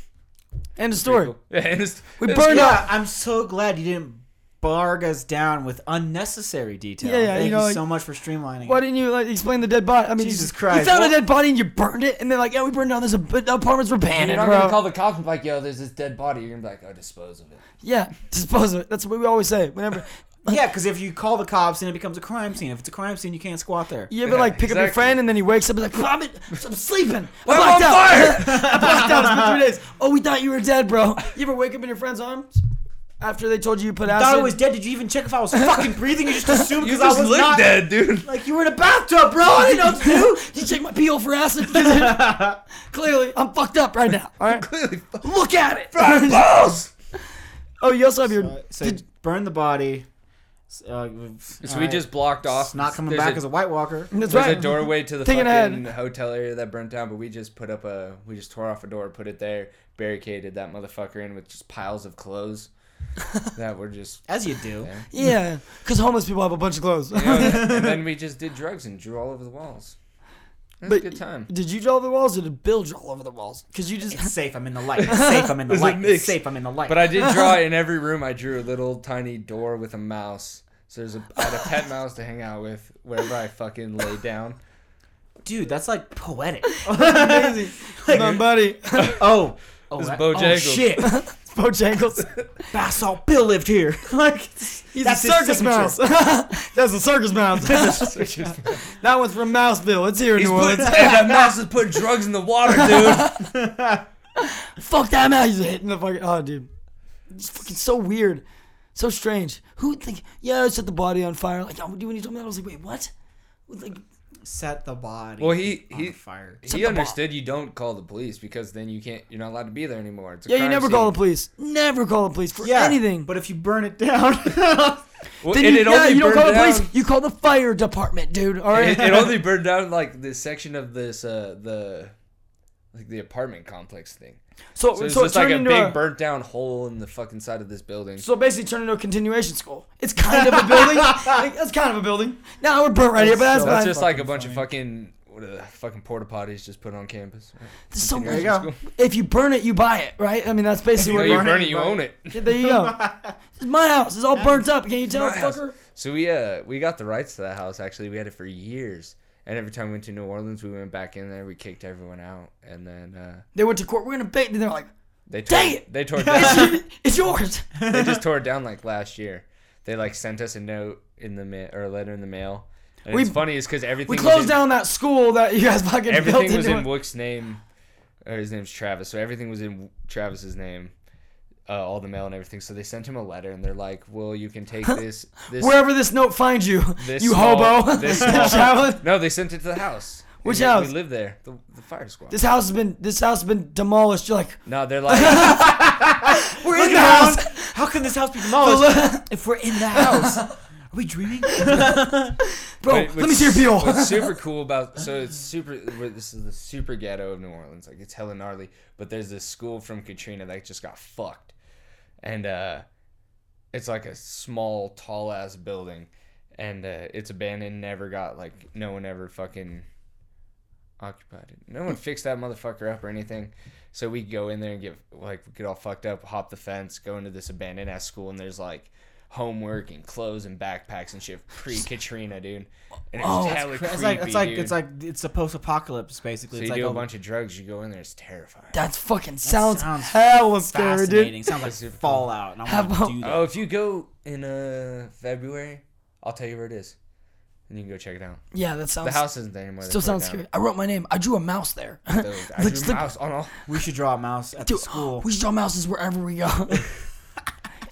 A: End of story.
B: yeah, and it's,
A: We
B: it's
A: burned
B: cool.
A: up.
C: Yeah, I'm so glad you didn't barg us down with unnecessary detail.
A: Yeah, yeah,
C: Thank
A: you
C: you,
A: know, like-
C: so much for streamlining.
A: Why
C: What?
A: didn't you like explain the dead body? I mean,
C: Jesus
A: you,
C: Christ,
A: You found a
C: what-
A: dead body and you burned it, and they're like, "Yeah, we burned down this ab- the apartment's were
B: And
A: banned,
B: you're not gonna
A: bro."
B: call the cops and be like, yo, there's this dead body. You're gonna be like, oh, dispose of it.
A: yeah, dispose of it. That's what we always say. Whenever,
C: Yeah, because if you call the cops and it becomes a crime scene, if it's a crime scene, you can't squat there.
A: you ever like pick up your
B: exactly.
A: friend and then he wakes up and like, "I'm, in- I'm sleeping. I
B: I'm
A: blacked
B: on
A: out. I blacked out. It's been three days. Oh, we thought you were dead, bro. You ever wake up in your friend's arms after they told you you put
C: I
A: acid?
C: thought I was dead. Did you even check if I was fucking breathing? You just assumed because I was
B: look
C: not.
B: dead, dude.
C: Like you were in a bathtub, bro. I didn't know what to do.
A: Did you check my peel for acid? Clearly, I'm fucked up right now. All right,
B: Clearly, fuck
A: look at it.
B: balls.
A: oh, you also have your.
C: So burn the body. s- Uh,
B: So we just blocked off.
C: it's not coming
B: there's
C: back
B: a,
C: as a White Walker.
A: That's
B: There's
A: right.
B: a doorway to the
A: Thinking ahead.
B: fucking hotel area that burnt down, but we just put up a, we just tore off a door, put it there, barricaded that motherfucker in with just piles of clothes that were just.
C: As you do.
A: Yeah, because homeless people have a bunch of clothes.
B: You know, and then we just did drugs and drew all over the walls. It was
A: But
B: a good time.
A: Did you draw over the walls or did Bill draw over the walls? Because you just.
C: It's safe. I'm in the light. It's safe. I'm in the
B: It's a
C: light. It's
B: mix.
C: safe. I'm in the light.
B: But I did draw in every room. I drew a little tiny door with a mouse. So there's a I had a pet mouse to hang out with wherever I fucking lay down.
C: dude, that's like poetic.
A: Amazing. My buddy,
C: Oh. Oh,
B: This is
C: that- oh
B: Bojangles.
C: shit.
A: Bojangles.
C: Basalt Bill lived here. like
A: He's
C: That's
A: a circus
C: his signature.
A: mouse. That's a circus mouse. that one's from Mouseville. It's here in
B: He's
A: New
B: put,
A: Orleans.
B: and that mouse is putting drugs in the water, dude.
A: Fuck that mouse. He's hitting the fucking. Oh, dude. It's fucking so weird. So strange. Who would think? Yeah, I set the body on fire. Like, oh, when you told me that, I was like, wait, what? Like,
C: Set the body.
B: Well, he
C: on
B: he
C: fire.
A: Set the
B: he
A: bomb.
B: understood you don't call the police because then you can't. You're not allowed to be there anymore. It's a
A: yeah, you
B: crime
A: never
B: scene.
A: call the police. Never call the police for anything.
C: But if you burn it down,
B: Well,
A: then
B: and
A: you,
B: it
A: yeah,
B: only
A: you don't
B: burned
A: call the police.
B: down-
A: You call the fire department, dude. All right.
B: It, it only burned down like this section of this uh the like the apartment complex thing.
A: so
B: So
A: so,
B: it's
A: it
B: just like
A: turned
B: a
A: into
B: big
A: a,
B: burnt down hole in the fucking side of this building.
A: so it basically turned into a continuation school. It's kind of a building. like, that's kind of a building. Now we're burnt right here, but that's,
B: So that's
A: fine.
B: just like a bunch of fucking what are the fucking porta potties just put on campus.
A: There's so
B: There you
A: much-
B: go.
A: If you burn it, you buy it, right? I mean, that's basically
B: You,
A: what.
B: know, you burn it, you own it.
A: Yeah, there you go. It's my house. It's all burnt up. Can you tell,
B: My house.
A: fucker?
B: So we uh we got the rights to that house actually. We had it for years. And every time we went to New Orleans, we went back in there. We kicked everyone out, and then uh,
A: They went to court. We're gonna bait. And they're like,
B: they tore,
A: Dang it!
B: they tore it down.
A: it's yours.
B: they just tore it down like last year. They like sent us a note in the ma- or a letter in the mail. And
A: We-
B: it's funny is because everything
A: We
B: was
A: closed
B: in,
A: down that school that you guys fucking built
B: Everything was
A: into it.
B: in Wick's name. Or his name's Travis, so everything was in Travis's name. Uh, all the mail and everything. So they sent him a letter, and they're like, "Well, you can take this this
A: Wherever this note finds you,
B: this
A: you
B: small-
A: hobo.
B: This small,
A: Shower.
B: no, they sent it to the house.
A: Which
B: we,
A: house?
B: We live there. The, the fire squad.
A: This house has been this house has been demolished. You're like,
B: no, they're like,
A: we're in the house.
C: how can this house be
A: The
C: demolished?
A: lo-
C: if we're in the house, are we dreaming?
A: Bro,
B: Wait,
A: let me
B: what's-
A: see your peel.
B: what's super cool about so it's super. This is the super ghetto of New Orleans. Like it's hella gnarly. But there's this school from Katrina that just got fucked, and uh, it's like a small, tall ass building, and uh, it's abandoned. Never got like no one ever fucking occupied it. No one fixed that motherfucker up or anything. So we go in there and get like we get all fucked up, hop the fence, go into this abandoned ass school, and there's like homework and clothes and backpacks and shit pre Katrina, dude. And it's
A: Oh,
B: hella creepy.
C: it's like it's like
B: dude.
C: it's like it's a post-apocalypse basically.
B: so
C: it's
B: you
C: like
B: do a bunch of drugs, you go in there, it's terrifying.
A: That fucking sounds,
C: sounds
A: hella scary, dude.
C: fascinating. Sounds like Fallout. And I
A: How
C: want to
A: about-
C: do that.
B: Oh, if you go in uh February, I'll tell you where it is, and you can go check it out.
A: Yeah, that sounds.
B: The house isn't there anymore. they
A: still
B: tore it
A: sounds scary.
B: down.
A: I wrote my name. I drew a mouse there.
B: So I
A: Looks
B: drew a
A: like-
B: mouse Oh, on all.
C: We should draw a mouse at
A: Dude,
C: the school.
A: we should draw mouses wherever we go. it's,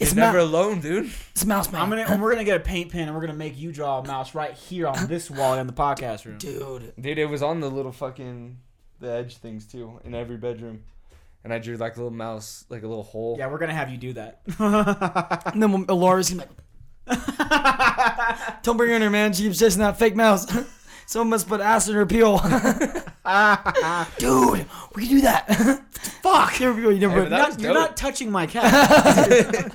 B: It's
A: ma-
B: never alone, dude.
A: it's mouse man.
C: I'm gonna and we're gonna get a paint pen and we're gonna make you draw a mouse right here on this wall in the podcast room.
A: Dude,
B: Dude, it was on the little fucking the edge things too in every bedroom, and I drew like a little mouse, like a little hole.
C: Yeah, we're gonna have you do that.
A: and then when Laura's gonna be like, "Don't bring her in here, man. She keeps chasing that fake mouse. Someone must put acid in her peel." Dude, we can do that. Fuck. Here we go. You never put
B: Hey, but that was
C: You're
B: dope.
C: not touching my cat.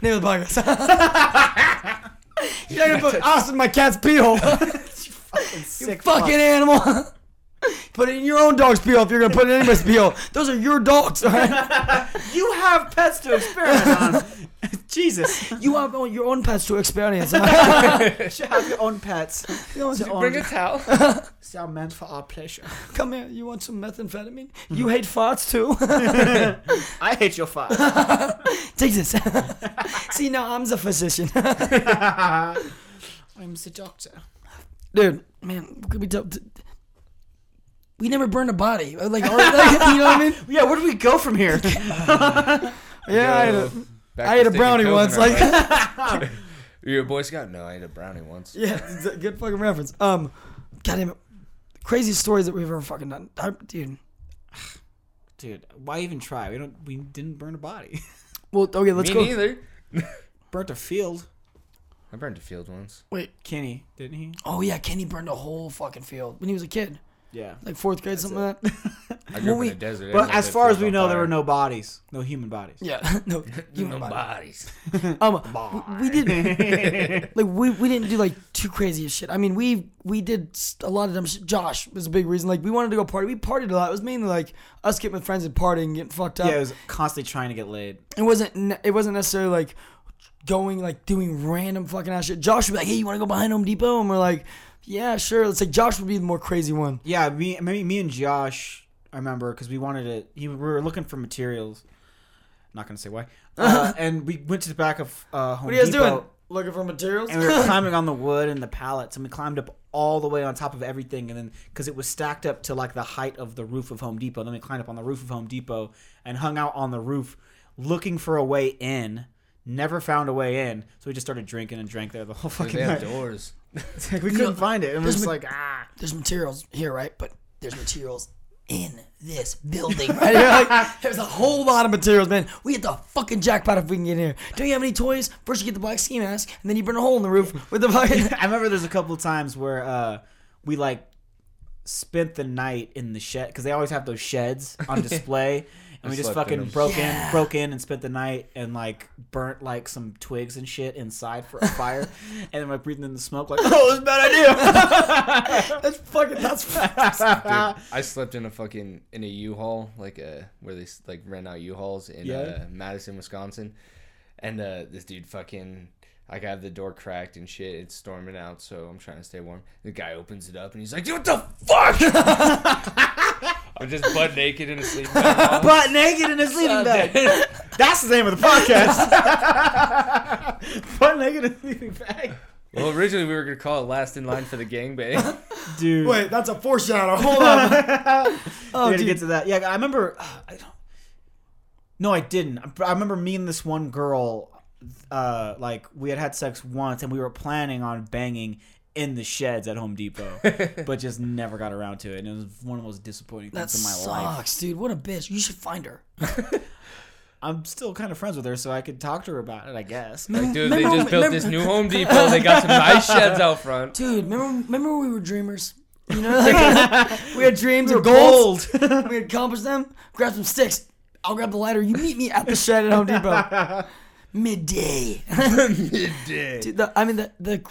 A: name of the podcast. You're not gonna put acid in my cat's peel.
C: Sick
A: fucking animal. Put it in your own dog's peel if you're gonna put it in anybody's peel. Those are your dogs, all right?
C: You have pets to experiment on. Jesus,
A: You have all your own pets to experience. huh?
C: you should have your own pets.
A: You want
C: Your
A: some-
C: own-
B: Bring a towel.
C: They are meant for our pleasure.
A: Come here. You want some methamphetamine? You hate farts too.
C: I hate your fart.
A: Take this. See, now I'm the physician,
C: I'm the doctor.
A: dude. Man, could we tell? We never burned a body. Like, or, like, you know what I mean?
C: Yeah, where do we go from here?
A: Yeah, I had a, I ate a brownie once. Like,
B: you a Boy Scout? No, I ate a brownie once.
A: yeah, it's a good fucking reference. Um, goddamn it, craziest stories that we've ever fucking done, I, dude.
C: Dude, why even try? We don't. We didn't burn a body.
A: Well, okay, let's
B: Me
A: go.
B: neither.
C: Burnt a field.
B: I burned a field once.
C: Kenny, didn't he?
A: Oh yeah, Kenny burned a whole fucking field when he was a kid,
C: Yeah.
A: like fourth grade, something like that.
B: I grew
A: Well,
B: up
A: we-
B: in the desert.
C: But
B: Everyone
C: as
B: lit
C: far as
B: fields
C: we
B: on
C: know, there
B: fire.
C: were no bodies, no human bodies.
A: Yeah, no, you know, about
B: bodies.
A: it. um, we, we did like we, we didn't do like too crazy of shit. I mean, we we did s- a lot of dumb shit. Josh was a big reason. Like we wanted to go party. We partied a lot. It was mainly like us getting with friends and partying, getting fucked up.
C: Yeah, it was constantly trying to get laid.
A: it wasn't ne- it wasn't necessarily like going like doing random fucking ass shit. Josh would be like, "Hey, you want to go behind Home Depot?" And we're like, "Yeah, sure." It's like Josh would be the more crazy one.
C: Yeah, me, me, me and Josh, I remember because we wanted to. He, we were looking for materials. Not gonna say why. Uh, and we went to the back of uh, Home
A: What are you guys
C: Depot,
A: doing? Looking for materials?
C: And we were climbing on the wood and the pallets, and we climbed up all the way on top of everything, and then because it was stacked up to like the height of the roof of Home Depot, then we climbed up on the roof of Home Depot and hung out on the roof, looking for a way in never found a way in, so we just started drinking and drank there the whole fucking
B: They have
C: night.
B: doors.
C: It's like we couldn't find it, and we're
A: there's
C: just
A: ma-
C: like, ah.
A: There's materials here, right? But there's materials in this building, right? Like, there's a whole lot of materials, man. We hit the fucking jackpot if we can get in here. Don't you have any toys? First, you get the black ski mask, and then you burn a hole in the roof with the fucking.
C: I remember there's a couple of times where uh, we like spent the night in the shed because they always have those sheds on display, and we just
B: slept in
C: fucking
B: them.
C: broke in, broke in, and spent the night and like burnt like some twigs and shit inside for a fire, and then like breathing in the smoke like, oh, it's a bad idea. that's fucking that's.
B: Dude,
A: Ah.
B: I slept in a fucking in a U-Haul, like uh, where they s- like rent out U-Hauls in uh,
C: Yeah.
B: Madison, Wisconsin, and uh, this dude fucking like I have the door cracked and shit. It's storming out, so I'm trying to stay warm. The guy opens it up and he's like, "Dude, what the fuck?" I'm just butt naked in a sleeping bag.
C: Butt naked in his sleeping bag. That's the name of the podcast. Butt naked in his sleeping bag.
B: Well, originally we were gonna call it "Last in Line for the Gangbang."
C: Dude.
A: Wait, that's a foreshadow. Hold on.
C: we
A: oh,
C: had to get
A: dude.
C: to that. Yeah, I remember. I don't. No, I didn't. I- I remember me and this one girl, uh, like we had had sex once, and we were planning on banging in the sheds at Home Depot, but just never got around to it. And it was one of the most disappointing
A: That
C: things in my
A: sucks,
C: life.
A: dude. What a bitch. You should find her.
C: I'm still kind of friends with her, so I could talk to her about it, I guess.
B: Like, dude, they
A: Remember-
B: just built this new Home Depot. They got some nice sheds out front.
A: Dude, remember, remember we were dreamers? You know, like, we had dreams of goals.
C: Gold.
A: we accomplished them. Grab some sticks. I'll grab the lighter. You meet me at the shed at Home Depot. Midday.
B: Dude,
A: Dude, the, I mean, the, the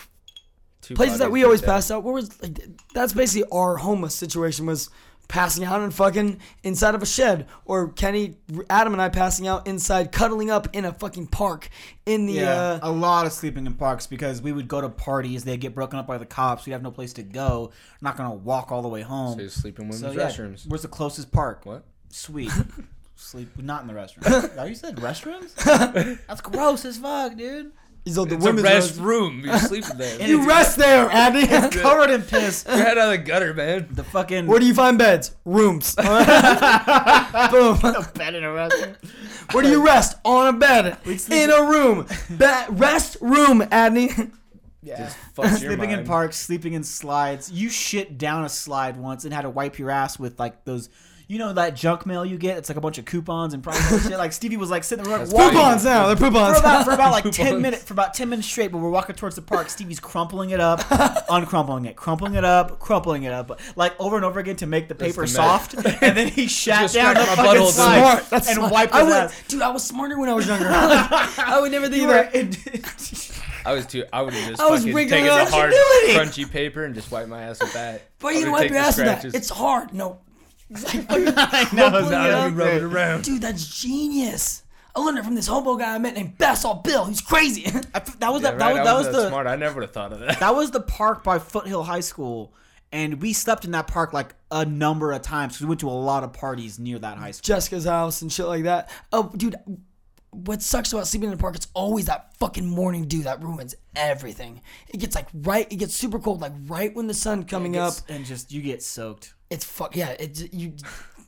A: places that we always passed out, what was, like, that's basically our homeless situation was passing out and fucking inside of a shed or Kenny, Adam and I passing out inside, cuddling up in a fucking park in the,
C: Yeah,
A: uh,
C: a lot of sleeping in parks because we would go to parties. They'd get broken up by the cops. We'd have no place to go. We're not gonna walk all the way home.
B: So you're sleeping in women's
C: So, yeah,
B: restrooms.
C: Where's the closest park?
B: What?
C: Sweet. Sleep not in the restroom. oh, you said restrooms? That's gross as fuck, dude.
A: so the
B: It's a
A: women's
B: rest
A: room.
B: room. You sleep in there.
A: You rest there, Abby.
C: Covered in piss.
B: Your head out of the gutter, man.
C: The fucking
A: Where do you find beds? Rooms. Boom.
C: bed in a restroom.
A: Where do you rest? On a bed. In a room. Ba- rest room, Adney.
B: Just fucks your
C: Sleeping in
B: mind.
C: parks, sleeping in slides. You shit down a slide once and had to wipe your ass with like those. You know that junk mail you get? It's like a bunch of coupons and probably shit. Like Stevie was like sitting there like,
B: That's
C: "Why?"
A: Poupons now. They're
C: for about
A: poupons.
C: for about like ten
B: Coupons.
C: minutes for about ten minutes straight. But we're walking towards the park. Stevie's crumpling it up, uncrumpling it, crumpling it up, crumpling it up, like over and over again to make the paper
B: the
C: soft. and then he shat
B: Just
C: down the
B: cracked my
C: fucking
B: butthole, dude.
C: slide
A: Smart. That's
C: and
A: smart.
C: wiped
A: I
C: his
A: would,
C: ass.
A: dude, I was smarter when I was younger. I would never think of that.
B: I was too. I would have just
A: I was
B: fucking
A: wriggling
B: taken
A: out
B: the
A: of
B: hard,
A: humility.
B: crunchy paper and just wipe my ass with that.
A: But
B: I
A: you can
B: would've
A: wipe
B: taken
A: your
B: the
A: ass with that.
B: scratches.
A: It's hard. No.
C: No,
A: Now you
B: rub it around.
A: Dude, that's genius. I learned it from this hobo guy I met named Basalt Bill. He's crazy.
C: that was
B: Yeah,
C: the,
B: right?
C: that was, that was the
B: smart. I never would have thought of that.
C: that was the park by Foothill High School, and we slept in that park like a number of times because we went to a lot of parties near that high school.
A: Jessica's house and shit like that. Oh, dude, what sucks about sleeping in the park? It's always that fucking morning dew that ruins everything. It gets like right, it gets super cold, like right when the sun coming up.
C: and just you get soaked.
A: It's fuck yeah. It's you.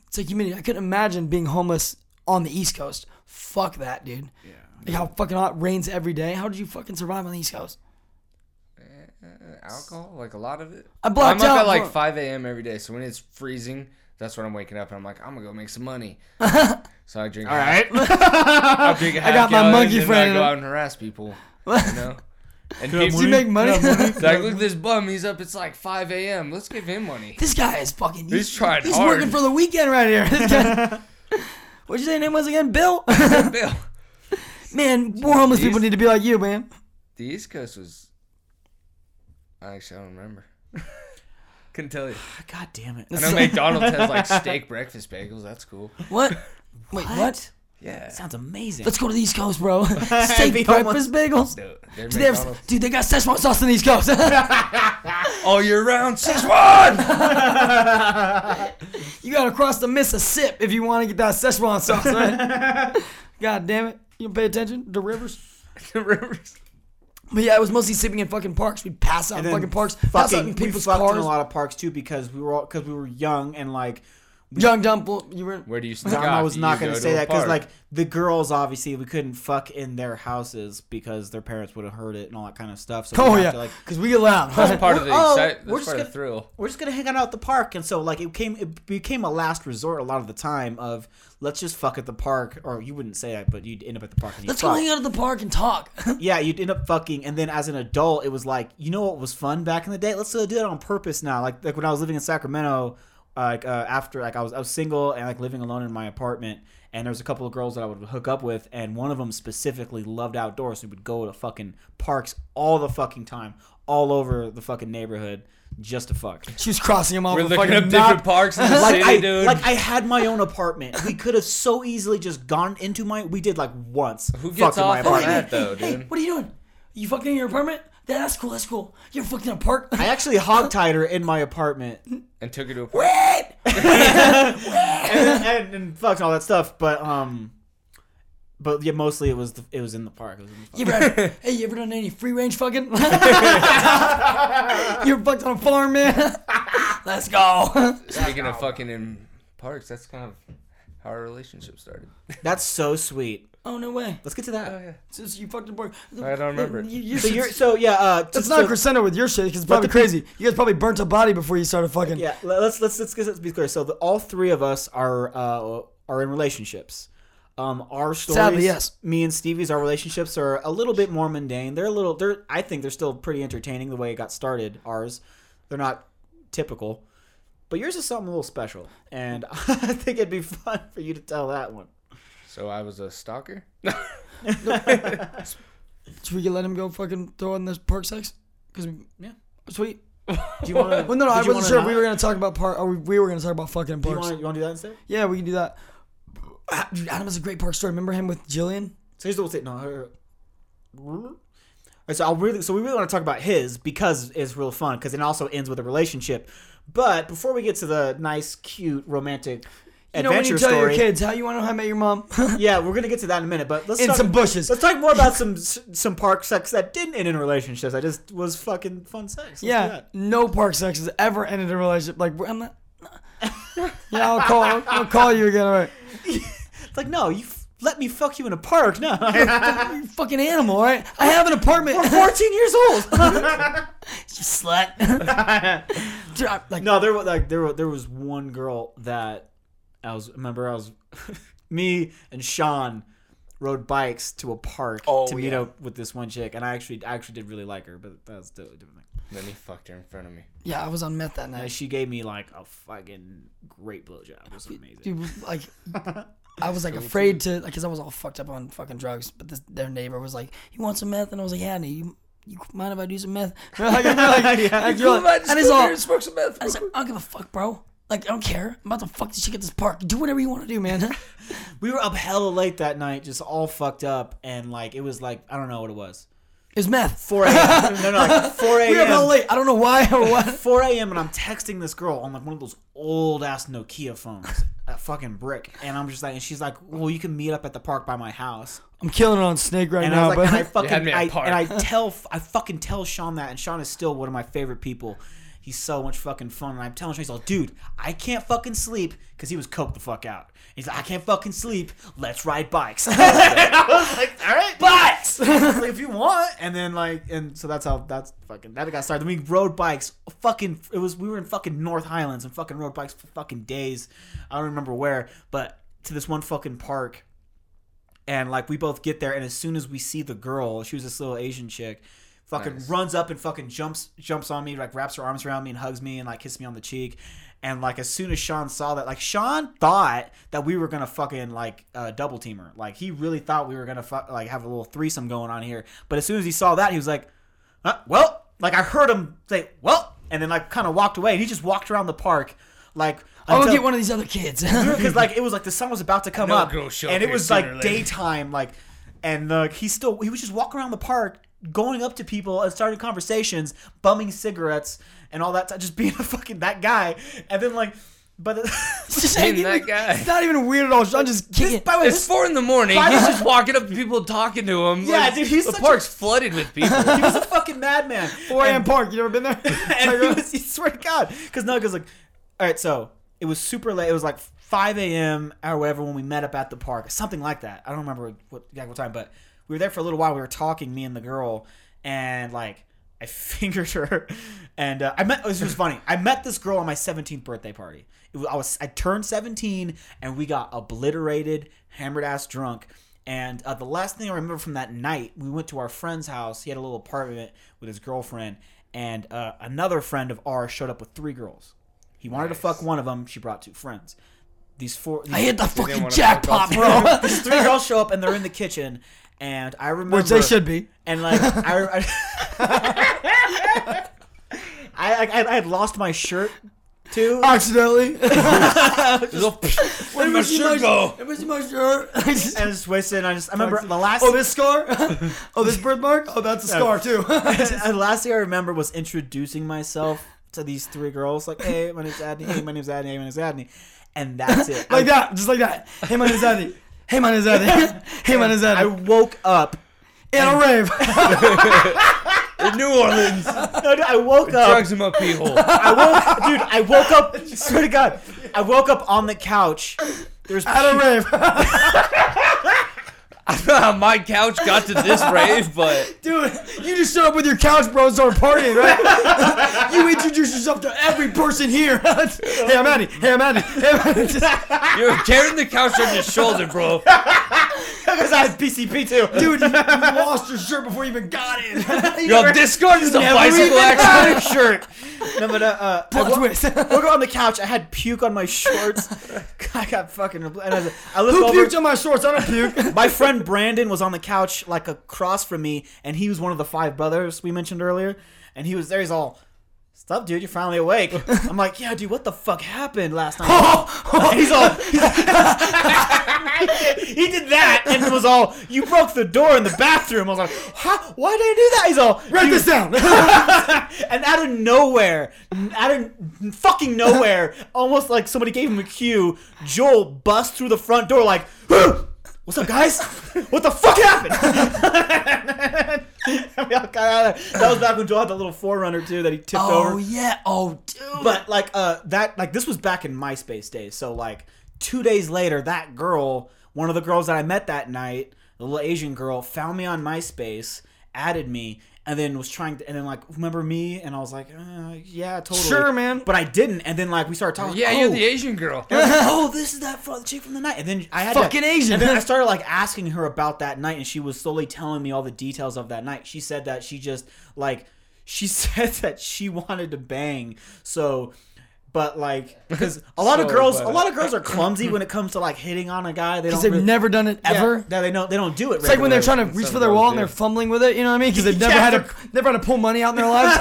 A: It's like humidity. I couldn't imagine being homeless on the East Coast. Fuck that, dude. Yeah. Like how fucking hot it rains every day. How did you fucking survive on the East Coast?
B: Alcohol, like a lot of it.
A: I blacked
B: am up
A: out,
B: at like
A: bro.
B: 5 a.m. every day, so when it's freezing, that's when I'm waking up and I'm like, I'm gonna go make some money. so I drink. All right. I drink. a half
A: got my
B: gallon,
A: monkey
B: and then
A: friend.
B: I go out and harass people. You know. And
A: Do you make money?
B: So I look at this bum. He's up. It's like 5 a.m. Let's give him money.
A: this guy is fucking.
B: He's trying
A: He's
B: hard.
A: working for the weekend right here. This guy- What'd you say your name was again? Bill.
B: Bill.
A: man, more homeless people
B: East-
A: need to be like you, man.
B: The East Coast was. Actually, I don't remember. Couldn't tell you.
C: God damn it!
B: I know McDonald's has like steak breakfast bagels. That's cool.
A: What? Wait, what?
B: Yeah.
C: Sounds amazing.
A: Let's go to the East Coast, bro.
C: Be
A: Steak
C: homeless.
A: breakfast bagels.
B: Dude, their
A: Dude, they have-
B: McDonald's-
A: dude, they got Szechuan sauce in the East Coast.
B: all year round. Szechuan.
A: you gotta cross the Mississippi if you want to get that Szechuan sauce. Right? God damn it! You don't pay attention to rivers.
B: Rivers.
A: But yeah, it was mostly sleeping in fucking parks. We'd pass out in
C: And then
A: fucking parks, pass out
C: Fucking,
A: in
C: we
A: people's
C: slept in
A: cars.
C: a lot of parks too because we were because we were young and like
A: Young dump. well, You were.
B: Where do you stop?
C: Dom, I was not
B: going
C: gonna say that because like the girls obviously we couldn't fuck in their houses because their parents would have heard it and all that kind of stuff. So we
A: Oh
C: have
A: yeah,
C: to, like
A: because we get loud.
B: that's part of the
C: oh,
B: excite-
C: we're
B: that's part of
C: just gonna-
B: the thrill.
C: we're just gonna hang out at the park, and so like it came it became a last resort a lot of the time of let's just fuck at the park, or you wouldn't say that, but you'd end up at the park and you
A: Let's go
C: fuck.
A: hang out at the park and talk.
C: yeah, you'd end up fucking, and then as an adult, it was like, you know what was fun back in the day? Let's uh, do it on purpose now. Like like when I was living in Sacramento, uh, like uh, after like I was I was single and like living alone in my apartment, and there was a couple of girls that I would hook up with, and one of them specifically loved outdoors. We would go to fucking parks all the fucking time, all over the fucking neighborhood, just to fuck.
A: she was crossing them off.
B: We're
A: with
B: looking
A: fucking knob-
B: up different parks in the city,
C: like I,
B: dude.
C: like I had my own apartment. We could have so easily just gone into my. We did like once.
B: Who
C: fuck
B: gets
C: in my
B: off on that
C: apartment.
B: though,
A: Hey,
B: dude?
A: what are you doing? You fucking in your apartment? Yeah, that's cool. That's cool. You're fucking in a park.
C: I actually hogtied her in my apartment
B: And took her to a park.
A: Wait!
C: and, and, and fucked all that stuff. But um, but yeah, mostly it was the, it was in the park. It was in the park.
A: You ever, hey, you ever done any free range fucking? You're fucked on a farm, man. Let's go.
B: Speaking of fucking in parks, that's kind of how our relationship started.
C: That's so sweet.
A: Oh no way.
C: Let's get to that.
A: So, so you fucked in a park.
B: I don't remember.
A: You, you
C: So
A: should-
C: you're so yeah. Uh, t-
A: It's not
C: so-
A: a crescendo with your shit because it's probably
C: the-
A: crazy. You guys probably burnt a body before you started fucking.
C: Yeah, le- let's let's let's, let's be clear. So the, all three of us are uh, are in relationships. Um, our stories,
A: Sadly, yes.
C: me and Stevie's, our relationships are a little bit more mundane. They're a little, they're I think they're still pretty entertaining the way it got started. Ours, they're not typical, but yours is something a little special, and I think it'd be fun for you to tell that one.
B: So I was a stalker.
A: Should we let him go fucking throw in this park sex? Because
C: Yeah.
A: sweet.
C: Do you want to?
A: Well, no, no, I
C: you
A: wasn't
C: wanna
A: sure if we
C: not?
A: were gonna talk about park. Or we, we were gonna talk about fucking in
C: you
A: parks.
C: want to do that instead?
A: Yeah, we can do that. Ah, dude, Adam has a great park story. Remember him with Jillian?
C: So here's the whole thing. No. her- All right, so I really, so we really want to talk about his because it's real fun because it also ends with a relationship. But before we get to the nice, cute, romantic
A: You know when
C: adventure
A: you tell
C: story,
A: your kids how you want to how I met your mom
C: yeah, we're gonna get to that in a minute. But let's
A: in
C: talk,
A: some bushes.
C: let's talk more about some some park sex that didn't end in relationships. I just was fucking fun sex. Let's do
A: yeah,
C: that.
A: no park sex has ever ended a relationship. Like I'm not. yeah, I'll call. I'll call you again. All right.
C: it's like no, you f- let me fuck you in a park. No,
A: You fucking animal, all right? I have an apartment.
C: we're 14 years old.
A: you slut. Dude, I- like,
C: No, there was like there was, there was one girl that I was remember I was me and Sean rode bikes to a park
A: Oh,
C: to meet up with this one chick, and I actually I actually did really like her, but that's totally different thing.
B: Then he fucked her in front of me.
A: yeah, I was on meth that
C: And
A: night.
C: she gave me like a fucking great blowjob. It was amazing.
A: Dude, like, I was like afraid to, like, cause I was all fucked up on fucking drugs. But this, their neighbor was like, "You want some meth?" And I was like, "Yeah, Andy, you, you mind if I do some meth?" Like, I'm like, like, you're like- and it's all,
B: smoke some meth.
A: I was like, "I don't give a fuck, bro." Like, I don't care. I'm about to fuck this chick at this park. Do whatever you want to do, man.
C: We were up hella late that night, just all fucked up, and like it was like I don't know what it was.
A: It's meth.
C: 4 a.m. no, no, like 4 a.m.
A: We were hella late. I don't know why or what.
C: 4 a.m. and I'm texting this girl on like one of those old ass Nokia phones, a fucking brick, and I'm just like, and she's like, well, you can meet up at the park by my house,
A: I'm killing it on Snake right
C: and I
A: now,
C: was like,
A: but
C: and I
B: had me
C: fucking,
B: at
C: I,
B: park.
C: and I tell, I fucking tell Sean that, and Sean is still one of my favorite people. He's so much fucking fun, and I'm telling Sean, he's all, dude, I can't fucking sleep because he was coked the fuck out. He's like, I can't fucking sleep. Let's ride bikes. and I was like, all right, bikes. like, if you want, and then like, and so that's how that's fucking that got started. Then we rode bikes. Fucking, it was we were in fucking North Highlands and fucking rode bikes for fucking days. I don't remember where, but to this one fucking park and like we both get there and as soon as we see the girl she was this little asian chick fucking runs up and fucking jumps jumps on me like wraps her arms around me and hugs me and like kisses me on the cheek and like as soon as sean saw that like sean thought that we were gonna fucking like uh, double team her like he really thought we were gonna fuck, like have a little threesome going on here but as soon as he saw that he was like uh, well like i heard him say well and then like kind of walked away and he just walked around the park like
A: I'll go
C: until-
A: get one of these other kids.
C: because like it was like the sun was about to come
B: know
C: up,
B: girls show up
C: and it
B: here
C: was
B: sooner
C: like
B: or later.
C: daytime, like, and like he still he was just walking around the park, going up to people and starting conversations, bumming cigarettes and all that, just being a fucking that guy, and then like, but
A: Just
B: Him,
A: ain't
B: that
A: even-
B: guy.
A: It's not even weird at all. Sean just kicking.
C: by the way,
B: It's
C: this,
B: four in the morning.
C: Five-
B: He's just walking up to people, talking to them.
C: Yeah, dude, he's
B: the
C: such a-
B: park's flooded with people.
C: he was a fucking madman.
A: 4 a.m. park. You ever been there?
C: and he was, he swear to God, because Nug was like, all right, so it was super late. It was like 5 a.m. or whatever when we met up at the park, something like that. I don't remember what exact what time, but we were there for a little while. We were talking, me and the girl, and like I fingered her, and uh, I met. It was just funny. I met this girl on my 17th birthday party. It was, I was I turned 17, and we got obliterated, hammered ass drunk. And uh, the last thing I remember from that night, we went to our friend's house. He had a little apartment with his girlfriend, and uh, another friend of ours showed up with three girls. He wanted to fuck one of them. She brought two friends. These four.
A: I hit the fucking
B: wanna fuck
A: jackpot,
B: off.
A: bro.
C: these three girls show up and they're in the kitchen, and I remember
A: Which they should be.
C: and like I, I, I, I, I had lost my shirt too.
A: Oh, Accidentally. Where
B: my shirt go?
A: It was my shirt.
C: and I just wasted. And I just I remember the last
A: oh, this scar? oh, this birthmark? Oh, that's a scar, too.
C: the last thing I remember was introducing myself to these three girls. Like, hey, my name's Adney. Hey, my name's Adney. Hey, my name's Adney. And that's it.
A: like
C: I,
A: that. Just like that. Hey, my name's Eddie. Hey, my name's Eddie. Hey, my name's
C: I
A: Eddie.
C: woke up.
A: In a rave.
B: In New Orleans,
C: No, no, I woke up.
B: drugs in my pee hole.
C: I woke, dude. I woke up. Swear to God, I woke up on the couch. There's
A: At a rave.
B: I don't know how my couch got to this rave, but
A: Dude, you just showed up with your couch, bro, and started partying, right? you introduced yourself to every person here. hey, I'm Addy. Hey, I'm Addy. Hey, I'm Addy.
B: you're carrying the couch on your shoulder, bro.
C: because I had PCP too.
A: Dude, you, you lost your shirt before you even got it.
B: Yo, discard is a bicycle accident.
C: shirt. No, but uh, uh, I
A: Plot
C: wo-
A: twist.
C: woke up on the couch. I had puke on my shorts. I got fucking. And I, was, I looked
A: Who
C: over.
A: puked on my shorts? I don't puke.
C: my friend Brandon was on the couch like across from me, and he was one of the five brothers we mentioned earlier. And he was there. He's all, "Stop, dude! You're finally awake." I'm like, "Yeah, dude. What the fuck happened last night?" he's all, he did that, and was all, "You broke the door in the bathroom." I was like, "Huh? Why did I do that?" He's all,
A: Write
C: "Dude,
A: this down.
C: and out of nowhere, out of fucking nowhere, almost like somebody gave him a cue, Joel busts through the front door like, "What's up, guys? What the fuck happened?" And we all got out of there. That was back when Joel had the little forerunner too that he tipped
A: oh,
C: over.
A: yeah. Oh, dude.
C: But like uh that like this was back in MySpace days. So like two days later, that girl, one of the girls that I met that night, the little Asian girl, found me on MySpace, added me, and then was trying to and then like remember me and I was like, uh, yeah, totally.
A: Sure, man.
C: But I didn't. And then like we started talking.
B: Yeah,
C: oh,
B: you're the Asian girl.
C: I was like, oh, this is that fr- chick from the night. And then I had to-
A: Fucking Asian.
C: And then I started like asking her about that night, and she was slowly telling me all the details of that night. She said that she just like she said that she wanted to bang. So, but like because a lot of
B: So,
C: girls, a
B: but-
C: lot of girls are clumsy when it comes to like hitting on a guy. They don't.
A: Because they've
C: really-
A: never done it
C: yeah,
A: ever.
C: No, they don't. They don't do it.
A: It's like when they're trying to
B: Some
A: reach for their
B: girls
A: wall and
B: do.
A: they're fumbling with it. You know what I mean? Because they've never
C: Yeah,
A: had to never had to pull money out in their lives.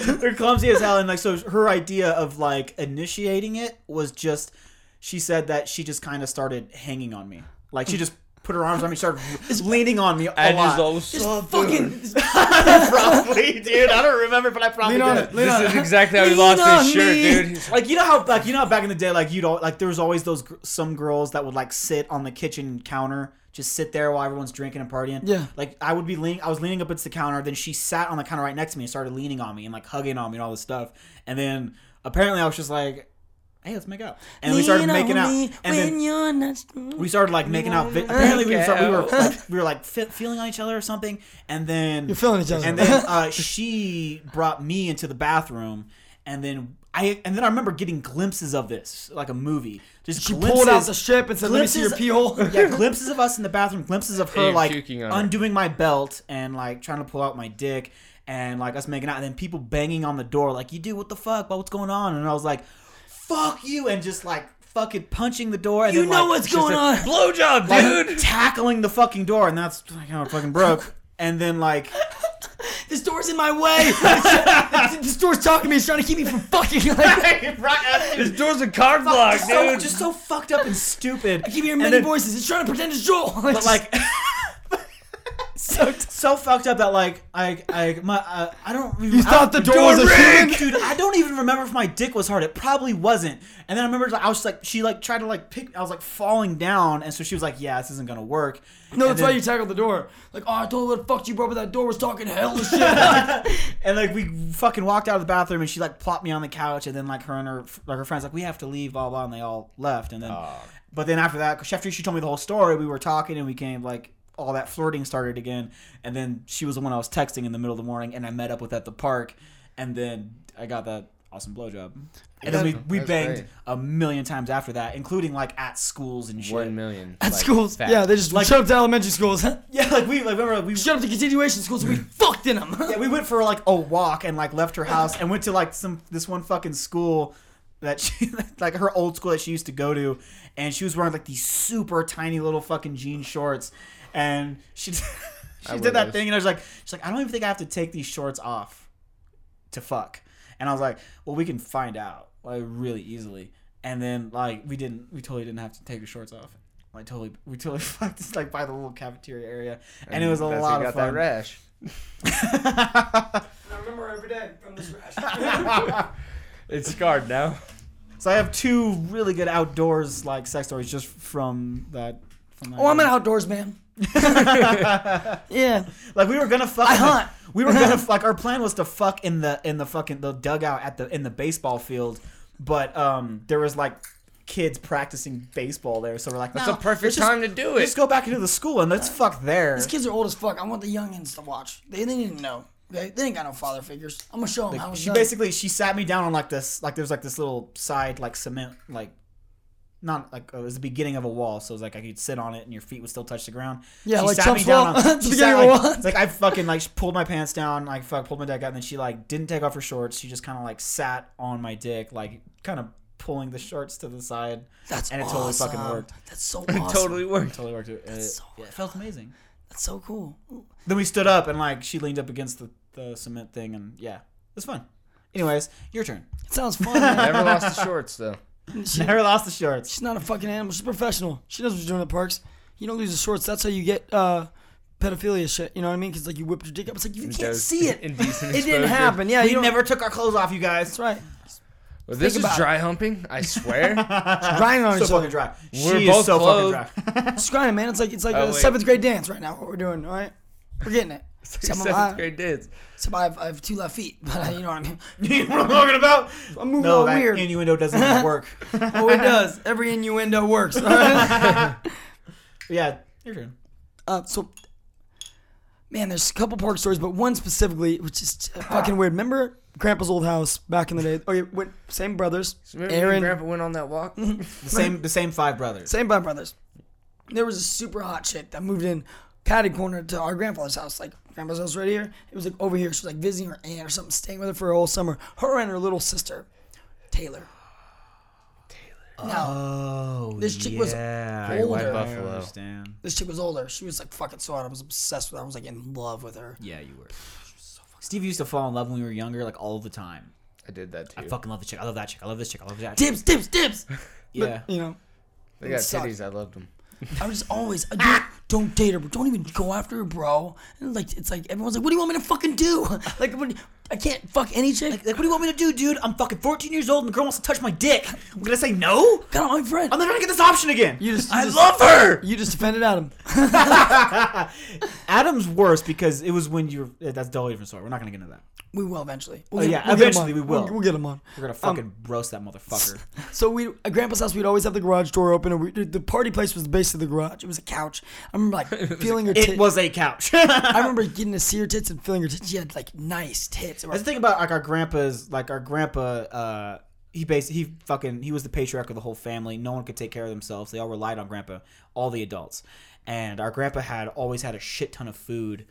C: They're clumsy as hell, and like so, her idea of like initiating it was just. She said that she just kind of started hanging on me, like
A: Mm.
C: she just put her arms on me, started leaning on me a
B: And
C: lot.
B: he's all so
A: Fucking
C: probably, dude. I don't remember, but I probably
A: lean on
C: did.
A: it. Lean
B: This
A: on
B: is
A: it.
B: exactly how he
A: Lean
B: lost
A: on
B: his shirt,
A: me.
B: dude. He's-
C: Like you know how back you know how back in the day, like you'd all like there was always those gr- some girls that would like sit on the kitchen counter, just sit there while everyone's drinking and partying.
A: Yeah.
C: Like I would be leaning, I was leaning up against the counter, then she sat on the counter right next to me and started leaning on me and like hugging on me and all this stuff. And then apparently I was just like, "Hey, let's make out," and we started
A: Lean on
C: making out.
A: me
C: And
A: when
C: then
A: you're not-
C: we started like making out. vi- Apparently we,
B: make
C: started, we were
B: out.
C: like, we were like fe- feeling on each other or something, and then
A: You're feeling each other.
C: and then uh, she brought me into the bathroom, and then I and then I remember getting glimpses of this like a movie. Just
A: she
C: glimpses,
A: pulled out the strip and said, "Let me see your
C: glimpses-
A: pee hole."
C: yeah, glimpses of us in the bathroom, glimpses of her
B: And
C: like
B: puking on her.
C: undoing my belt and like trying to pull out my dick and like us making out, and then people banging on the door like, "You do what the fuck? Well, what's going on?" And I was like, "Fuck you!" and just like fucking punching the door. And
A: You
C: then,
A: know
C: like,
A: what's
C: just,
A: going
C: like,
A: on.
B: Blowjob,
C: like,
B: dude.
C: tackling the fucking door, and that's like how it fucking broke. And then like
A: This door's in my way. this door's talking to me. It's trying to keep me from fucking. Like,
B: His door's a card block,
C: just so,
B: dude.
C: just so fucked up and stupid.
A: I keep hearing
C: And
A: many
C: then-
A: voices. It's trying to pretend it's Joel.
C: But like, so fucked up that like I I my uh, I don't. Even,
E: You thought the door was a sink?
C: dude. I don't even remember if my dick was hard. It probably wasn't. And then I remember like, I was just, like she like tried to like pick. I was like falling down, and so she was like, "Yeah, this isn't gonna work."
A: No,
C: And
A: that's why
C: then-
A: you tackled the door. Like, oh, I totally would've fucked you, bro, but that door was talking hella shit.
C: and like we fucking walked out of the bathroom and she like plopped me on the couch and then like her and her like her friends like we have to leave blah blah and they all left and then but then after that 'cause after she told me the whole story we were talking and we came like all that flirting started again and then she was the one I was texting in the middle of the morning and I met up with at the park and then I got that awesome blowjob and then we, we
B: That's
C: banged
B: great.
C: a million times after that including like at schools and shit
B: One million.
A: At
B: like,
A: schools.
B: fact.
A: Yeah, they just shut up to elementary schools. shut
C: yeah like we like remember like, we
A: up to continuation schools, and we fucked in them.
C: Yeah, we went for like a walk and like left her house and went to like some this one fucking school that she like her old school that she used to go to, and she was wearing like these super tiny little fucking jean shorts, and she she did that
B: would've.
C: thing and I was like she's like I don't even think I have to take these shorts off to fuck, and I was like well we can find out like really easily, and then like we didn't we totally didn't have to take her shorts off. Like totally, we totally fucked this like by the little cafeteria area, and, it was a
B: that's who
C: lot
B: got
C: of
B: That
C: fun.
B: rash.
A: I remember every day from this rash.
B: It's scarred now.
C: So I have two really good outdoors like sex stories just from that. From that
A: Oh, I'm an outdoors man. yeah.
C: like we were gonna fuck.
A: I
C: in the-
A: hunt.
C: we were gonna like our plan was to fuck in the in the fucking the dugout at the in the baseball field, but um there was like kids practicing baseball there, so we're like
A: That's
C: no,
A: a
B: Perfect
C: let's just-
B: time to do
C: Let's
B: it.
C: go back into the school and let's fuck there.
A: These kids are old as fuck. I want the youngins to watch. They, they need to know. Okay? They ain't got no father figures. I'm going to show them how it's
C: she
A: done.
C: basically she sat me down on like this like there's like this little side like cement like not like it was the beginning of a wall so it was like I could sit on it and your feet would still touch the ground.
A: Yeah,
C: she
A: like
C: sat me
A: Trump's
C: down
A: wall.
C: on
A: At the
C: she
A: beginning
C: sat,
A: of a
C: like,
A: wall.
C: it's like I fucking like she pulled my pants down like fuck pulled my dick out and then she like didn't take off her shorts she just kind of like sat on my dick like kind of pulling the shorts to the side.
A: That's
C: and it totally fucking
A: awesome.
C: worked.
A: That's so awesome.
B: Totally worked. Uh,
C: Totally worked. It,
A: That's so,
C: it felt amazing.
A: that's so cool.
C: Then we stood up and like she leaned up against the, the cement thing and yeah it was fun. Anyways, your turn.
A: It sounds fun. man.
B: Never lost the shorts though.
C: Never lost the shorts.
A: She's not a fucking animal. She's a professional. She knows what she's doing at parks. You don't lose the shorts. That's how you get uh, pedophilia shit. You know what I mean? Because like you whip your dick up. It's like you can't
B: does.
A: see it. it
B: Indecent
A: didn't
B: exposure.
A: happen. Yeah, you
C: We
A: don't-
C: never took our clothes off, you guys.
A: That's right.
B: Well, this
A: Think
B: is
A: about it.
B: dry humping. I swear.
A: Grinding on
C: So
A: each
C: fucking
A: other.
C: dry.
B: We're
C: she
B: both
C: is so
B: clothed.
C: fucking dry.
A: It's grinding, man. It's like it's like
B: Oh,
A: a
B: wait.
A: seventh grade dance right now. What we're doing, all right? We're getting it. Except, I'm
B: Seventh
A: alive.
B: grade dance.
A: Except I have, I have two left feet, but uh, you know what I mean.
C: you know what I'm talking about?
A: I'm moving
C: No,
A: all
C: that
A: weird.
C: innuendo doesn't even work.
A: oh, it does. Every innuendo works. Uh, All right?
C: yeah, your turn.
A: Uh, so, man, there's a couple park stories, but one specifically, which is fucking weird. Remember Grandpa's old house back in the day? Okay, when, same brothers,
B: Remember when
A: Aaron, Mm-hmm.
B: Grandpa went on that walk?
C: The same, the same five brothers.
A: same bad brothers. There was a super hot chick that moved in patty corner to our grandfather's house, like grandpa's house right here. It was like over here. She was like visiting her aunt or something, staying with her for a whole summer. Her and her little sister, Taylor. Taylor. Now,
C: Oh,
A: this chick was
C: yeah.
B: Great White
A: older.
C: I
B: Buffalo.
C: understand.
A: this chick was older. She was like fucking so hot. I was obsessed with her. I was like in love with her.
C: Yeah, you were. Steve used to fall in love when we were younger, like all the time.
B: I did that
C: I
B: too.
C: fucking love the chick. I love that chick. I love this chick. I love that. Chick.
A: Dibs, dibs, dibs.
C: Yeah.
A: You know,
B: They got
A: It sucked.
B: titties. I loved them.
A: I was always, uh, don't, don't date her, bro. Don't even go after her, bro. And like, it's like, everyone's like, what do you want me to fucking do? like, what- I can't fuck any chick.
C: Like, what do you want me to do, dude? I'm fucking 14 years old and the girl wants to touch my dick. I'm gonna say no.
A: Got all my friends.
C: I'm never gonna get this option again.
A: You just, you
C: I
A: just-
C: love her.
A: You just offended Adam.
C: Adam's worse because it was when you were. That's a totally different story. We're not gonna get into that.
A: We will eventually.
C: Oh,
A: We'll
C: yeah,
A: we'll him
C: eventually
A: on.
C: we will.
A: We'll, we'll get him on.
C: We're gonna fucking roast that motherfucker.
A: So we at Grandpa's house, we'd always have the garage door open, and we, the party place was the base of the garage. It was a couch. I remember like feeling her
C: it
A: tits.
C: was a couch. That's
A: I remember getting to see her tits and feeling her tits. She had like nice tits.
C: the thing about like our grandpa's, like our grandpa. uh he bas he fucking he was the patriarch of the whole family. No one could take care of themselves. They all relied on grandpa, all the adults. And our grandpa had always had a shit ton of food,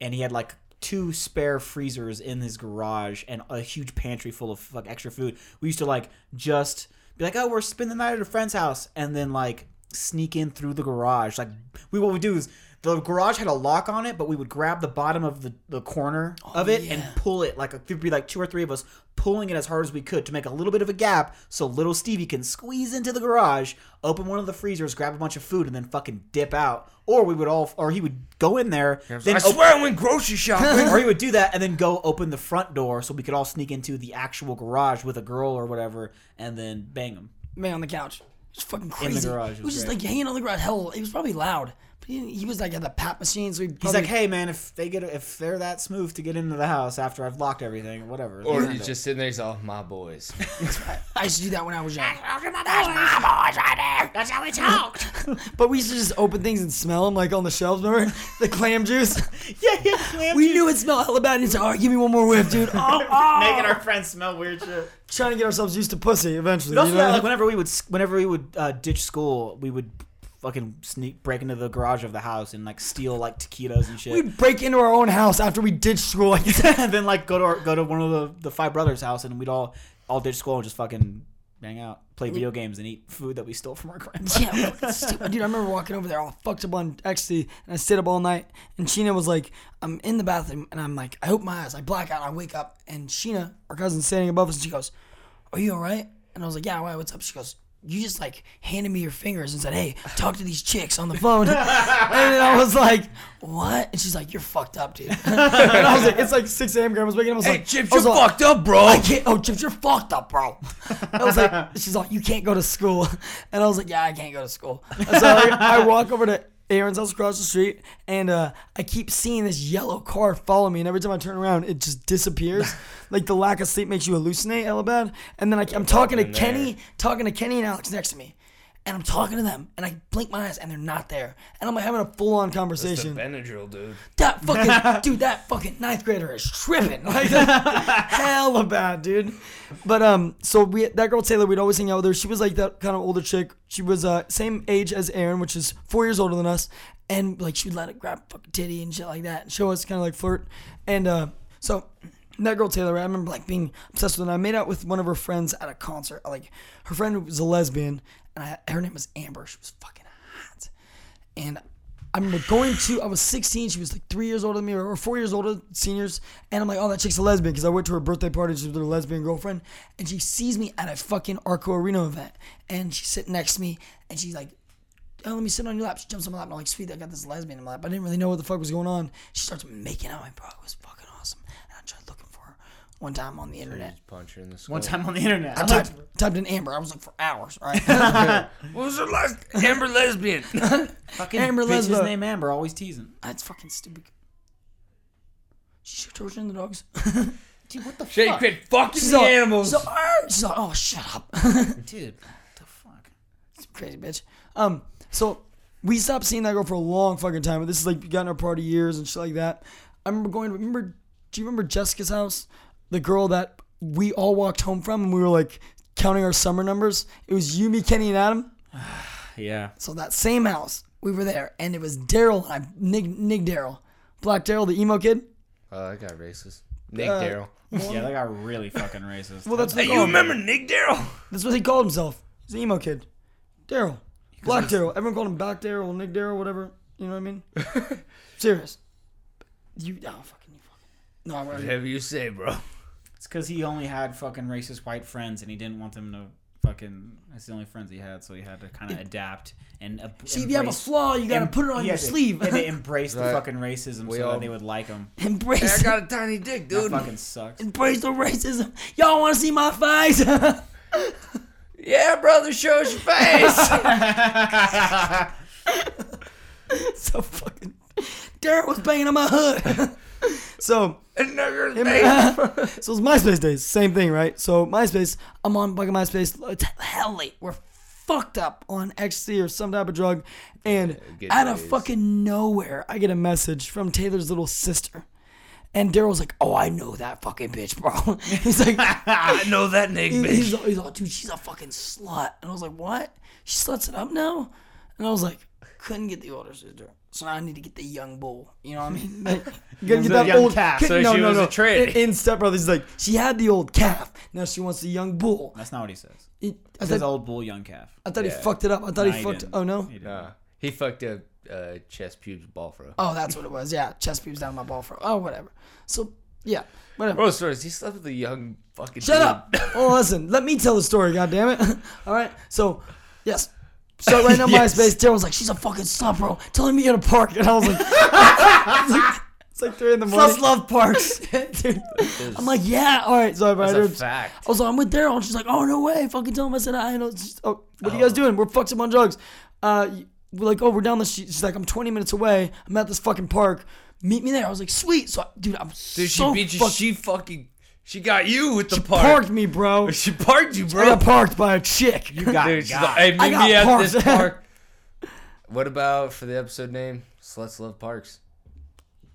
C: and he had like two spare freezers in his garage and a huge pantry full of like extra food. We used to like just be like, oh, we're spending the night at a friend's house, and then like sneak in through the garage. Like we what we do is The garage had a lock on it, but we would grab the bottom of the, the corner of it and pull it like a, there'd be like two or three of us pulling it as hard as we could to make a little bit of a gap so little Stevie can squeeze into the garage, open one of the freezers, grab a bunch of food, and then fucking dip out. Or we would all, or he would go in there, then
B: I
C: open-
B: swear I went grocery shopping.
C: or he would do that and then go open the front door so we could all sneak into the actual garage with a girl or whatever and then bang him.
A: man on the couch. It was fucking crazy. He
C: garage was
A: was just
C: great.
A: like hanging on the ground. Hell, it was probably loud. But he, he was like at the pap machine, so he
C: He's
A: probably-
C: like, hey man, if they get if they're that smooth to get into the house after I've locked everything or whatever.
B: Or
C: then
B: he's just sitting there. He's all my boys.
A: I used to do that when I was young. but we used to just open things and smell them, like on the shelves. Remember the clam juice?
C: yeah, yeah, clam
A: We
C: juice.
A: knew it smelled hella bad. And it's like, all right, give me one more whiff, dude. Oh, oh.
C: making our friends smell weird shit.
A: Trying to get ourselves used to pussy eventually.
C: But also,
A: you know?
C: that, like whenever we would whenever we would uh, ditch school, we would fucking sneak break into the garage of the house and like steal like taquitos and shit.
A: We'd break into our own house after we ditched school. Like,
C: and then like go to our, go to one of the, the five brothers' house, and we'd all all ditch school and just fucking bang out, play video games, and eat food that we stole from our grandpa.
A: Yeah, we're fucking stupid. dude. I remember walking over there all fucked up on ecstasy, and I stayed up all night. And Sheena was like, "I'm in the bathroom," and I'm like, "I hope my eyes." I black out. I wake up, and Sheena, our cousin, standing above us, and she goes, "Are you all right?" And I was like, "Yeah, why? What's up?" She goes, "You just like handed me your fingers and said, hey, talk to these chicks on the phone.'" and then I was like, "What?" And she's like, "You're fuckkt up, dude." and I was like, "It's like 6 a.m. Grandma's waking up." I was
B: hey,
A: like,
B: Chips,
A: I
B: you're
A: was all-
B: fucked up, bro.
A: I can't. Oh, Chips, you're fucked up, bro. I was like, she's like, you can't go to school, and I was like, yeah, I can't go to school. And so I, I walk over to Aaron's house across the street, and uh, I keep seeing this yellow car follow me, and every time I turn around, it just disappears. like the lack of sleep makes you hallucinate, hella bad. And then I, I'm talking to
B: in there.
A: Kenny, talking to Kenny and Alex next to me. And I'm talking to them, and I blink my eyes, and they're not there. And I'm like having a full-on
B: It's the
A: conversation
B: Benadryl, dude.
A: that fucking dude, that fucking ninth grader is tripping. Like hella bad, dude. But um, so we that girl Taylor, we'd always hang out with her. She was like that kind of older chick. She was uh same age as Aaron, which is four years older than us. And like she'd let it grab fucking titty and shit like that, and show us kind of like flirt. And uh, so that girl Taylor, I remember like being obsessed with. her. And I made out with one of her friends at a concert. Like her friend was a lesbian, and I, her name was Amber. She was fucking hot and I remember going to, I was 16, she was like three years older than me or or four years older, seniors. And I'm like, oh, that chick's a lesbian because I went to her birthday party. She was with her lesbian girlfriend. And she sees me at a fucking Arco Arena event. And she's sitting next to me and she's like, oh, let me sit on your lap. She jumps on my lap and I'm like, sweet, I got this lesbian in my lap. I didn't really know what the fuck was going on. She starts making out with me, bro. It was fucking awesome. And I tried looking for her one time on the internet.
B: Punch her in the skull.
C: One time on the internet,
A: I
C: I
A: typed,
C: looked-
A: typed in Amber. I was like, for hours, right?
B: What was her last Amber lesbian?
C: fucking
A: Amber
C: Amber bitch's
A: Lesbo.
C: name Amber, always teasing.
A: That's fucking stupid. She's torturing the dogs.
C: Dude, what the
B: Shit, you
C: fuck,
B: quit fucking
A: She's
B: the
A: all-
B: animals.
A: she's all, "Arr!" she's all, oh, shut up.
C: dude? What the fuck?
A: Crazy bitch. Um, so we stopped seeing that girl for a long fucking time. But this is like we got in our party years and shit like that. I remember going. Remember? Do you remember Jessica's house? The girl that we all walked home from, and we were like counting our summer numbers. It was you, me, Kenny, and Adam.
C: Yeah,
A: So that same house, we were there, and it was Daryl. I Nick, Nick Daryl, Black Daryl, the emo kid.
B: Oh, that got racist. Nick
A: Uh,
B: Daryl.
C: yeah, they got really fucking racist.
A: Well, that's what
B: Hey,
A: they
B: you
A: called him.
B: remember Nick Daryl?
A: That's what he called himself. He's an emo kid. Daryl. Black Daryl. Everyone called him Black Daryl, Nick Daryl, whatever. You know what I mean? Serious. You, oh, fucking, you fucking. No, I'm already.
B: Whatever you say, bro.
C: it's because he only had fucking racist white friends, and he didn't want them to fucking. That's the only friends he had, so he had to kind of adapt and. ab-
A: See, if you have a
C: embrace-
A: flaw, you gotta
C: em-
A: put it on
C: he
A: your
C: had to-
A: sleeve.
C: he had to embrace the
B: Right.
C: fucking racism
B: We
C: so
B: all-
C: that they would like him.
B: Hey, I
A: Embrace,
B: got a tiny dick,
C: That
B: dude.
C: fucking sucks.
A: embrace the racism. Y'all wanna see my face?
B: Yeah, brother, show us your face.
A: so fucking. Daryl was banging on my hood. so.
B: Nigger
A: Him-
B: face.
A: so it's MySpace days. Same thing, right? So MySpace, I'm on fucking MySpace. It's hell late. We're fucked up on ecstasy or some type of drug. And
B: good
A: out of
B: days.
A: fucking nowhere, I get a message from Taylor's little sister. And Daryl's like, oh, I know that fucking bitch, bro. he's like,
B: I know that Nick
A: he-
B: bitch.
A: he's, all, he's all, dude, she's a fucking slut. And I was like, what? She sluts it up now? And I was like, couldn't get the older sister. So now I need to get the young bull. You know what I mean? Like, you gotta get
B: the
A: that
B: young
A: old
B: calf,
A: kid-
B: so she was a trade.
A: In, in Step Brothers, he's like, she had the old calf. Now she wants the young bull.
C: That's not what he says.
A: He- I
C: He says
A: thought,
C: old bull, young calf.
A: I thought he
B: yeah.
A: fucked it up. I thought
C: No,
A: he
C: he
A: fucked.
C: didn't.
A: Oh no.
C: He didn't.
B: Nah, he fucked up uh, chest pubes ball fro.
A: Oh, that's what it was. Yeah, chest pubes down my ball for. Oh, whatever. So yeah, whatever.
B: Bro, stories. He slept with a young fucking.
A: Shut
B: dude.
A: up. Well, listen, let me tell the story, goddammit. All right. So, yes. So right now, MySpace, Daryl was like, she's a fucking slut, bro. Tell her to meet you in a park. And I was like, It's like- it's like three in the morning. Sluts love parks. Dude. I'm like, yeah, all right. So I
B: That's
A: invited
B: a
A: her.
B: fact.
A: I was like, I'm with Daryl. And she's like, oh, no way. Fucking tell him I said I know. It's just- Oh, what are you guys doing? We're fucked up on drugs. Uh, y- we're like, oh, we're down the street. She's like, I'm 20 minutes away. I'm at this fucking park. Meet me there. I was like, sweet. So, I, dude, I'm
B: Dude, she
A: so
B: beat you.
A: fucking-
B: She fucking. She got you with the
A: parked
B: park.
A: me, bro.
B: She parked you,
A: I
B: bro.
A: got parked by a chick. You got
B: Dude, she's like, hey,
A: I
B: meet
A: got
B: me at this
A: parked.
B: park. What about for the episode name? Sluts love parks.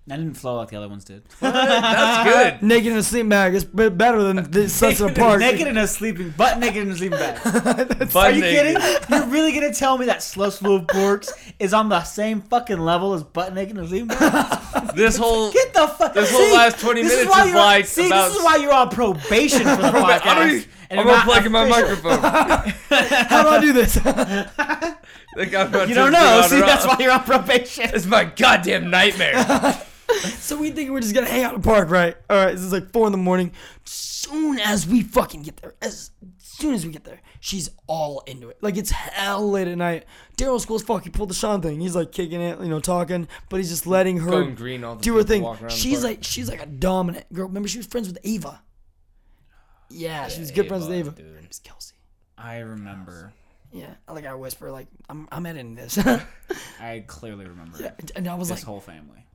C: That didn't flow like the other ones did.
B: That's good.
A: naked in a sleep bag. It's b- better than the Sons of the Park.
C: naked in a sleeping, butt naked in a sleeping bag.
B: Fun
C: Are you
B: thing.
C: kidding? You're really gonna tell me that slow slow borks is on the same fucking level as butt naked in a sleeping bag?
B: This whole
C: Get the fuck.
B: This whole last 20
C: this
B: minutes
C: why
B: is
C: you're on-
B: like
C: see,
B: about-
C: this is why you're on probation for the podcast.
B: I'm,
C: and
B: I'm
C: you're not
B: unplugging my
C: official.
B: microphone.
A: How do I do this?
B: Like, I'm about to
C: You don't
B: put
C: know.
B: on
C: See,
B: her
C: that's
B: own.
C: why you're on probation.
B: It's my goddamn nightmare.
A: so we think we're just gonna hang out in the park, right? All right, this is like four in the morning. Soon as we fucking get there, as soon as we get there, she's all into it. Like it's hell late at night. Daryl's cool as fuck. He pulled the Sean thing. He's like kicking it, you know, talking, but he's just letting her
B: Going green all the
A: do her
B: people
A: thing.
B: walking around the
A: She's
B: park.
A: like she's like a dominant girl. Remember, she was friends with Ava. Yeah, she was good friends with Ava.
B: Ava, dude.
A: Her name's Kelsey.
C: I remember.
A: Yeah, like I whisper, like I'm, I'm editing this,
C: I clearly remember
A: and I was like,
C: whole family.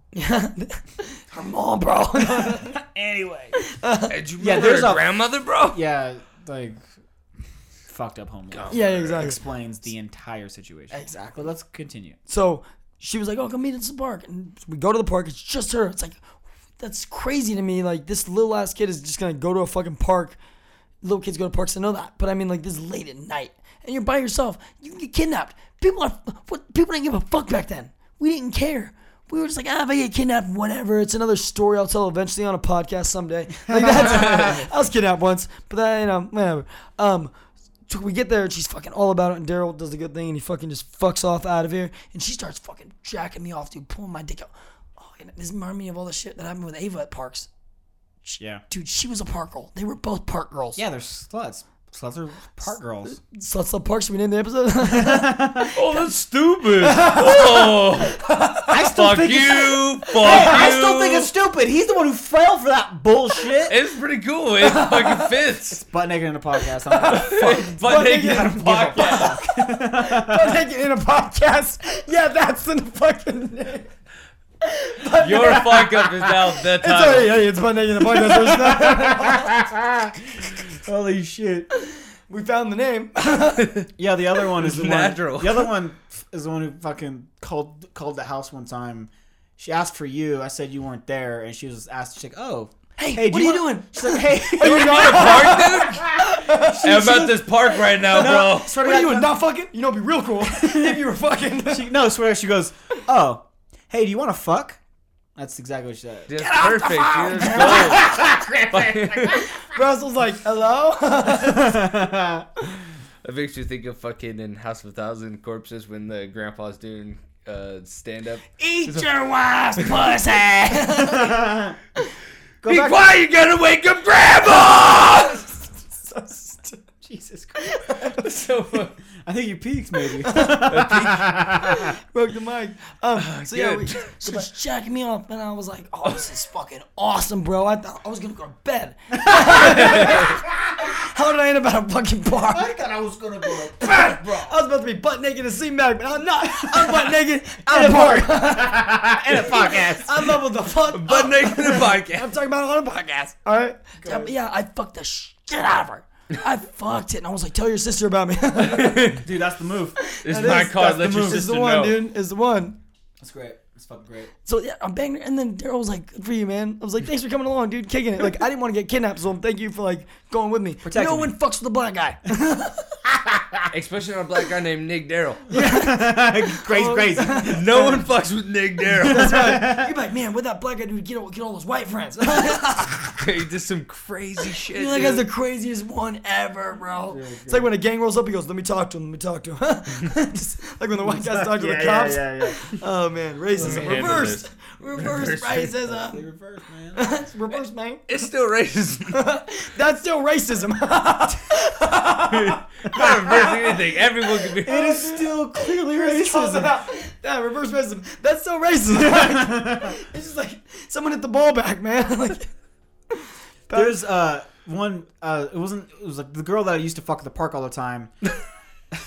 A: her mom, bro.
C: Anyway.
B: Hey, do you
C: Yeah,
B: remember
C: there's
B: her
C: a-
B: grandmother, bro?
C: Yeah, like fucked up home life.
A: yeah, exactly.
C: Explains the entire situation.
A: Exactly.
C: But let's continue.
A: So she was like, "Oh, come meet us at the park," and we go to the park. It's just her. It's like that's crazy to me. Like this little ass kid is just gonna go to a fucking park. Little kids go to parks. I know that, but I mean, like this is late at night, and you're by yourself. You can get kidnapped. People are what? People didn't give a fuck back then. We didn't care. We were just like, ah, if I get kidnapped, whatever. It's another story I'll tell eventually on a podcast someday. Like that's, I was kidnapped once, but that, you know, whatever. Um, so we get there and she's fucking all about it. And Daryl does the good thing and he fucking just fucks off out of here. And she starts fucking jacking me off, dude, pulling my dick out. Oh, and this reminded me of all the shit that happened with Ava at parks.
C: Yeah.
A: Dude, she was a park girl. They were both park girls.
C: Yeah, they're sluts. Sluts are part girls.
A: So that's the parks we named the episode.
B: Oh, that's stupid. Oh,
C: I still
B: fuck you. Fuck
C: think it's-
B: you.
C: I still think it's stupid. He's the one who fell for that bullshit.
B: It's pretty cool. It fucking fits.
C: Butt naked in a podcast. I'm
B: It's butt naked in a podcast.
A: Don't take it in a podcast. Yeah, that's in the fucking name.
B: Your fuck up is now the
A: It's already,
B: title.
A: hey, it's fun taking the podcast. There's no-
C: Holy shit.
A: we found the name.
C: Yeah, the other one is the
B: Natural.
C: one. The other one is the one who fucking called called the house one time. She asked for you. I said you weren't there, and she was asked. She's like, "Oh,
A: Hey,
C: hey,
A: what
C: do
A: are you
C: want-"
A: doing?
C: She's like, "Hey,
B: You want a park, dude? Hey, I'm at this park right now, bro.
C: swear to
A: What are you
C: God,
A: doing? Not fucking? You know, it'd be real cool if you were fucking.
C: She, no, swear. She goes, "Oh, hey, do you want to fuck?" That's exactly what she said.
B: Just perfect, dude. It's gold.
A: Russell's like, hello?
B: That makes you think of fucking in House of a Thousand Corpses when the grandpa's doing uh, stand up.
A: Eat your wife's pussy.
B: Be quiet, you gotta wake up grandma!
C: Jesus
B: so, uh,
C: I think you peaked, maybe.
A: broke the mic. Um, so yeah,
B: good.
A: we, she was jacking me up, and I was like, "Oh, this is fucking awesome, bro." I thought I was gonna go to bed. How did I end up at a fucking bar? I thought I was gonna go to bed, bro. I was about to be butt naked and see Mac, but I'm not. I'm butt naked at a bar.
C: and a podcast.
A: I'm up with the fuck.
B: but naked in a
A: I'm
B: podcast.
A: talking about it on a podcast. All right. Yeah, but yeah, I fucked the shit out of her. I fucked it, and I was like, "Tell your sister about me."
C: Dude, that's the move.
B: This is my card. Let your
A: It's
B: sister
A: the one,
B: know.
A: dude. It's the one.
C: That's great. It's fucking great.
A: So yeah, I'm banging. her, And then Daryl was like, "Good for you, man." I was like, "Thanks for coming along, dude. Kicking it." Like I didn't want to get kidnapped, so thank you for like going with me. no
C: me.
A: one fucks with a black guy.
B: Especially on a black guy named Nick Darrell.
C: Crazy, crazy.
B: No one fucks with Nick Darrell.
A: You're like, man, with that black guy, dude, get all, get all those white friends. You're
B: he did some crazy shit.
A: like, that's the
B: dude.
A: craziest one ever, bro. It's like when a gang rolls up, he goes, "Let me talk to him. Let me talk to him." Just like when the white guys talk to the cops.
C: yeah, yeah.
A: Oh man, racism
B: handle
A: reversed.
B: this.
A: Reverse
C: They
A: racism.
C: reverse, man.
A: Reverse, man.
B: It's still racist.
A: That's still racism.
B: Not reversing anything. Everyone can be.
A: It is still clearly racism. Yeah, reverse racism. That's still racism. it's just like someone hit the ball back, man. like,
C: There's uh one uh it wasn't it was like the girl that I used to fuck at the park all the time.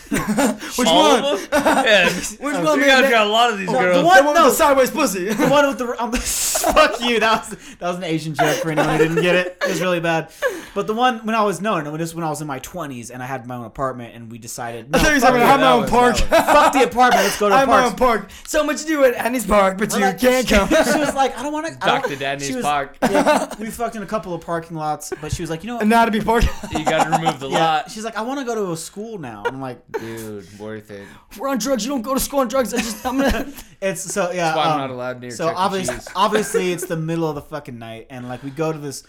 A: which
B: All
A: one?
B: of them? Yeah.
A: Which
B: You
A: one,
B: guys
A: man?
B: got a lot of these
A: The
B: girls.
A: one, with the sideways pussy.
C: The one with the, um, fuck you. That was that was an Asian joke for anyone who didn't get it. It was really bad. But the one when I was known, and this when I was in my twenties and I had my own apartment, and we decided no,
A: I thought you were
C: fuck,
A: talking
C: it.
A: about I have my
B: that
A: own
B: was-
A: park.
B: that
A: I
C: Fuck the apartment. Let's go to the
A: have my own
C: park.
A: park. So much to do at Annie's Park, but you can't come.
C: she was like, I don't want to.
B: Dr. Dadney's Park.
C: Yeah, we fucked in a couple of parking lots, but she was like, you know what?
A: Anatomy Park.
B: You gotta remove the
C: Yeah,
B: lot.
C: she's like, I want to go to a school now. And I'm like,
B: Dude, worth it.
A: If we're on drugs. You don't go to school on drugs. I just I'm gonna.
C: It's so yeah.
B: why I'm
C: um,
B: not allowed near
C: So
B: Chuck E.
C: obviously,
B: Cheese.
C: obviously, it's the middle of the fucking night, and like we go to this.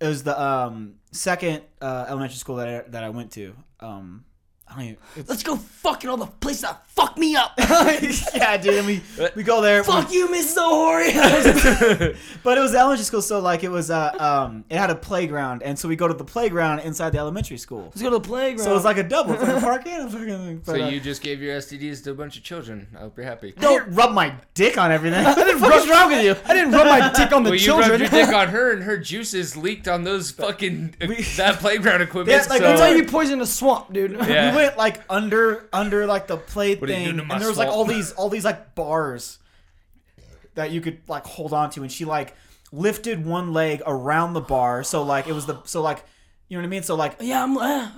C: It was the um second uh, elementary school that I, that I went to. Um, I don't even. It's,
A: Let's go fucking all the places that fuck me up.
C: yeah, dude. And we we go there.
A: fuck you, Mrs. O'Hori.
C: But it was elementary school, so like it was uh um it had a playground, and so we go to the playground inside the elementary school.
A: Let's go to the playground.
C: So it was like a double. It's like a park and a fucking.
B: So
C: but, uh,
B: you just gave your STDs to a bunch of children. I hope you're happy.
C: I didn't rub my dick on everything. What the fuck is wrong with you?
A: I didn't rub my dick on the
B: Well, you
A: children.
B: rubbed your dick on her, and her juices leaked on those fucking uh, that playground equipment.
C: Yeah, like,
B: so,
A: That's how you poison a swamp, dude.
B: Yeah.
C: We went like under under like the play
B: are you
C: thing,
B: doing to
C: and
B: my
C: there was like
B: swamp?
C: all these all these like bars that you could like hold on to, and she like lifted one leg around the bar, so like it was the so like you know what I mean. So like
A: Yeah, I'm. Uh,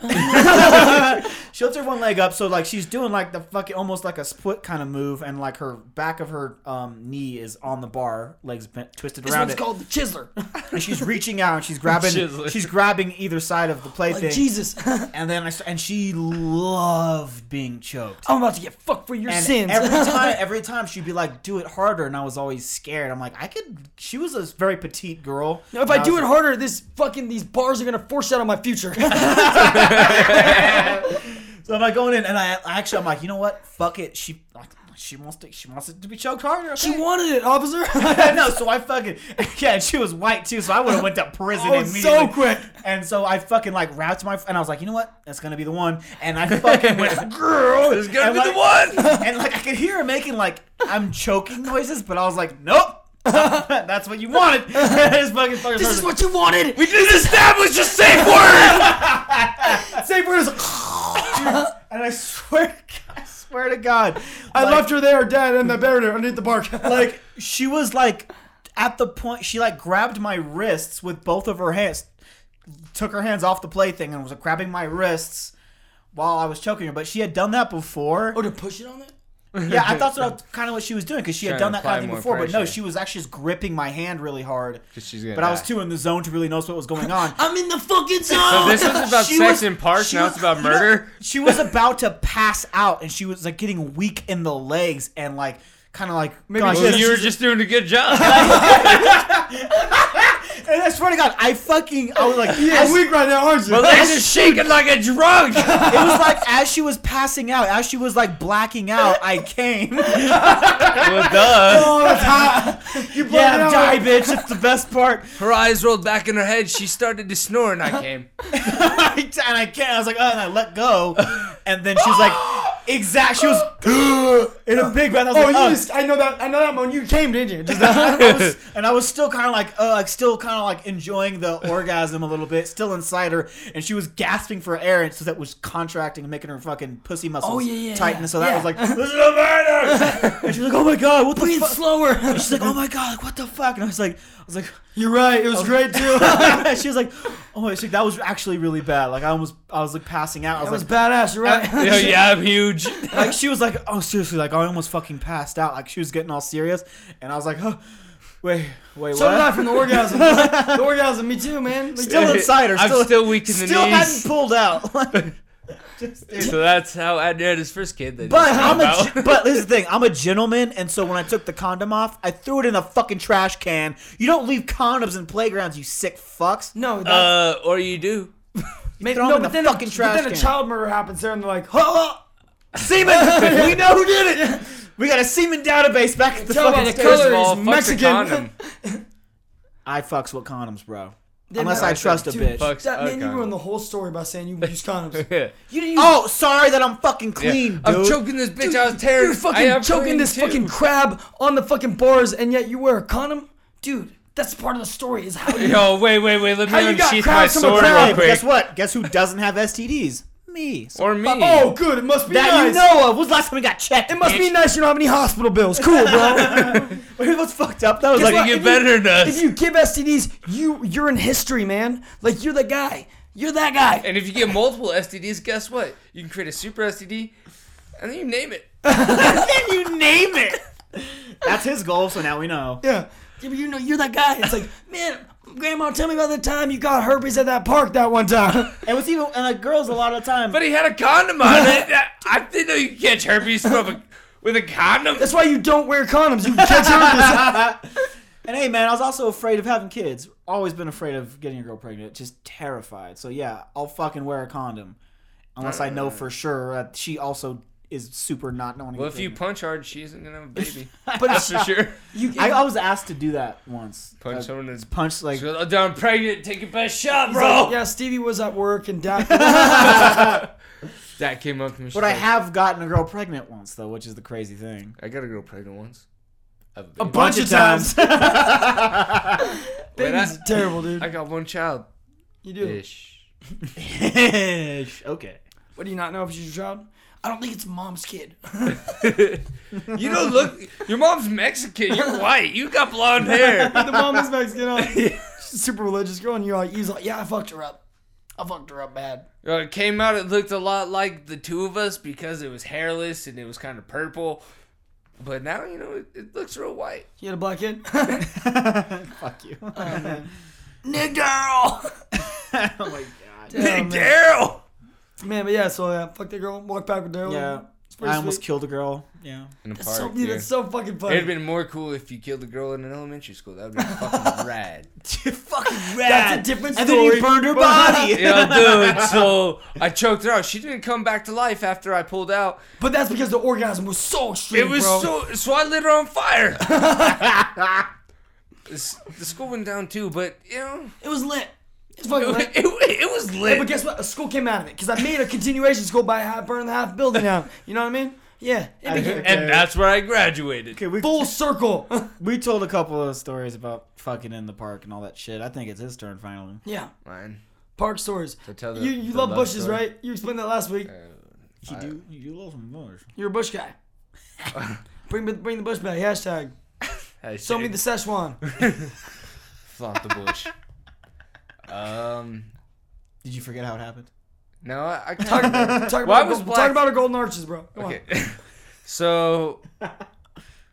C: she lifted one leg up, so like she's doing like the fucking almost like a split kind of move, and like her back of her um, knee is on the bar, legs bent, twisted
A: this
C: around
A: one's
C: it,
A: called the Chisler.
C: and she's reaching out and she's grabbing
B: Chisel.
C: she's grabbing either side of the play
A: Like,
C: thing,
A: Jesus,
C: and then I s- and she loved being choked.
A: I'm about to get fucked for your
C: And
A: sins.
C: every time, every time she'd be like, "Do it harder," and I was always scared. I'm like, I could. She was a very petite girl.
A: Now, if I do it harder, this fucking these bars are gonna foreshadow my future.
C: so I'm like going in, and I actually, I'm like, you know what? Fuck it. She like, she wants to, she wants it to be choked harder.
A: she
C: okay.
A: wanted it, officer.
C: I know, so I fucking yeah. And she was white too, so I would have went to prison
A: Oh,
C: immediately.
A: so quick.
C: And so I fucking like wrapped my and I was like, you know what? That's gonna be the one. And I fucking went, girl,
B: It's gonna
C: and
B: be
C: like-
B: the one.
C: and like I could hear her making like I'm choking noises, but I was like, nope. That's what you wanted. this fucking fucking
A: this is
C: person.
A: what you wanted.
B: We just established a safe word.
A: Say for us.
C: and I swear, I swear to God,
A: I left her there, dead, and I buried her underneath the bark.
C: Like she was like at the point she like grabbed my wrists with both of her hands, took her hands off the plaything and was like, grabbing my wrists while I was choking her. But she had done that before.
A: oh, to push it on it.
C: Yeah, I thought that's kind of what she was doing because she had
B: Trying
C: done
B: to
C: that
B: apply
C: kind of thing
B: more
C: before. But no,
B: pressure.
C: she was actually just gripping my hand really hard.
B: 'Cause she's gonna
C: But I was
B: die.
C: too in the zone to really notice what was going on.
A: I'm in the fucking zone.
B: So this was about
C: She
B: sex
C: was-
B: and parks.
C: she
B: Now
C: was-
B: it's about
C: you know,
B: murder.
C: she was about to pass out, and she was like getting weak in the legs and like kind of like. Maybe
B: Well, you were just doing a good job.
C: And I swear to God, I fucking I was like,
A: yeah,
C: as-
A: weak right now, aren't you?
B: My legs are shaking like a drunk.
C: it was like as she was passing out, as she was like blacking out, I came. yeah,
B: well, duh.
A: oh, that's hot. You blowing it out.
C: die, bitch. It's the best part.
B: Her eyes rolled back in her head. She started to snore, and I came.
C: I- and I can't. I was like, oh, and I let go, and then she was like, exact. She was in a big breath. I was
A: Oh,
C: like,
A: you
C: "Ugh."
A: just, I know that. I know that moment. You came, didn't you? Just
C: I was- and I was still kind of like, uh, like still kind of like enjoying the orgasm a little bit, still inside her, and she was gasping for air, and so that was contracting and making her fucking pussy muscles
A: Oh, yeah, yeah,
C: tighten.
A: yeah,
C: so that
A: yeah.
C: was like, this is a murder. and she was like, "Oh my god, what the
A: Breathe
C: fuck?"
A: slower.
C: She's like, "Oh my god, like, what the fuck?" And I was like, "I was like,
A: You're right. It was great too.
C: she was like, oh my, she's like, that was actually really bad. Like I almost, I was like passing out. I was,
A: That was
C: like,
A: badass. You're right.
B: yeah, yeah, I'm huge.
C: like she was like, oh seriously, like I almost fucking passed out. Like she was getting all serious, and I was like, huh, wait, wait,
A: So did I
C: what?
A: from the orgasm. the orgasm, me too, man. Like,
C: Still inside her,
B: I'm
C: still-
B: still, weak in the
C: Still hadn't
B: knees.
C: pulled out.
B: So that's how I had his first kid. That
C: But
B: just
C: I'm
B: came
C: a,
B: out.
C: gen- but here's the thing, I'm a gentleman, and so when I took the condom off, I threw it in a fucking trash can. You don't leave condoms in playgrounds, you sick fucks.
A: no, that,
B: uh, or you do.
A: made,
C: throw
A: no,
C: them
A: but
C: in the
A: then
C: fucking
A: a,
C: trash
A: But then a
C: can.
A: child murder happens there, and they're like, "Huh,
C: Semen, we know who did it. We got a semen database back at the
A: Tell me the
C: fucking station.
A: color
B: First of
A: is
B: all, fuck the
A: Mexican.
B: condom.
C: I fucks with condoms, bro.
A: Didn't
C: Unless
A: I-
C: I trust a
A: dude,
C: bitch.
B: Fucks
A: That,
B: a
A: man, you
B: condom.
A: ruined the whole story by saying you use condoms.
B: Yeah.
A: You didn't use
C: Oh, sorry that I'm fucking clean, dude.
B: I'm choking this bitch. I was tearing.
A: You're
B: I
A: fucking
B: am
A: choking
B: clean
A: this
B: too.
A: fucking crab on the fucking bars, and yet you wear a condom, dude. That's part of the story. Is how you
B: Yo, wait, wait, wait. Let
A: How
B: me
A: you got
B: unsheath my
A: crabs from a
B: sword
A: crab?
B: real
C: Hey, but
B: quick.
C: guess what? Guess who doesn't have STDs? Me. So
B: Or me.
A: Oh, good. It must be
C: that
A: nice.
C: you know of. When's the last time we got checked?
A: It must be nice you don't have any hospital bills. Cool, bro.
C: Wait, what's fucked up? That was
A: Guess
C: like
B: you
A: what? If
B: get better than us.
A: If you give STDs, you you're in history, man. Like you're the guy. You're that guy.
B: And if you get multiple STDs, guess what? You can create a super STD, and then you name it.
C: you name it. That's his goal, so now we know.
A: Yeah. Yeah, but You know, you're that guy. It's like, man, grandma, tell me about the time you got herpes at that park that one time.
C: It was even and like girls a lot of the time.
B: But he had a condom on it. I- I didn't know you could catch herpes from a, with a condom.
A: That's why you don't wear condoms. You catch herpes.
C: and hey, man, I was also afraid of having kids. Always been afraid of getting a girl pregnant. Just terrified. So yeah, I'll fucking wear a condom, unless I know for sure that she also is super not knowing.
B: Well, if you punch hard, she isn't gonna have a baby.
A: But
B: That's
A: it's,
B: for sure.
A: you,
C: I, I was asked to do that once.
B: Punch
C: Uh,
B: someone that's
C: punch like
B: She goes, "Oh, down pregnant. Take your best shot,
A: He's like,
B: bro.
A: yeah, Stevie was at work and dad.
B: That came up to me. she's
C: But I
B: like,
C: have gotten a girl pregnant once though, which is the crazy thing.
B: I got a girl pregnant once. A baby.
A: bunch of times.
B: Wait, I,
A: Baby's terrible, dude.
B: I got one child.
A: You do.
B: Ish.
C: okay.
A: What do you not know if she's your child? I don't think it's mom's kid.
B: You don't look. Your mom's Mexican. You're white. You got blonde hair.
A: the mom is Mexican. Huh? She's a super religious girl, and you're like, he's like, yeah, I fucked her up. I fucked her up bad.
B: Uh, It came out. It looked a lot like the two of us because it was hairless and it was kind of purple. But now you know it, it looks real white.
A: You had a black kid?
C: Fuck you.
A: Nick Daryl!
C: oh my god.
A: Damn, man.
B: Daryl.
A: man, but yeah, so yeah, fuck that girl. Walk back with Daryl.
C: Yeah.
A: It's pretty
C: I almost
A: sweet.
C: killed a girl. Yeah.
B: In a
A: That's so, dude, that's so fucking funny.
B: It'd been more cool if you killed a girl in an elementary school. That would be fucking rad.
A: that's a different
C: And
A: story.
C: then you burned her body.
B: Yeah, dude. So I choked her out. She didn't come back to life after I pulled out.
A: But that's because the orgasm was so extreme.
B: It was
A: bro.
B: so. So I lit her on fire. This- the school went down too, but you know,
A: It was lit. It's fucking
B: it,
A: lit.
B: it, it was lit.
A: But guess what? A school came out of it because I made a continuation school by half burning the half building down. You know what I mean? Yeah, it became
B: and that's where I graduated.
C: we,
A: full circle.
C: we told a couple of stories about fucking in the park and all that shit. I think it's his turn finally.
A: yeah,
B: Mine.
A: park stores.
B: So tell the-
A: you you
B: the
A: love
B: love
A: bushes,
B: story.
A: right? You explained that last week.
C: You do you do love some bush.
A: You're a bush guy. bring the- bring the bush back. Hashtag. Show me the Szechuan.
B: flaunt the bush. um,
C: Did you forget how it happened?
B: no, I, I
A: Talk,
B: kind of
A: talk,
B: Why
A: about,
B: was
A: go-
B: black-
A: talk about our golden arches, bro. Come
B: okay. so,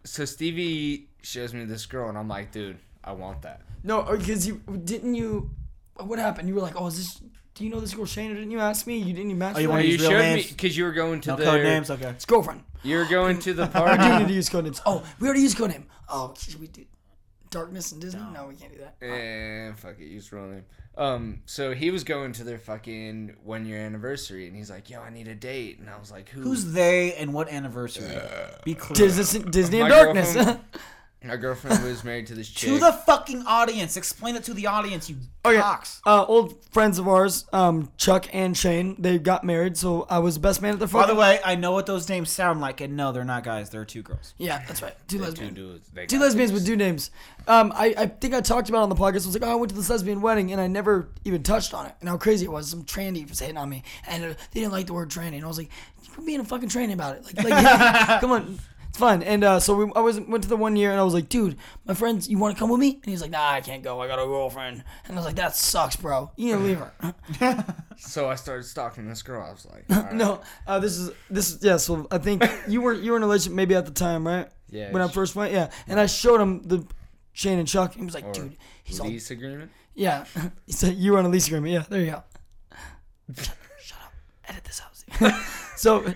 B: so Stevie shows me this girl, and I'm like, dude, I want that.
A: on. No, because you didn't you. What happened? You were like, oh, is this? Do you know this girl Shana? Didn't you ask me? You didn't even match.
C: Oh, you
A: that?
C: wanna
B: Well, you
C: use real
B: showed me
C: names?
B: because you were going to
C: No
B: the
C: code names, okay.
A: It's girlfriend.
B: You were going to the
A: We do need
B: party.
A: to use codenames. Oh, we already used codename. Oh, should we do darkness and Disney? No, we can't do that.
B: Eh, fuck it, use real name. Um, so he was going to their fucking one year anniversary, and he's like, "Yo, I need a date," and I was like, "Who?"
C: Who's they and what anniversary? Be clear.
A: Disney, Disney and
B: My
A: darkness.
B: girlfriend- My girlfriend was married to this chick.
C: to the fucking audience. Explain it to the audience, you
A: Okay.
C: cocks.
A: uh, old friends of ours, um, Chuck and Shane, they got married, so I was the best man at their
C: By the
A: fucking.
C: way, I know what those names sound like, and no, they're not guys. They're two girls.
A: Yeah, that's right. Two
B: two
A: lesbians.
B: dudes. They
A: Two
B: got
A: lesbians
B: this.
A: with two names. Um, I, I think I talked about it on the podcast. I was like, oh, I went to this lesbian wedding and I never even touched on it. And how crazy it was. Some tranny was hitting on me. And uh, they didn't like the word tranny. And I was like, you're being a fucking tranny about it. Like, like come on. It's fun. And uh, so we, I was went to the one year, and I was like, dude, my friends, you want to come with me? And he's like, nah, I can't go. I got a girlfriend. And I was like, that sucks, bro. You need to leave her.
B: So I started stalking this girl. I was like, all right.
A: no, uh, this is this. is- Yeah, so I think you were you were in a relationship maybe at the time, right?
B: Yeah,
A: When I
B: sh-
A: first went, yeah. And I showed him the chain and Chuck, and he was like,
B: Or
A: dude, he's all
B: lease agreement.
A: yeah. He said you were on a lease agreement. Yeah, there you go. Shut up. Edit this out. so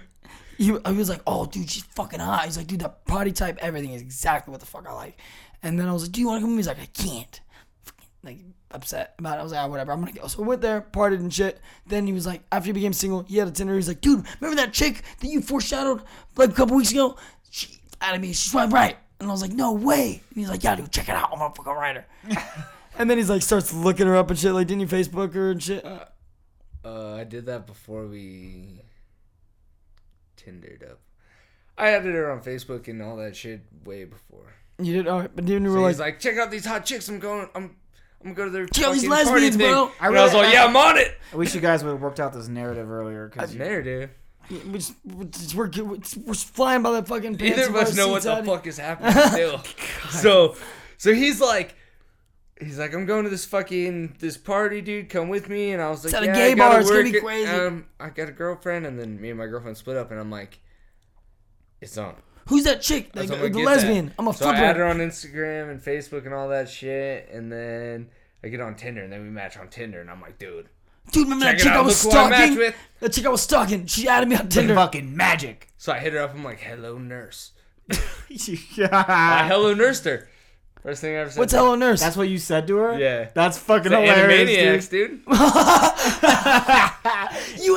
A: he, I was like, oh, dude, she's fucking hot. He's like, dude, that body type, everything is exactly what the fuck I like. And then I was like, do you want to come with me? He's like, I can't. Fucking, Like upset about it. I was like, ah, whatever. I'm gonna go. So I went there, partied and shit. Then he was like, after he became single, he had a Tinder. He's like, dude, remember that chick that you foreshadowed like a couple weeks ago? She out of me. She's my right. And I was like, no way. And he's like, yeah, dude, check it out. I'm gonna fucking write her. And then he's like starts looking her up and shit. Like, didn't you Facebook her and shit?
B: Uh, I did that before we Tindered up. I added her on Facebook and all that shit way before.
A: You did, all right, but didn't you
B: So
A: realize?
B: he's like, check out these hot chicks. I'm going. I'm. I'm gonna go to their
A: Check out these
B: fucking party
A: lesbians,
B: thing.
A: bro.
B: And I was
C: really-
B: like, yeah, I'm on it.
C: I wish you guys would have worked out this narrative earlier because
B: There, dude.
A: Yeah, we just- we're, just- we're, we're, we're flying by that fucking. pants
B: Neither of
A: our
B: us know what
A: seats
B: the
A: out.
B: fuck is happening still. so, so he's like, he's like, I'm going to this fucking this party, dude. Come with me. And I was like,
A: at a
B: yeah,
A: gay
B: I gotta
A: bar, it's gonna
B: work
A: be
B: it.
A: crazy.
B: Um, I got a girlfriend, and then me and my girlfriend split up, and I'm like, it's on.
A: Who's that chick? Like,
B: That's
A: the
B: what I'm gonna get
A: lesbian.
B: that.
A: I'm a
B: so I add her on Instagram and Facebook and all that shit, and then I get on Tinder, and then we match on Tinder, and I'm like, dude,
A: Dude, remember that
B: Check it
A: chick I
B: out,
A: was
B: look who I matched
A: stalking?
B: with.
A: That chick I was stalking. She added me on
C: Tinder.
A: Tinder.
C: fucking magic.
B: So I hit her up. I'm like, "Hello, nurse." I
C: yeah.
B: hello nursed her. First thing I ever said.
A: What's hello nurse?
C: That's what you said to her.
B: Yeah.
C: That's fucking
B: The
C: hilarious,
B: Animaniacs,
C: dude.
B: dude.
A: you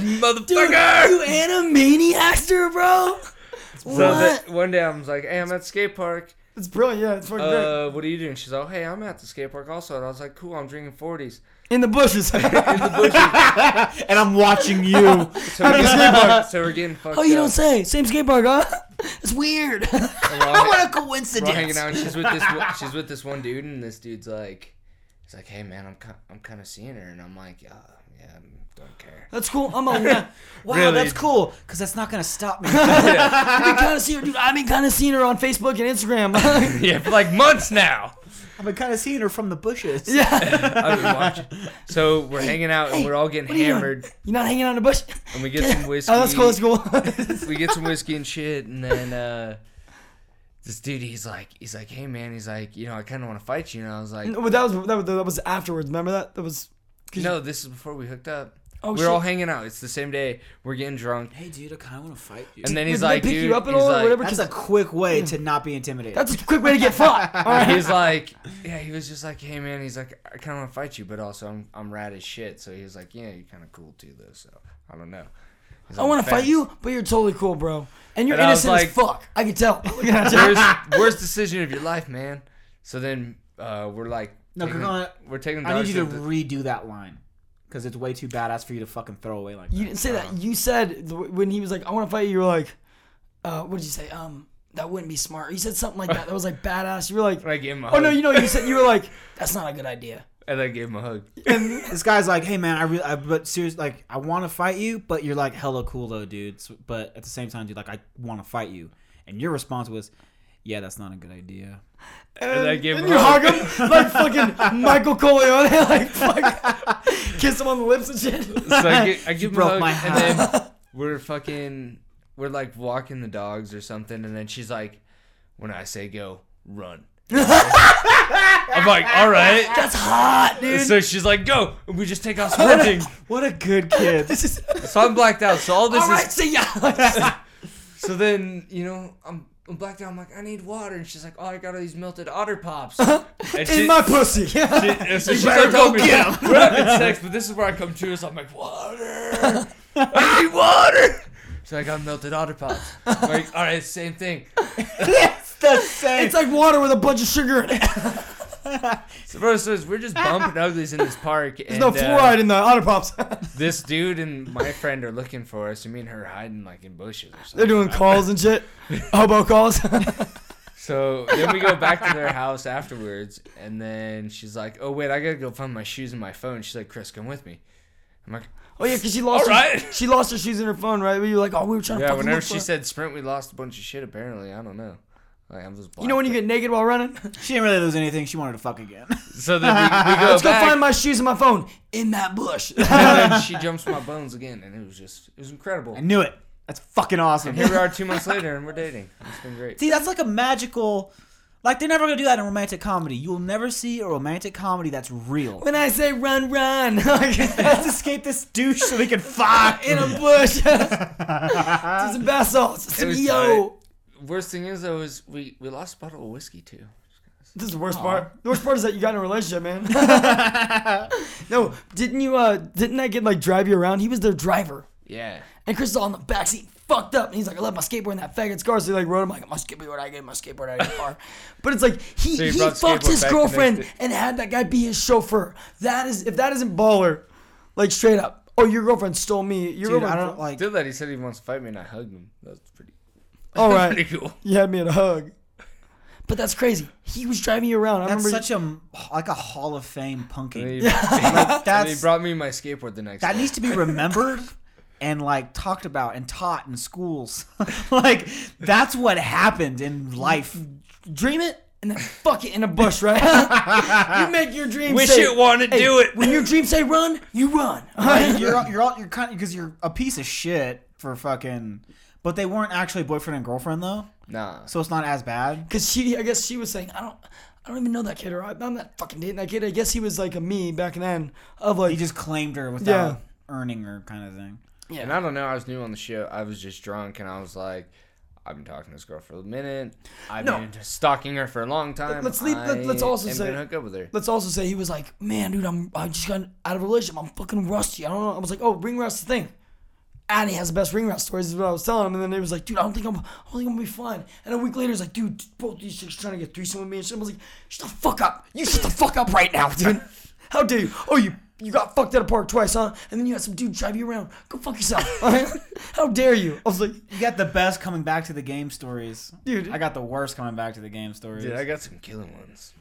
A: animaniacs, dude. You
B: motherfucker.
A: animaniacs, her, bro. what?
B: So that one day I was like, "Hey, I'm at the skate park.
A: it's brilliant. Yeah, it's fucking great.
B: Uh, what are you doing?" She's like, "Hey, I'm at the skate park also." And I was like, "Cool, I'm drinking 40s."
A: In the bushes. Uh,
C: And I'm watching you.
B: So we're getting, so we're getting fucked
A: oh, you
B: up.
A: don't say. Same skate park, huh? It's weird.
B: And we're all-
A: what a
B: we're all hanging
A: coincidence.
B: out, and she's with this one- she's with this one dude, and this dude's like, he's like, "Hey, man, I'm ki- I'm kind of seeing her," and I'm like, "Yeah, yeah, I don't care."
A: That's cool. I'm a.
C: wow,
B: Really?
C: that's cool. Because that's not gonna stop me.
A: I've been kind of seeing her, dude. I've been kind of seeing her on Facebook and Instagram.
B: Yeah, for like months now.
C: I've been kind of seeing her from the bushes.
A: yeah.
B: I've been watching. So we're hanging out and
A: hey,
B: we're all getting
A: what are you doing?
B: hammered,
A: You're not hanging out in the bush.
B: and we get some whiskey.
A: Oh, that's cool. That's cool.
B: we get some whiskey and shit, and then uh, this dude, he's like, he's like, hey man, he's like, you know, I kind of want to fight you, and I was like,
A: No, but that was that was that was afterwards. Remember that? That was.
B: no, this is before we hooked up.
A: Oh
B: we're
A: shit.
B: all hanging out. It's the same day. We're getting drunk,
F: Hey, dude, I kind of want to fight you.
B: and then
A: Did
B: he's
A: they
B: like,
A: pick
B: dude,
A: you up at
B: he's
A: all or
B: like,
A: whatever?
C: That's a quick way to not be intimidated.
A: That's a quick way to get fucked. All right.
B: he's like, yeah, he was just like, hey man, he's like, I kind of want to fight you, but also I'm I'm rad as shit. So he was like, yeah, you're kind of cool too, though. So I don't know. He's
A: I
B: on the
A: want to fight
B: fence.
A: you, but you're totally cool, bro. And you're
B: And I was
A: innocent
B: like-
A: as fuck. I can tell. Looking at you.
B: worst, worst decision of your life, man. So then uh, we're like,
C: No,
B: taking,
C: come on.
B: we're taking. The
C: I need you to
B: the-
C: redo that line because it's way too badass for you to fucking throw away like
A: You
C: that.
A: didn't say that. You said th- when he was like, "I want to fight you." You were like, uh, "What did you say?" Um, that wouldn't be smart. You said something like that. That was like badass. You were like,
B: and I gave him a hug.
A: "Oh no, you know." You said you were like, "That's not a good idea."
B: and I gave him a hug.
C: This guy's like, "Hey man, I really, I, but seriously, like, I want to fight you, but you're like hella cool though, dude. S- but at the same time, dude, like, I want to fight you." And your response was, "Yeah, that's not a good idea."
B: And, I gave him
A: And
B: a
A: you
B: hug.
A: hug him like fucking Michael Corleone, like fuck, kiss him on the lips and shit.
B: So I, gi- I give him a
C: broke
B: hug,
C: my
B: and then we're fucking, we're like walking the dogs or something, and then she's like, when I say go, run. I'm like, all right.
A: That's hot, dude.
B: So she's like, go, and we just take off sprinting.
C: What a good kid.
A: This is,
B: so I'm blacked out. So all this
A: all
B: is
A: right, see ya. Like,
B: So then, you know, I'm I'm blacked out. I'm like, I need water, and she's like, Oh, I got all these melted otter pops. and she,
A: in my pussy.
B: she, and so she's like, Go get them. We're having sex, but this is where I come to. Is I'm like, Water. I need water. So I got melted otter pops. I'm like, all right, same thing.
A: it's like water with a bunch of sugar in it.
B: So first, is we're just bumping uglies in this park.
A: There's
B: and,
A: no
B: uh,
A: fluoride in the otter pops.
B: this dude and my friend are looking for us, and me and her are hiding like in bushes or something.
A: They're doing calls and shit, hobo calls.
B: So then we go back to their house afterwards, and then she's like, "Oh wait, I gotta go find my shoes and my phone." She's like, "Chris, come with me." I'm like,
A: Oh yeah, because she lost.
B: All
A: her-
B: right.
A: she lost her shoes in her phone, right? We were like, oh, we were trying to.
B: Yeah,
A: fucking
B: whenever
A: look for
B: she
A: her.
B: said sprint, we lost a bunch of shit. Apparently, I don't know. Like, I'm just.
A: you know when you get naked while running?
C: She didn't really lose anything. She wanted to fuck again.
B: So then we, we go
A: Let's go
B: back,
A: find my shoes in my phone in that bush.
B: and then she jumps my bones again, and it was just, it was incredible.
C: I knew it. That's fucking awesome.
B: And here we are two months later, and we're dating. It's been great.
C: See, that's like a magical. Like they're never gonna do that in romantic comedy. You will never see a romantic comedy that's real.
A: when I say run, run, like,
C: Let's escape this douche so we can fuck.
A: in a bush, some basalt, some
B: was
A: yo.
B: Worst thing is though is we we lost a bottle of whiskey too.
A: This is the worst part. The worst part is that you got in a relationship, man. no, didn't you? uh Didn't that kid like drive you around? He was their driver,
B: Yeah.
A: and Chris is all in the backseat, fucked up, and he's like, "I left my skateboard in that faggot's car." So he like rode him like, "My skateboard, I get my skateboard out of your car." But it's like he
B: So he
A: he,
B: brought the
A: fucked
B: skateboard
A: his
B: back the next
A: girlfriend
B: day.
A: and had that guy be his chauffeur. That is if that isn't baller, like straight up. Oh, your girlfriend stole me. Your
C: Dude, I
A: girlfriend.
C: don't like.
B: Did that? He said he wants to fight me, and I hugged him. That was pretty.
A: all right,
B: Pretty cool.
A: you had me in a hug. But that's crazy. He was driving you around. I
C: That's
A: remember
C: such a like a Hall of Fame
B: And
C: punking.
B: he,
C: Like,
B: and he
C: that's
B: brought me my skateboard the next.
C: that
B: day.
C: needs to be remembered and like talked about and taught in schools. like that's what happened in life.
A: dream it and then fuck it in a bush, right? you make your dream.
B: Wish
A: say,
B: it, want it,
A: Hey,
B: do it.
A: When your dreams say run, you run.
C: Like, you're you're all you're kind because you're a piece of shit for fucking. But they weren't actually boyfriend and girlfriend though,
B: Nah.
C: so it's not as bad.
A: Because she, I guess she was saying, I don't, I don't even know that kid, or I, I'm not fucking dating that kid. I guess he was like a me back then of
C: He
A: like,
C: just claimed her without
A: Yeah.
C: earning her kind of thing.
B: And I don't know. I was new on the show. I was just drunk, and I was like, I've been talking to this girl for a minute. I've
A: No.
B: been stalking her for a long time.
A: Let's leave- let-
B: I
A: let's also
B: am
A: say-
B: gonna hook up with her.
A: let's also say he was like, man, dude, I'm, I just got out of a relationship. I'm fucking rusty. I don't know. I was like, oh, ring rust thing. Addy has the best ring rust stories is what I was telling him, and then he was like, dude, I don't think I'm, I don't think I'm gonna be fine. And a week later, he's like, dude, both these chicks trying to get threesome with me and shit. I was like, shut the fuck up. You shut the fuck up right now, dude. How dare you? Oh, you. You got fucked at a park twice, huh? And then you had some dude drive you around. Go fuck yourself. How dare you? I was like,
C: You got the best coming back to the game stories,
A: Dude.
C: I got the worst coming back to the game stories.
B: Dude, I got some killing ones.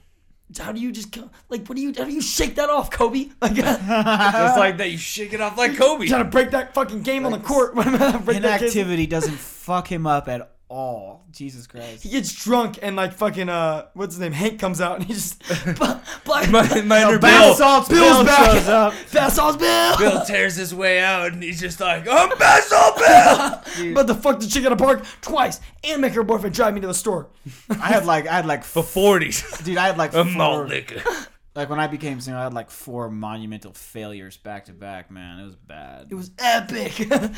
A: how do you just kill? Like, what do you? How do you shake that off, Kobe? Like, trying
B: It's like that. You shake it off like Kobe.
A: to break that fucking game on the court. break that kid's-
C: Inactivity doesn't fuck him up at all. Jesus Christ.
A: he gets drunk and like fucking uh what's his name Hank comes out and he just black
B: Minor Bill.
C: Bill.
A: Bill's
C: Bill
A: back
C: shows up.
A: fast sauce Bill.
B: Bill tears his way out, and he's just like, I'm Basil Bill.
A: but the fuck the chick at a park twice and make her boyfriend drive me to the store.
C: I had like I had like
B: The 40s.
C: dude, I had like
B: A
C: four,
B: malt liquor.
C: like when I became single, I had like four monumental failures back to back, man. It was bad.
A: It was epic,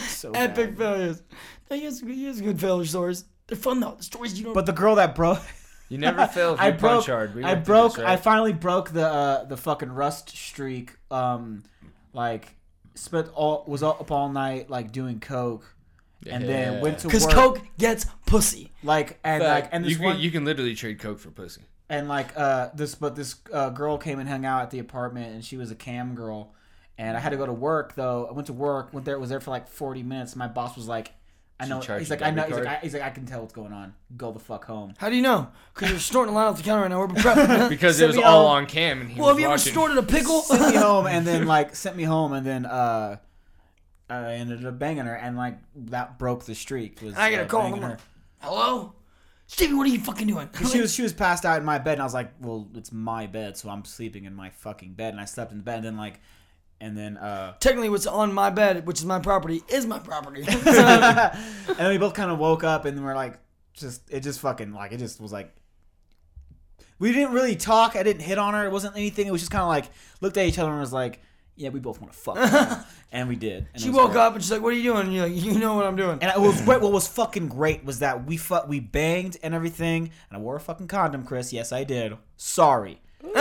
C: So
A: epic failures. No, he has, he has good failure stories. They're fun though. The stories you don't.
C: But the girl that broke
B: You never fail if you
C: I
B: punch
C: broke
B: hard. We
C: I
B: went through this,
C: broke I
B: right?
C: finally broke the uh, the fucking rust streak um like spent all was up all night like doing coke and
B: Yeah.
C: then went to
A: because
C: work
A: Coke gets pussy.
C: like and
B: Fuck.
C: like and this
B: you, can,
C: one
B: you can literally trade Coke for pussy.
C: and like uh this but this uh, girl came and hung out at the apartment and she was a cam girl and i had to go to work though i went to work went there was there for like 40 minutes my boss was like i know
B: charged
C: he's
B: you
C: like i
B: debit
C: know he's like I,
B: card?
C: he's like I can tell what's going on go the fuck home
A: How do you know? Because you're snorting a line off the counter right now. We're prepping.
B: Because it
C: Send
B: was
C: me
B: all
C: all-
B: on cam, and he
A: well,
B: was
A: have you ever
B: watching.
A: snorted a pickle?
C: sent me home and then like sent me home and then uh i ended up banging her and like that broke the streak was,
A: I gotta
C: uh,
A: call
C: banging
A: him.
C: her.
A: Hello, Stevie, what are you fucking doing?
C: she was she was passed out in my bed, and I was like, "Well, it's my bed, so I'm sleeping in my fucking bed." And I slept in the bed, and then like, and then uh,
A: technically what's on my bed, which is my property, is my property.
C: and then we both kind of woke up, and we're like, just it just fucking like it just was like, we didn't really talk. I didn't hit on her. It wasn't anything. It was just kind of like looked at each other and was like, "Yeah, we both want to fuck," now." and we did. And it
A: she
C: was
A: woke
C: great.
A: up and she's like, "What are you doing?" And you're like, "You know what I'm doing."
C: And it was what was fucking great was that we fu- we banged and everything, and I wore a fucking condom, Chris. Yes, I did. Sorry. but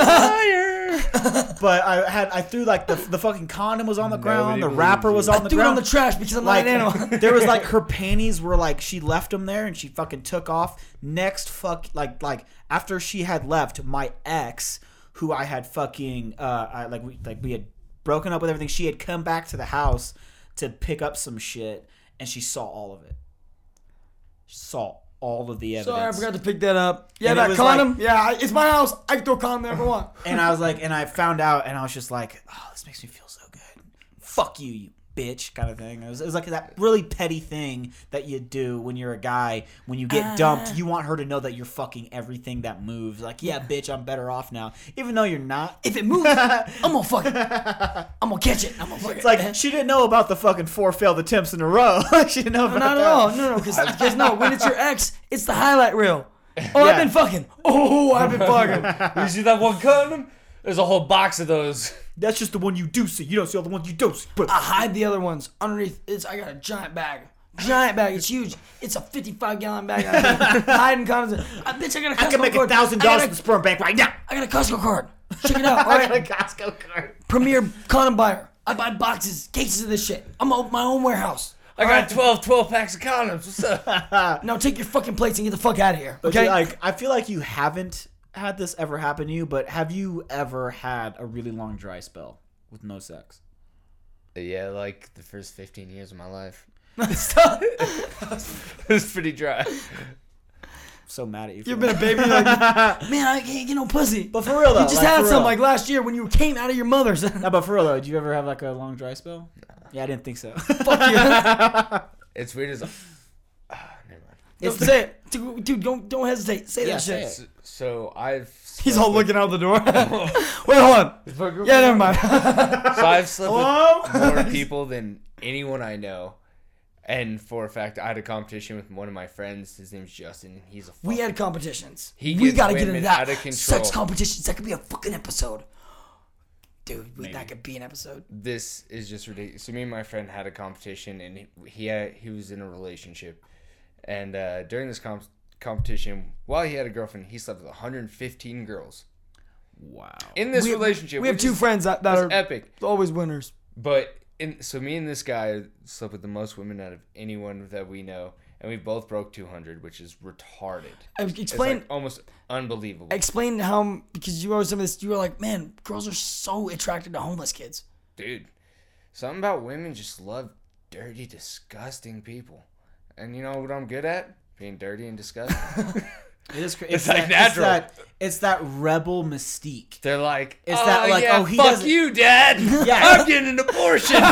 C: I had I threw like the the fucking condom was on the ground, the
B: believes
C: wrapper was
B: you.
C: on the
A: Threw it on
C: ground.
A: the trash because I'm
C: like
A: not an animal.
C: there was like her panties were like she left them there and she fucking took off. Next fuck like like after she had left, my ex who I had fucking uh I, like we like we had broken up with everything. She had come back to the house to pick up some shit and she saw all of it. She saw all of the evidence.
A: Sorry, I forgot to pick that up. Yeah,
C: And it
A: that
C: was
A: condom. yeah, I- it's my house. I can throw a condom there if I want.
C: and I was like, and I found out, and I was just like, oh, this makes me feel so good. Fuck you, you bitch kind of thing. It was, it was like that really petty thing that you do when you're a guy. When you get
A: Ah.
C: dumped, you want her to know that you're fucking everything that moves. Like, yeah, bitch, I'm better off now, even though you're not.
A: If it moves, I'm gonna fuck it. I'm gonna catch it. I'm gonna fuck
C: It's
A: it.
C: like she didn't know about the fucking four failed attempts in a row. Like, she didn't know about
A: not at
C: that.
A: all. No, no, because no. When it's your ex, it's the highlight reel. Oh, I've been fucking. Oh, I've been fucking.
B: You see that one condom? There's a whole box of those.
C: That's just the one you do see. You don't see all the ones you don't see. But
A: I hide the other ones underneath. It's I got a giant bag. Giant bag. It's huge. It's a 55 gallon bag. I'm hiding condoms. in. I, bitch, I got a Costco
C: I can make a
A: card.
C: thousand
A: I got
C: dollars with the sperm bank right now.
A: I got a Costco card. Check it out. All
C: I got a
A: right.
C: Costco card.
A: Premier condom buyer. I buy boxes, cases of this shit. I'm gonna open my own warehouse.
B: I got 12, 12 packs of condoms. What's up?
A: Now take your fucking plates and get the fuck out of here.
C: Okay.
A: Okay.
C: like I feel like you haven't had this ever happen to you, but have you ever had a really long dry spell with no sex?
B: Yeah, like the first 15 years of my life. it was pretty dry.
C: I'm so mad at you. for
A: You've
C: that.
A: been a baby, like, man, I can't get no pussy.
C: but for real though,
A: You just
C: like,
A: had
C: for
A: some
C: real.
A: like last year when you came out of your mother's.
C: No, but for real though, do you ever have like a long dry spell? Yeah, I didn't think so.
B: It's weird as. Ah, never mind.
A: Don't say it, dude. dude, Don't don't hesitate. Say
C: Yeah,
A: that
C: say
A: shit.
B: So, so I've.
A: He's all looking out the door. Wait, hold on. Yeah, never mind.
B: So I've slept with more people than anyone I know. And for a fact, I had a competition with one of my friends. His name's Justin. He's a
A: we
B: fucking-
A: had competitions.
B: He
A: we
B: gets
A: gotta get
B: women
A: into that.
B: out of control.
A: Sex competitions. That could be a fucking episode. Dude, we, that could be an episode.
B: this is just ridiculous. So me and my friend had a competition, and he- he had, he was in a relationship, and uh, during this comp- competition, while he had a girlfriend, he slept with 115 girls.
D: Wow.
B: In this
A: We have-
B: relationship,
A: We have
B: which
A: two
B: is-
A: friends that, that
B: is
A: are
B: epic.
A: always winners.
B: But in, so me and this guy slept with the most women out of anyone that we know, and we both broke 200, which is retarded.
A: I-
B: It's like
A: Explain
B: almost unbelievable.
A: explain how because you always some of this. You were like, man, girls are so attracted to homeless kids.
B: dude, something about women just love dirty, disgusting people. And you know what I'm good at? Being dirty and disgusting.
C: it is. cra- It's,
B: like
C: that,
B: natural.
C: It's that, it's that rebel mystique.
B: They're like,
C: It's
B: oh,
C: that, like,
B: yeah,
C: oh, he
B: fuck
C: doesn't-
B: you, Dad.
C: Yeah.
B: I'm getting an abortion. and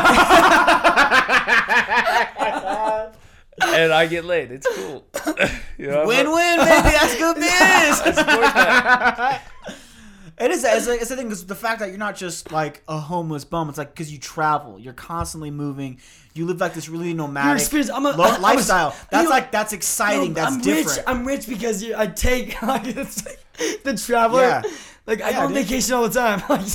B: I get laid. It's cool. you know, I'm
C: Win
B: not-
C: win, baby. That's good business.
B: Support that.
C: It is. It's, like, it's the thing. 'cause the fact that you're not just like a homeless bum. It's like because you travel, you're constantly moving. You live like this really nomadic
A: experience- I'm a-
C: lo-
A: I'm a-
C: lifestyle. that's
A: you-
C: like that's
A: No,
C: exciting. that's
A: Oh, I'm
C: different.
A: rich. I'm rich because you, I take like, it's like the traveler.
C: Yeah.
A: Like I
C: Yeah,
A: go on
C: dude.
A: vacation all the time. Like,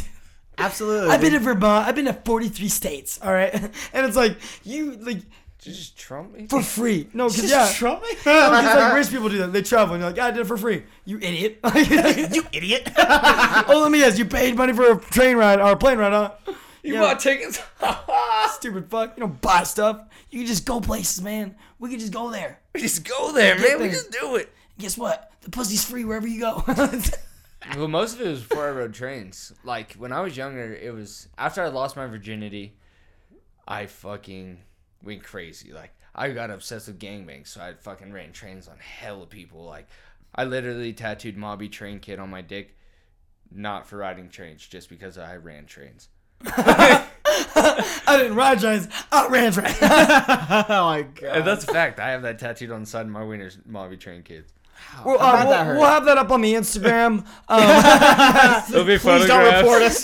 C: Absolutely.
A: I've been to Vermont. I've been to 43 states. All right, and it's like you like
B: Did you just trump me?
A: for free. No, because yeah,
C: Trump me?
A: No, 'cause, like rich people do that. They travel and you're like, I did it for free. You idiot.
C: you idiot.
A: oh, let me guess. You paid money for a train ride or a plane ride, huh?
B: You
A: Yeah.
B: bought tickets?
A: Stupid fuck. You don't buy stuff. You can just go places, man. We can just go there.
B: just go there,
A: Get
B: man. We
A: there.
B: just do it.
A: Guess what? The pussy's free wherever you go.
B: Well, most of it was before I rode trains. Like when I was younger, it was after I lost my virginity. I fucking went crazy. Like I got obsessed with gangbangs, so I fucking ran trains on hella people. Like I literally tattooed Mobby Train Kid on my dick, not for riding trains, just because I ran trains.
A: I didn't ride trains. I ran trains.
C: oh my god.
B: And that's a fact. I have that tattooed on the side of my wieners, Mobby Train Kid.
A: Well,
C: How'd
A: uh,
C: that
A: we'll,
C: hurt?
A: we'll have that up on the Instagram. Um,
B: It'll be
C: Please don't report us.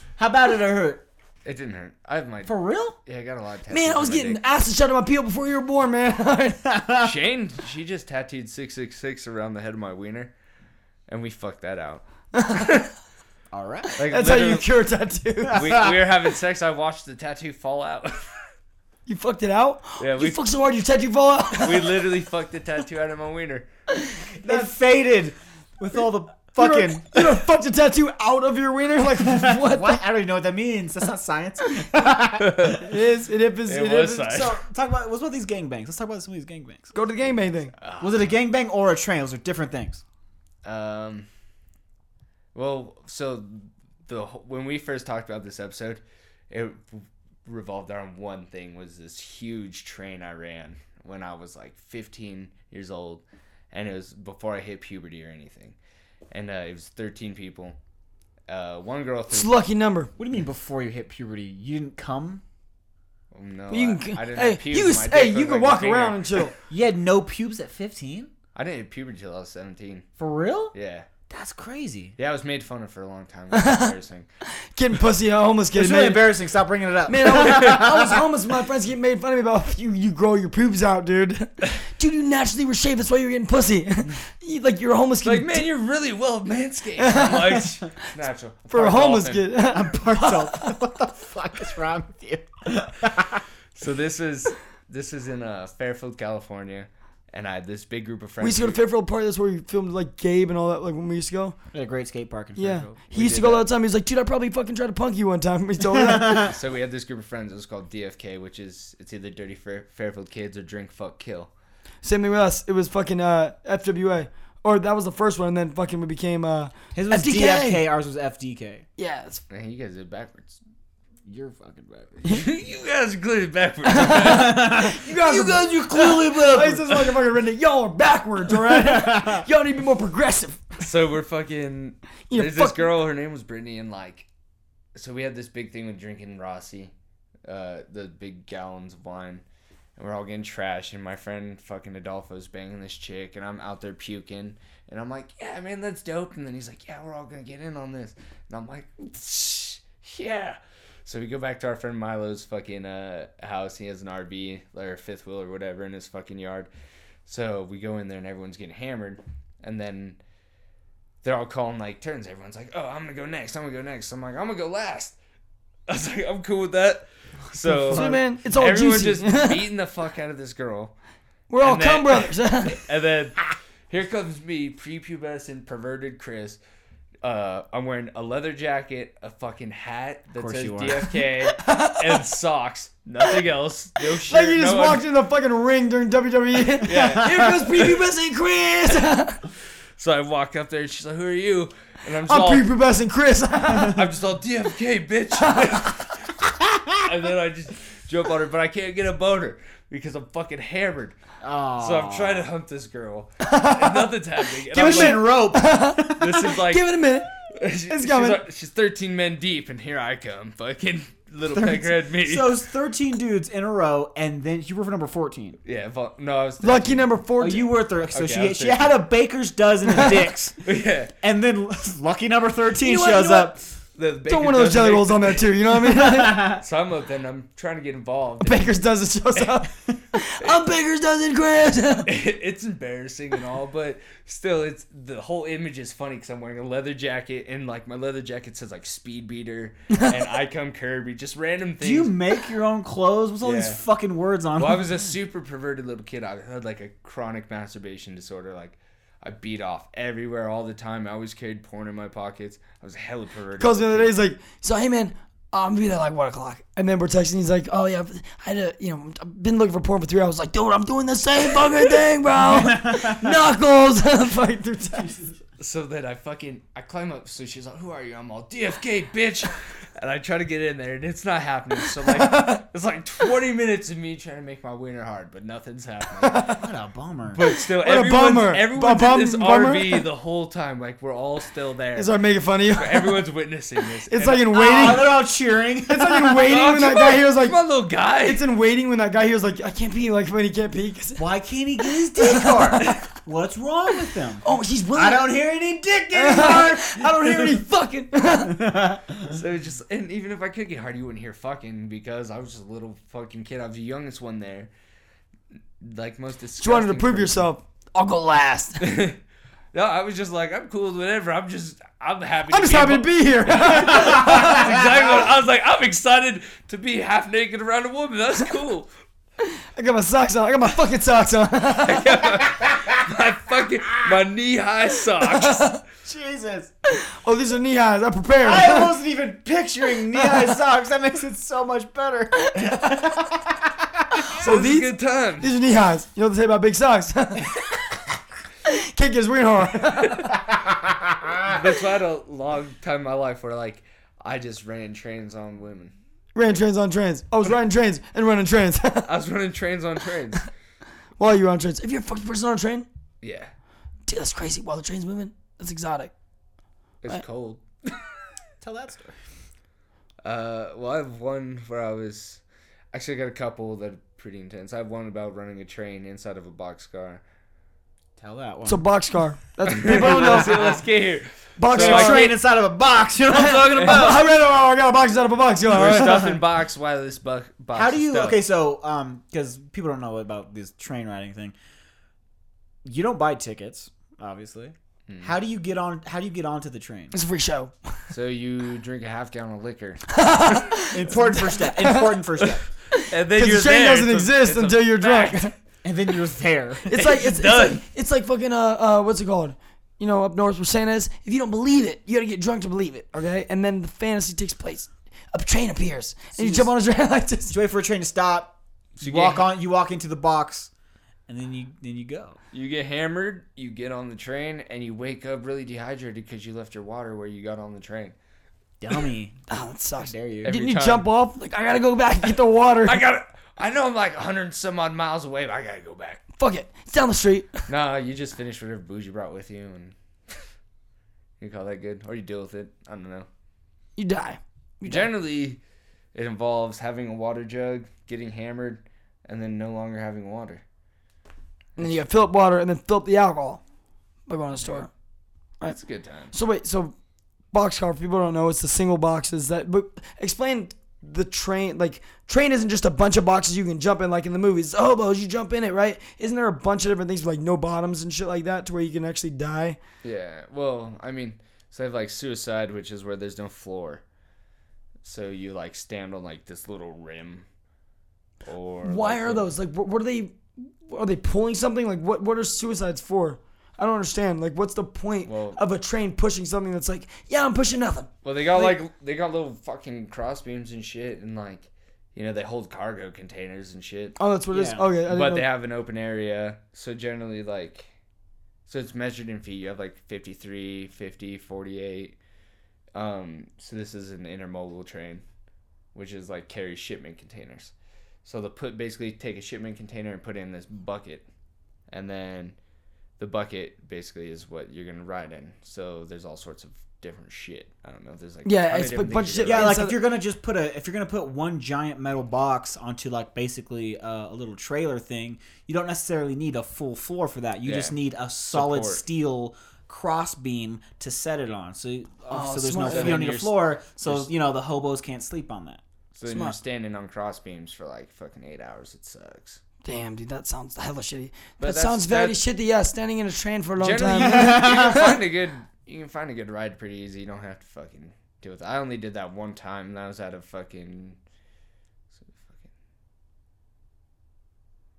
C: How bad did it hurt?
B: It didn't hurt. I have my
C: For real?
B: yeah. I got a lot of tattoos.
A: man, I was
B: on my
A: getting
B: dick.
A: acid shot in my peel before you were born, man.
B: Shane, she just tattooed 666 around the head of my wiener, and we fucked that out.
C: All right.
B: Like,
A: That's how you
B: literally,
A: cure tattoos.
B: we, we were having sex. I watched the tattoo fall out.
A: You fucked it out.
B: Yeah,
A: you
B: we-
A: fucked so hard your tattoo fall out.
B: we literally fucked the tattoo out of my wiener.
C: It faded with all the
A: You
C: fucking.
A: done- you done fucked a tattoo out of your wiener? Like what?
C: What? I don't even know what that means. That's not science.
A: It is. It is. It,
B: It
A: it
B: was
A: is.
B: science.
C: so, talk about what's about these gangbangs? Let's talk about some of these gangbangs.
A: Go to the game, anything.
B: Ah.
C: Was it a gangbang or a train? Those are different things.
B: Um, well, so the wh- when we first talked about this episode, it revolved around one thing was this huge train I ran when I was like 15 years old, and it was before I hit puberty or anything, and uh, it was 13 people. Uh, one girl
A: It's
B: threw
A: a lucky number.
C: What do you mean before you hit puberty? You didn't come?
B: oh, No,
A: you
B: I-
A: can,
B: I, didn't
A: hey,
B: have pubes.
A: you can,
B: My dick
A: hey,
B: looked
A: you can
B: like a
A: walk
B: finger.
A: around and chill.
C: You had no pubes at 15?
B: I didn't hit puberty till I was 17.
C: For real?
B: Yeah.
C: That's crazy.
B: Yeah, I was made fun of for a long time. That's embarrassing.
A: Getting pussy, a homeless kid.
C: It's really
A: Man,
C: embarrassing. Stop bringing it up.
A: man I, was, I was homeless. My friends getting made fun of me about you. You grow your pubes out, dude. Dude, you naturally were shaved. That's why you're getting pussy. you, like you're a homeless kid.
B: like, man, you're really well manscaped. I'm like, "It's natural. I'm
A: for a
B: part
A: homeless
B: dolphin."
A: kid. I'm part
C: fuck is wrong with you?
B: So this is this is in uh, Fairfield, California, and I had this big group of friends.
A: We used to go to
B: who-
A: Fairfield Park. That's where we filmed like Gabe and all that. Like when we used to go.
C: Had a great skate park in
A: Yeah,
C: Fairfield.
A: he used to
B: did
A: go all
B: that.
A: the time. He was like, dude, I probably fucking tried to punk you one time. He told me that.
B: So we had this group of friends. It was called DFK, which is it's either Dirty Fair, Fairfield Kids or Drink Fuck Kill.
A: Same thing with us. It was fucking uh, FWA, or that was the first one, and then fucking we became uh,
C: His was
A: FDK.
C: DFK. Ours was FDK.
A: yeah, it's
B: Man, you guys did it backwards.
C: You're fucking backwards.
B: you guys glued it backwards.
A: You guys, you guys are clearly backwards. This is like a fucking redneck. Y'all are backwards, all right? Y'all need to be more progressive.
B: so we're fucking.
A: You
B: there's this
A: fuck-
B: girl. Her name was Brittany, and like, so we had this big thing with drinking Rossi, uh, the big gallons of wine, and we're all getting trash. And my friend fucking Adolfo's banging this chick, and I'm out there puking, and I'm like, yeah, man, that's dope. And then he's like, yeah, we're all gonna get in on this, and I'm like, yeah. So we go back to our friend Milo's fucking uh, house. He has an RV or fifth wheel or whatever in his fucking yard. So we go in there and everyone's getting hammered, and then they're all calling like turns. Everyone's like, "Oh, I'm gonna go next. I'm gonna go next." I'm like, "I'm gonna go last." I was like, "I'm cool with that." So,
A: See, man, it's all
B: everyone
A: juicy.
B: just beating the fuck out of this girl,
A: We're all
B: and then-
A: cum brothers.
B: and then here comes me, prepubescent, perverted Chris. Uh, I'm wearing a leather jacket, a fucking hat that
C: course
B: says
C: you are.
B: DFK, and socks. Nothing else. No shit.
A: like you just
B: no
A: walked in the fucking ring during E. WWE.
B: Yeah.
A: Here goes prepubescent Chris.
B: So I walked up there, and she's like, "Who are you?" And I'm just
A: I'm
B: all,
A: prepubescent Chris.
B: I'm just all DFK, bitch. and then I just jump on her, but I can't get a boner because I'm fucking hammered.
C: Oh.
B: So I'm trying to hump this girl. And nothing's happening. And
A: Give
B: I'm
A: it a minute.
B: like,
A: Rope.
B: this is like
A: Give it a minute.
B: she- she's,
A: coming.
B: like- she's 13 men deep, and here I come, fucking little peckerhead me.
C: So it's 13 dudes in a row, and then you were for number 14.
B: yeah, vo- no, I was
A: Lucky number
C: Oh,
A: 14.
C: you were third. So
B: Okay, I
C: she,
B: was
C: she
B: 13.
C: had a baker's dozen of dicks,
B: yeah.
C: and then lucky number 13
A: You know what, you
C: shows
A: know
C: up.
B: The baker
A: Throw one of those
B: doesn't
A: jelly
B: make-
A: rolls on there too. You know what I mean?
B: So I'm up, and I'm trying to get involved.
A: Baker's dozen shows up. I'm Baker's dozen Chris.
B: it's embarrassing and all, but still, it's the whole image is funny because I'm wearing a leather jacket and like my leather jacket says like Speed Beater and I Come Kirby, just random things.
C: Do you make your own clothes? What's all
B: Yeah.
C: these fucking words on?
B: well, I
C: them?
B: was a super perverted little kid. I had like a chronic masturbation disorder. Like I beat off everywhere all the time. I always carried porn in my pockets. I was hella perverted.
A: calls me the
B: little
A: other day.
B: kid.
A: He's like, "So hey man, uh, I'm gonna be there like one o'clock." And then we're texting. He's like, "Oh yeah, I had a you know I've been looking for porn for three hours." Like, dude, I'm doing the same fucking thing, bro. Knuckles, fucking through text.
B: So then I fucking I climb up. So she's like, "Who are you?" I'm all DFK, bitch. And I try to get in there, and it's not happening. So like, it's like 20 minutes of me trying to make my wiener hard, but nothing's happening.
C: what a bummer.
B: But still,
A: a
B: everyone's,
A: bummer.
B: everyone's
A: A bum-
B: in this
A: bummer?
B: RV the whole time. Like we're all still there.
A: They start making fun of you.
B: Everyone's witnessing this.
A: It's
B: And-
A: like in
C: Oh,
A: waiting.
C: they're all cheering.
A: It's like in waiting
B: Oh,
A: when that
B: come
A: guy
B: on,
A: here was like,
B: "Come on, little guy."
A: it's in waiting when that guy here was like, I can't pee. Like when he can't pee. 'cause-
C: Why can't he get his dick hard? What's wrong with them?
A: Oh, she's willing.
C: I don't hear any dick anymore.
A: I don't hear any fucking.
B: So it just and even if I could get hard, you wouldn't hear fucking because I was just a little fucking kid. I was the youngest one there. Like most
A: She wanted to
B: disgusting
A: prove
B: person.
A: yourself. I'll go last.
B: No, I was just like, I'm cool with whatever. I'm just, I'm happy.
A: I'm just happy to be here.
B: That's exactly what I was like. I'm excited to be half naked around a woman. That's cool.
A: I got my socks on. I got my fucking socks on.
B: my fucking, my knee high socks.
C: Jesus.
A: Oh, these are knee highs. I prepared.
C: I wasn't even picturing knee high socks. That makes it so much better.
B: So
A: these-
B: these good times.
A: These are knee highs. You know what they say about big socks. Can't get his wiener hard.
B: That's why I had a long time in my life where like I just ran trains on women.
A: Ran trains on trains. I was riding trains and running trains.
B: I was running trains on trains.
A: While you were on trains. If you're a fucking person on a train,
B: Yeah,
A: dude, that's crazy. While the train's moving, that's exotic.
B: it's cold.
C: Tell that story.
B: Uh, well, I have one where I was. Actually, I got a couple that are pretty intense. I have one about running a train inside of a boxcar.
C: Tell that one.
A: So boxcar. That's people
B: Oh
A: don't
B: no!
A: know.
B: See, let's get here.
A: Boxcar.
B: So I
C: train inside of a box. You know what I'm talking about?
A: I read it all. I got a box out of a box. You know, all
B: We're
A: right?
B: stuffing box. Why this bu- box?
C: How do
B: is
C: you?
B: stuffed.
C: Okay, so um, because people don't know about this train riding thing. You don't buy tickets, obviously. How do you get on? How do you get onto the train?
A: It's a free show.
B: So you drink a half gallon of liquor,
C: Important first step. Important first step.
B: and then
A: Because the train doesn't exist until you're drunk.
C: And then you're there.
A: It's like it's, it's like it's like fucking uh, uh what's it called? You know, up north where Santa is. If you don't believe it, you gotta get drunk to believe it. Okay, and then the fantasy takes place. A train appears, and you,
C: you
A: jump on a train like this.
C: You wait for a train to stop. you
B: get-
C: walk on. You walk into the box, and then you then you go.
B: You get hammered. You get on the train, and you wake up really dehydrated because you left your water where you got on the train.
C: Dummy,
A: Oh, that
C: how
A: sucks.
C: dare you?
B: Every
A: Didn't you
B: time.
A: jump off? Like I gotta go back and get the water.
B: I got. I know I'm like 100 and some odd miles away, but I gotta go back.
A: Fuck it. It's down the street.
B: Nah, you just finish whatever booze you brought with you, and you call that good, or you deal with it. I don't know.
A: You die.
B: Generally, it involves having a water jug, getting hammered, and then no longer having water.
A: And then you gotta fill up water and then fill up the alcohol by going to the store.
B: That's a good time.
A: So wait, so boxcar, if people don't know, it's the single boxes that but explain the train like train isn't just a bunch of boxes you can jump in like in the movies. It's hobos, you jump in it, right? Isn't there a bunch of different things like no bottoms and shit like that to where you can actually die?
B: Yeah. Well, I mean, so they have like suicide, which is where there's no floor, so you like stand on like this little rim. Or
A: Why
B: like,
A: are
B: a-
A: those? Like what, what are they are they pulling something? Like what what are suicides for? I don't understand. Like what's the point
B: Well-
A: of a train pushing something that's like, yeah, I'm pushing nothing.
B: Well, they got like, they got little fucking crossbeams and shit, and like, you know, they hold cargo containers and shit.
A: Oh, that's what it is.
C: Yeah.
A: Okay, I didn't
B: but
A: know.
B: they have an open area, so generally like, so it's measured in feet. You have like 53, 50, 48. Um, so this is an intermodal train, which is like carries shipment containers. So they'll put basically take a shipment container and put it in this bucket, and then the bucket basically is what you're gonna ride in. So there's all sorts of different shit. I don't know. There's like
A: Yeah,
B: a ton
A: it's
B: different
A: a bunch
B: things you
A: of shit-
B: can
A: yeah,
B: ride.
C: Yeah, like
A: so
C: if
A: the-
C: you're gonna just put a if you're gonna put one giant metal box onto like basically uh, a little trailer thing, you don't necessarily need a full floor for that. You
B: Yeah.
C: just need a solid
B: Support.
C: steel crossbeam to set it on. So, uh,
A: Oh,
C: so there's
A: smart.
C: no
A: So
C: you
B: then
C: don't need a
B: you're s-
C: floor. So you know the hobos can't sleep on that.
B: So then you're standing on crossbeams for like fucking eight hours. It sucks.
A: Damn, dude, that sounds hella shitty. That
B: But that's-
A: sounds very
B: that-
A: shitty. Yeah, standing in a train for a long
B: Generally,
A: time.
B: you can, you can find a good you can find a good ride pretty easy. You don't have to fucking deal with. It. I only did that one time, and I was at a fucking.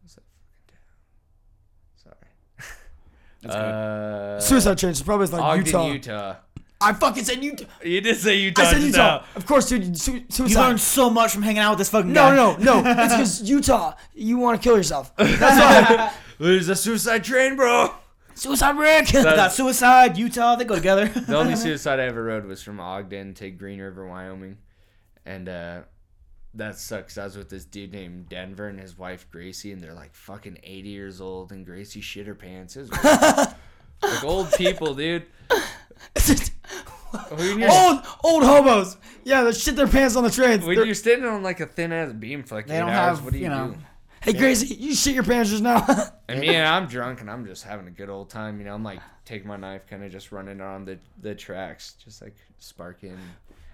B: What's that fucking town? Sorry. Uh,
A: Suicide trains. It probably is like
B: Ogden,
A: Utah.
B: Utah.
A: I fucking said Utah.
B: You did say Utah.
A: I said
B: just
A: Utah.
B: now.
A: Of course, dude. Su-
C: You
A: suicide.
C: learn so much from hanging out with this fucking
A: no,
C: guy.
A: no, no. it's because Utah. You want to kill yourself.
B: There's a suicide train, bro.
A: Suicide Rick.
C: Got suicide, Utah, they go together.
B: the only suicide I ever rode was from Ogden to Green River, Wyoming, and uh, that sucks. I was with this dude named Denver and his wife Gracie, and they're like fucking eighty years old, and Gracie shit her pants. It was weird. like old people, dude. When you're,
A: old, old hobos. Yeah, they shit their pants on the trains.
B: when
A: They're-
B: you're standing on like a thin ass beam for like
C: They
B: eight
C: don't
B: hours,
C: have,
B: what do you,
C: you know,
B: do?
A: Hey, Gracie, you shit your pants just now.
B: And me and I'm drunk and I'm just having a good old time. You know, I'm like taking my knife, kind of just running on the the tracks, just like sparking.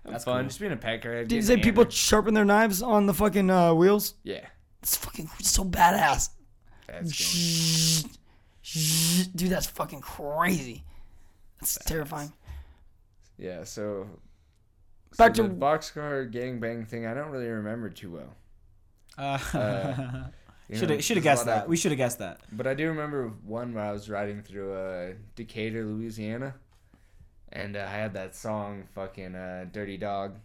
B: That's fun. Just being a pecker.
A: Did you say people sharpen their knives on the fucking uh, wheels?
B: Yeah.
A: It's fucking so badass.
B: That's cool.
A: Dude, that's fucking crazy. That's terrifying.
B: Yeah, so
A: Back
B: so
A: to
B: the boxcar gangbang thing. I don't really remember too well. You
C: Uh,
B: know,
C: should have should have
B: there's a
C: guessed
B: lot
C: that.
B: of-
C: We should have guessed that.
B: but I do remember one where I was riding through uh, Decatur, Louisiana, and uh, I had that song, fucking uh, "Dirty Dog,"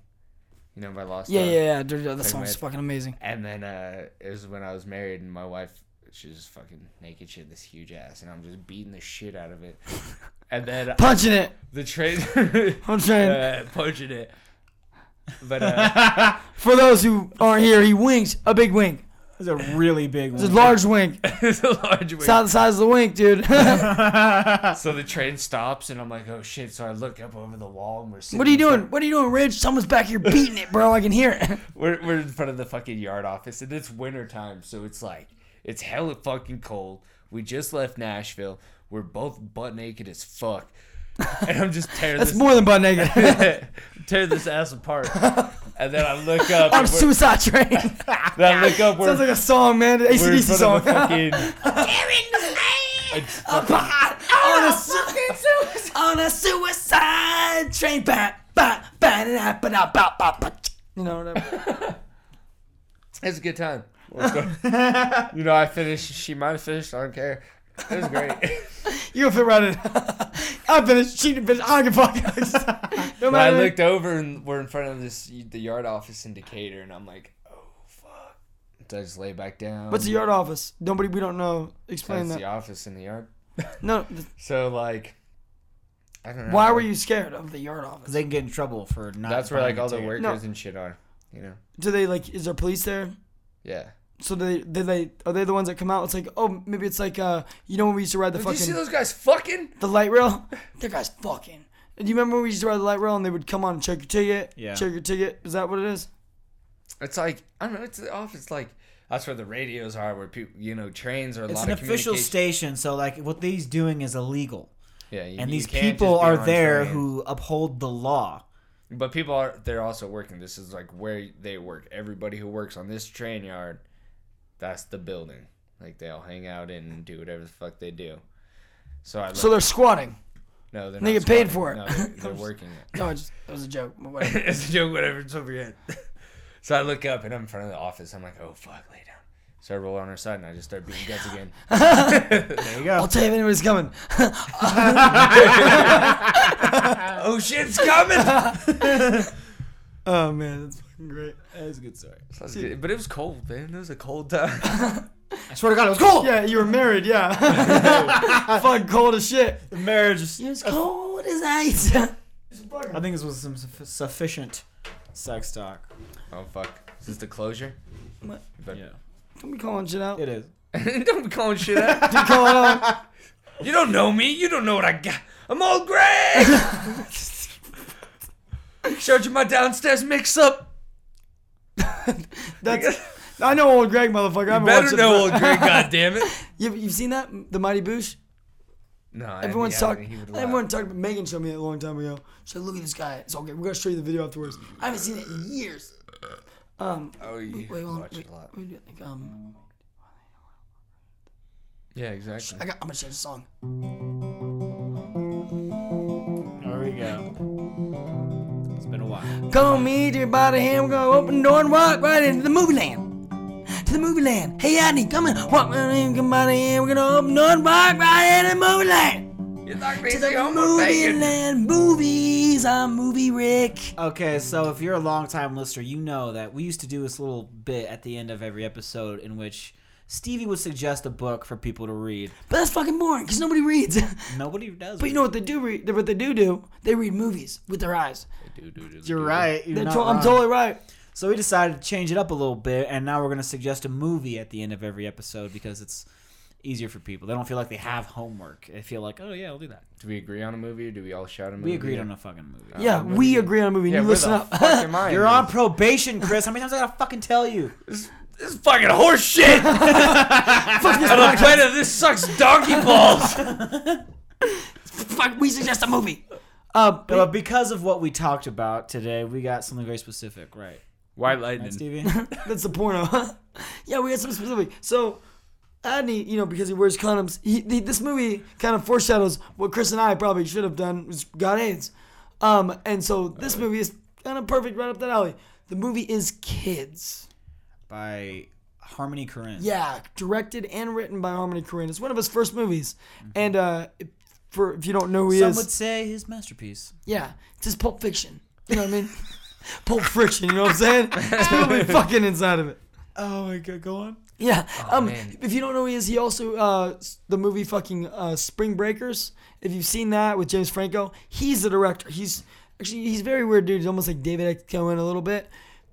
B: you know, by Lost.
A: Yeah,
B: Dog.
A: yeah, yeah. Dude, that
B: Like
A: song's
B: my-
A: fucking amazing.
B: And then uh, it was when I was married, and my wife, she was fucking naked. She had this huge ass, and I'm just beating the shit out of it. and then uh,
A: Punching it.
B: the train,
A: I'm saying.
B: uh, punching it. But uh,
A: For those who aren't here, he winks a big wink.
C: It's a really big
A: It's a
C: one.
A: large wink.
B: it's a large
A: It's not the size of the wink, dude. what
B: So the train stops, and I'm like, oh shit. So I look up over the wall, and we're sitting
A: are you
B: in front-
A: doing? What are you doing, Ridge? Someone's back here beating it, bro. I can hear it.
B: We're, we're in front of the fucking yard office, and it's winter time, so it's like, it's hella fucking cold. We just left Nashville. We're both butt naked as fuck. And I'm just tearing
A: That's
B: this
A: more than butt naked.
B: tear this ass apart. And then I look up.
A: I'm
B: and we're-
A: suicide train.
B: then I look up. We're,
A: Sounds like a song, man. An
B: we're in
A: ACDC
B: front
A: song.
B: of a fucking.
A: on, a su- on a suicide train. Ba, ba, ba, da, da, ba, da, ba, ba, ba. You know, whatever.
B: It's a good time. Let's go. you know, I finished. She might have finished. I don't care. It was great.
A: You'll fit right in. I finished. She didn't finish. I don't give a fuck. no
B: But I
A: matter.
B: looked over and we're in front of this the yard office in Decatur, and I'm like, oh fuck. So I just lay back down.
A: What's the yard office? Nobody we don't know.
B: That's
A: Explain
B: the
A: that.
B: office in the yard.
A: No.
B: So like, I don't know.
A: Why were you scared of the yard office?
C: 'Cause they can get in trouble for not.
B: That's where like
C: buying a
B: all the
C: ticket.
B: workers
A: No.
B: and shit are. You know.
A: Do they like? Is there police there?
B: Yeah.
A: So they did they are they the ones that come out? It's like oh maybe it's like uh you know when we used to ride the
B: Did you see
A: fucking
B: those guys fucking?
A: the light rail. That guy's fucking. Do you remember when we used to ride the light rail and they would come on and check your ticket?
C: Yeah.
A: Check your ticket. Is that what it is?
B: It's like I don't know. It's the office. Like that's where the radios are. Where people, you know, trains are a
C: It's
B: lot
C: an
B: of
C: official
B: communication-
C: station, so like what these doing is illegal,
B: Yeah. You,
C: and
B: you
C: these
B: can't just
C: people
B: be
C: are
B: on
C: there
B: train.
C: who uphold the law.
B: But people are they're also working. This is like where they work. Everybody who works on this train yard, that's the building. Like they all hang out in and do whatever the fuck they do. So I
A: So they're squatting.
B: no, they're
A: they
B: not
A: get paid
B: squatting.
A: for it.
B: No, they're, they're working it.
A: No, I just, that was a joke. but whatever.
B: it's a joke, whatever. It's over your head. So I look up and I'm in front of the office. I'm like, oh fuck, lay down. So I roll on her side and I just start beating guts again.
A: I'll tell you if anybody's coming.
B: oh shit, it's coming.
A: Oh man, that's fucking great.
C: That's a good story.
B: but it was cold, man. It was a cold time.
C: I swear to God, it was cool.
A: Yeah, you were married. Yeah. Fucking cold as shit.
C: The marriage. Is,
A: It's cold as ice.
C: I think this was some suff- sufficient sex talk.
B: Oh fuck, is this the closure?
A: What?
B: But-
A: Don't be calling shit out.
C: It is.
B: Don't be calling shit out.
A: Don't call it out.
B: You don't know me. You don't know what I got. I'm old gray. Showed you my downstairs mix up.
A: That's. I know old Greg, motherfucker. I've been
B: You better
A: watching-
B: know old gray, goddammit.
A: You've, you've seen that, the Mighty Boosh?
B: No, I-
A: Everyone's
B: yeah,
A: talking.
B: he would laugh.
A: Everyone talked. about Megan showed me that a long time ago. She said, "Look at this guy. It's okay. We're gonna show you the video afterwards. I haven't seen it in years." Um,
B: Oh, you
A: wait, hold on.
B: watch
A: Wait,
B: it a lot.
A: wait, wait, like, um,
B: Yeah, exactly.
A: I got. I'm gonna change the song.
C: There we go. It's been a while.
A: Call me to your body hand. We're gonna open the door and walk right into the movie land. To the movie land. Hey, Adney, come in. Walk right in, come by the hand. We're gonna open the door and walk right into the movie land.
B: You like
A: To
B: me?
A: the
B: I'm
A: movie
B: bacon.
A: land. Movies. I'm movie Rick.
C: Okay, so if you're a long-time listener, you know that we used to do this little bit at the end of every episode in which Stevie would suggest a book for people to read.
A: But that's fucking boring because nobody reads.
C: Nobody does.
A: But you know what they do read? What they do do? They read movies with their eyes.
C: You're right. You're
A: They're
C: not
A: to- I'm
C: wrong.
A: totally right.
C: So we decided to change it up a little bit, and now we're going to suggest a movie at the end of every episode because it's easier for people. They don't feel like they have homework. They feel like, oh yeah, I'll do that.
B: Do we agree on a movie or do we all shout a movie?
C: We agreed on a fucking movie.
A: Yeah, we agree on a movie.
B: Yeah,
A: you
B: where
A: listen
B: the
A: up.
B: fuck am I?
C: You're on probation, Chris. How many times I gotta fucking tell you?
B: This is fucking horse shit. Fuck this on a planet. This sucks donkey balls.
A: fuck, we suggest a movie. Uh, but
C: But because of what we talked about today, we got something very specific, right?
D: White
C: Right,
D: lightning.
C: Stevie?
A: that's the porno. yeah, we had some specific. So, Adney, you know, because he wears condoms, he, the, this movie kind of foreshadows what Chris and I probably should have done, was got AIDS. Um, and so this movie is kind of perfect right up that alley. The movie is Kids.
C: By Harmony Korine.
A: Yeah, directed and written by Harmony Korine. It's one of his first movies. And uh, if- for if you don't know who he
C: Some
A: is,
C: would say his masterpiece.
A: Yeah, it's just Pulp Fiction. You know what I mean? Pulp Friction. You know what I'm saying? It's probably fucking inside of it.
C: Oh my god, go on.
A: Yeah. um,
B: Oh, man.
A: if you don't know who he is, he also uh, s- the movie fucking uh, Spring Breakers. If you've seen that with James Franco, he's the director. He's actually he's a very weird dude. He's almost like David X. Cohen a little bit,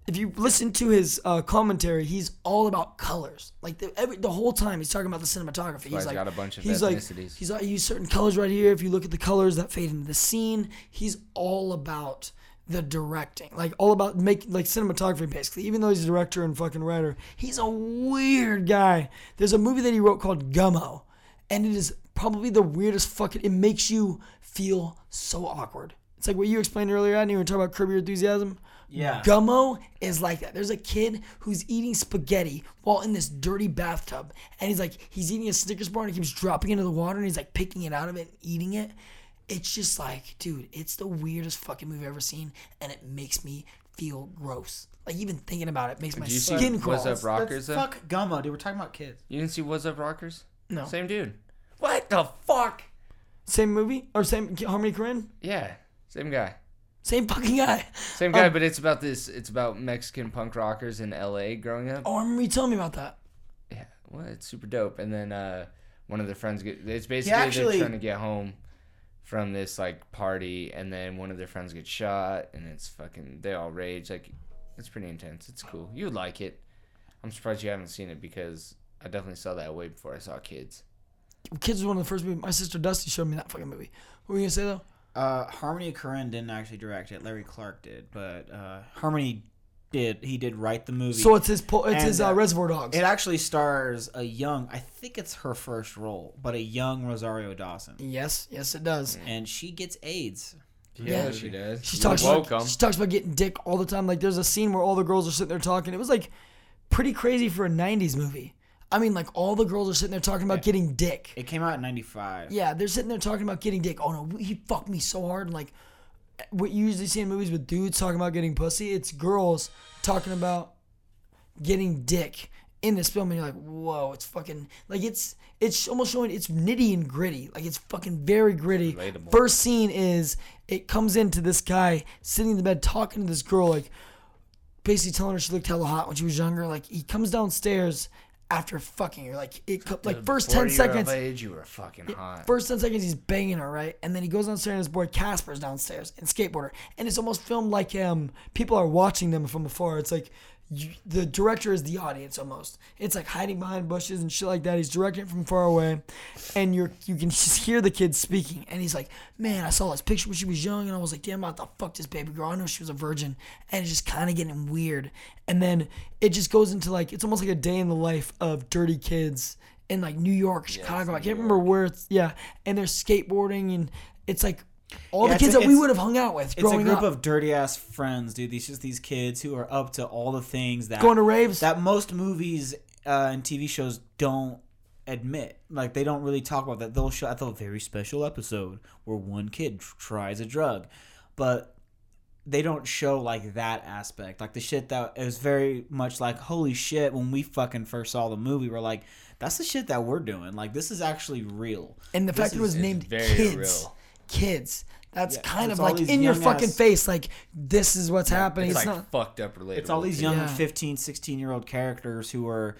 A: if you listen to his uh, commentary, he's all about colors. Like the, every, the whole time, he's talking about the cinematography. He's
B: he's
A: like
B: got a bunch of
A: he's like
B: ethnicities.
A: he's like, use certain colors right here. If you look at the colors that fade into the scene, he's all about the directing, like all about making like cinematography basically. Even though he's a director and fucking writer, he's a weird guy. There's a movie that he wrote called Gummo, and it is probably the weirdest fucking. It makes you feel so awkward. It's like what you explained earlier. I knew you were talking about Curb Your Enthusiasm.
C: Yeah.
A: Gummo is like that. There's a kid who's eating spaghetti while in this dirty bathtub, and he's like, he's eating a Snickers bar and he keeps dropping it into the water, and he's like picking it out of it and eating it. It's just like, dude, it's the weirdest fucking movie I've ever seen, and it makes me feel gross. Like even thinking about it makes my
B: Did you see
A: skin
B: What's
A: crawl.
B: Up Rockers?
C: Let's
B: Though?
C: fuck Gummo, dude. We're talking about kids.
B: You didn't see What's Up Rockers?
A: No.
B: Same dude. What the fuck?
A: Same movie or same Harmony Korine?
B: Yeah, same guy.
A: Same fucking guy.
B: Same
A: Um,
B: guy, but it's about this. It's about Mexican punk rockers in L.A. growing up.
A: Oh, I remember you telling me about that.
B: Yeah, well, it's super dope. And then uh, one of their friends get. It's basically
C: actually-
B: they're trying to get home from this like party, and then one of their friends gets shot, and it's fucking. They all rage. Like, it's pretty intense. It's cool. You would like it. I'm surprised you haven't seen it because I definitely saw that way before I saw kids.
A: Kids was one of the first movies. My sister Dusty showed me that fucking movie. What were you gonna say though?
C: Uh, Harmony Korine didn't actually direct it. Larry Clark did, but uh, Harmony did. He did write the movie.
A: So it's his po- it's
C: And,
A: his uh,
C: uh,
A: Reservoir Dogs.
C: it actually stars a young. I think it's her first role, but a young Rosario Dawson,
A: yes, yes, it does.
C: and she gets AIDS.
A: Yeah,
B: she does.
A: She talks
B: welcome.
A: about she talks about getting dick all the time. Like there's a scene where all the girls are sitting there talking. It was like pretty crazy for a '90s movie. I mean, like all the girls are sitting there talking about getting dick.
C: It came out in '95.
A: Yeah, they're sitting there talking about getting dick. Oh no, he fucked me so hard. And like what you usually see in movies with dudes talking about getting pussy, it's girls talking about getting dick in this film, and you're like, whoa, it's fucking like it's it's almost showing it's nitty and gritty. Like it's fucking very gritty. First scene is it comes into this guy sitting in the bed talking to this girl like basically telling her she looked hella hot when she was younger. Like he comes downstairs after fucking her. Like it co- like first
B: Before
A: ten
B: you were of
A: seconds.
B: age, you were fucking hot.
A: First 10 seconds, he's banging her, right? And then he goes downstairs, and his boy Casper's downstairs and skateboarder. And it's almost filmed like um, people are watching them from afar. It's like you, the director is the audience almost. It's like hiding behind bushes and shit like that. He's directing it from far away. And you're, you can just hear the kid speaking. And he's like, man, I saw this picture when she was young. And I was like, damn, I thought, fuck this baby girl. I know she was a virgin. And it's just kind of getting weird. And then it just goes into like, it's almost like a day in the life of dirty kids in like New York, Chicago. I can't remember where it's yeah. And they're skateboarding and it's like all
C: Yeah,
A: the
C: it's
A: kids
C: a-
A: that we
C: it's-
A: would have hung out with
C: It's a
A: growing
C: group
A: up.
C: of dirty ass friends, dude. These just these kids who are up to all the things that
A: Going to raves.
C: that most movies uh, and TV shows don't admit. Like they don't really talk about that. They'll show at the very special episode where one kid tr- tries a drug, but they don't show like that aspect. Like the shit that is very much like holy shit when we fucking first saw the movie. We're like, that's the shit that we're doing. Like this is actually real.
A: and the fact that it was named
B: very
A: kids,
B: real.
A: kids. That's kind
C: it's
A: of
C: all
A: like
C: these
A: in your
C: young
A: fucking
C: ass-
A: face. Like this is what's happening.
B: It's,
A: It's,
B: like
A: not.
B: fucked up related.
C: it's all these young
A: Yeah.
C: 15 16 year old characters who are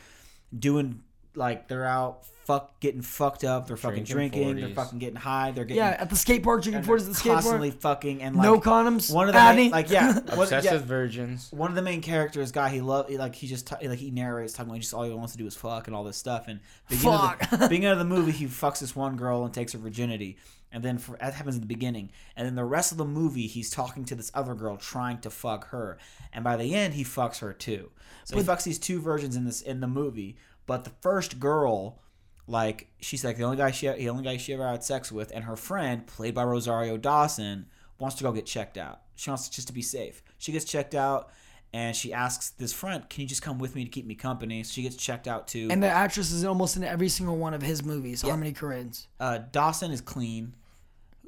C: doing like they're out fuck getting fucked up they're fucking
B: Drinking
C: drinking they're
B: 40s.
C: fucking getting high they're getting
A: Yeah, at the skate park, drinking
C: and
A: forties
C: they're
A: at the skate
C: constantly
A: park.
C: fucking and like
A: No condoms.
C: one of the
A: Addy.
C: main, like yeah, one,
B: obsessive
C: yeah,
B: virgins.
C: one of the main characters guy he love he, like he just t- like he narrates talking about he just all he wants to do is fuck and all this stuff and beginning of the,
A: Fuck.
C: beginning of the movie he fucks this one girl and takes her virginity and then for, that happens in the beginning and then the rest of the movie he's talking to this other girl trying to fuck her and by the end he fucks her too so he fucks these two virgins in this in the movie but the first girl like she's like the only guy she the only guy she ever had sex with, and her friend, played by Rosario Dawson, wants to go get checked out. She wants just to be safe. She gets checked out, and she asks this friend, "Can you just come with me to keep me company?" So she gets checked out too.
A: and the actress is almost in every single one of his movies. Harmony Korine's.
C: uh, Dawson is clean,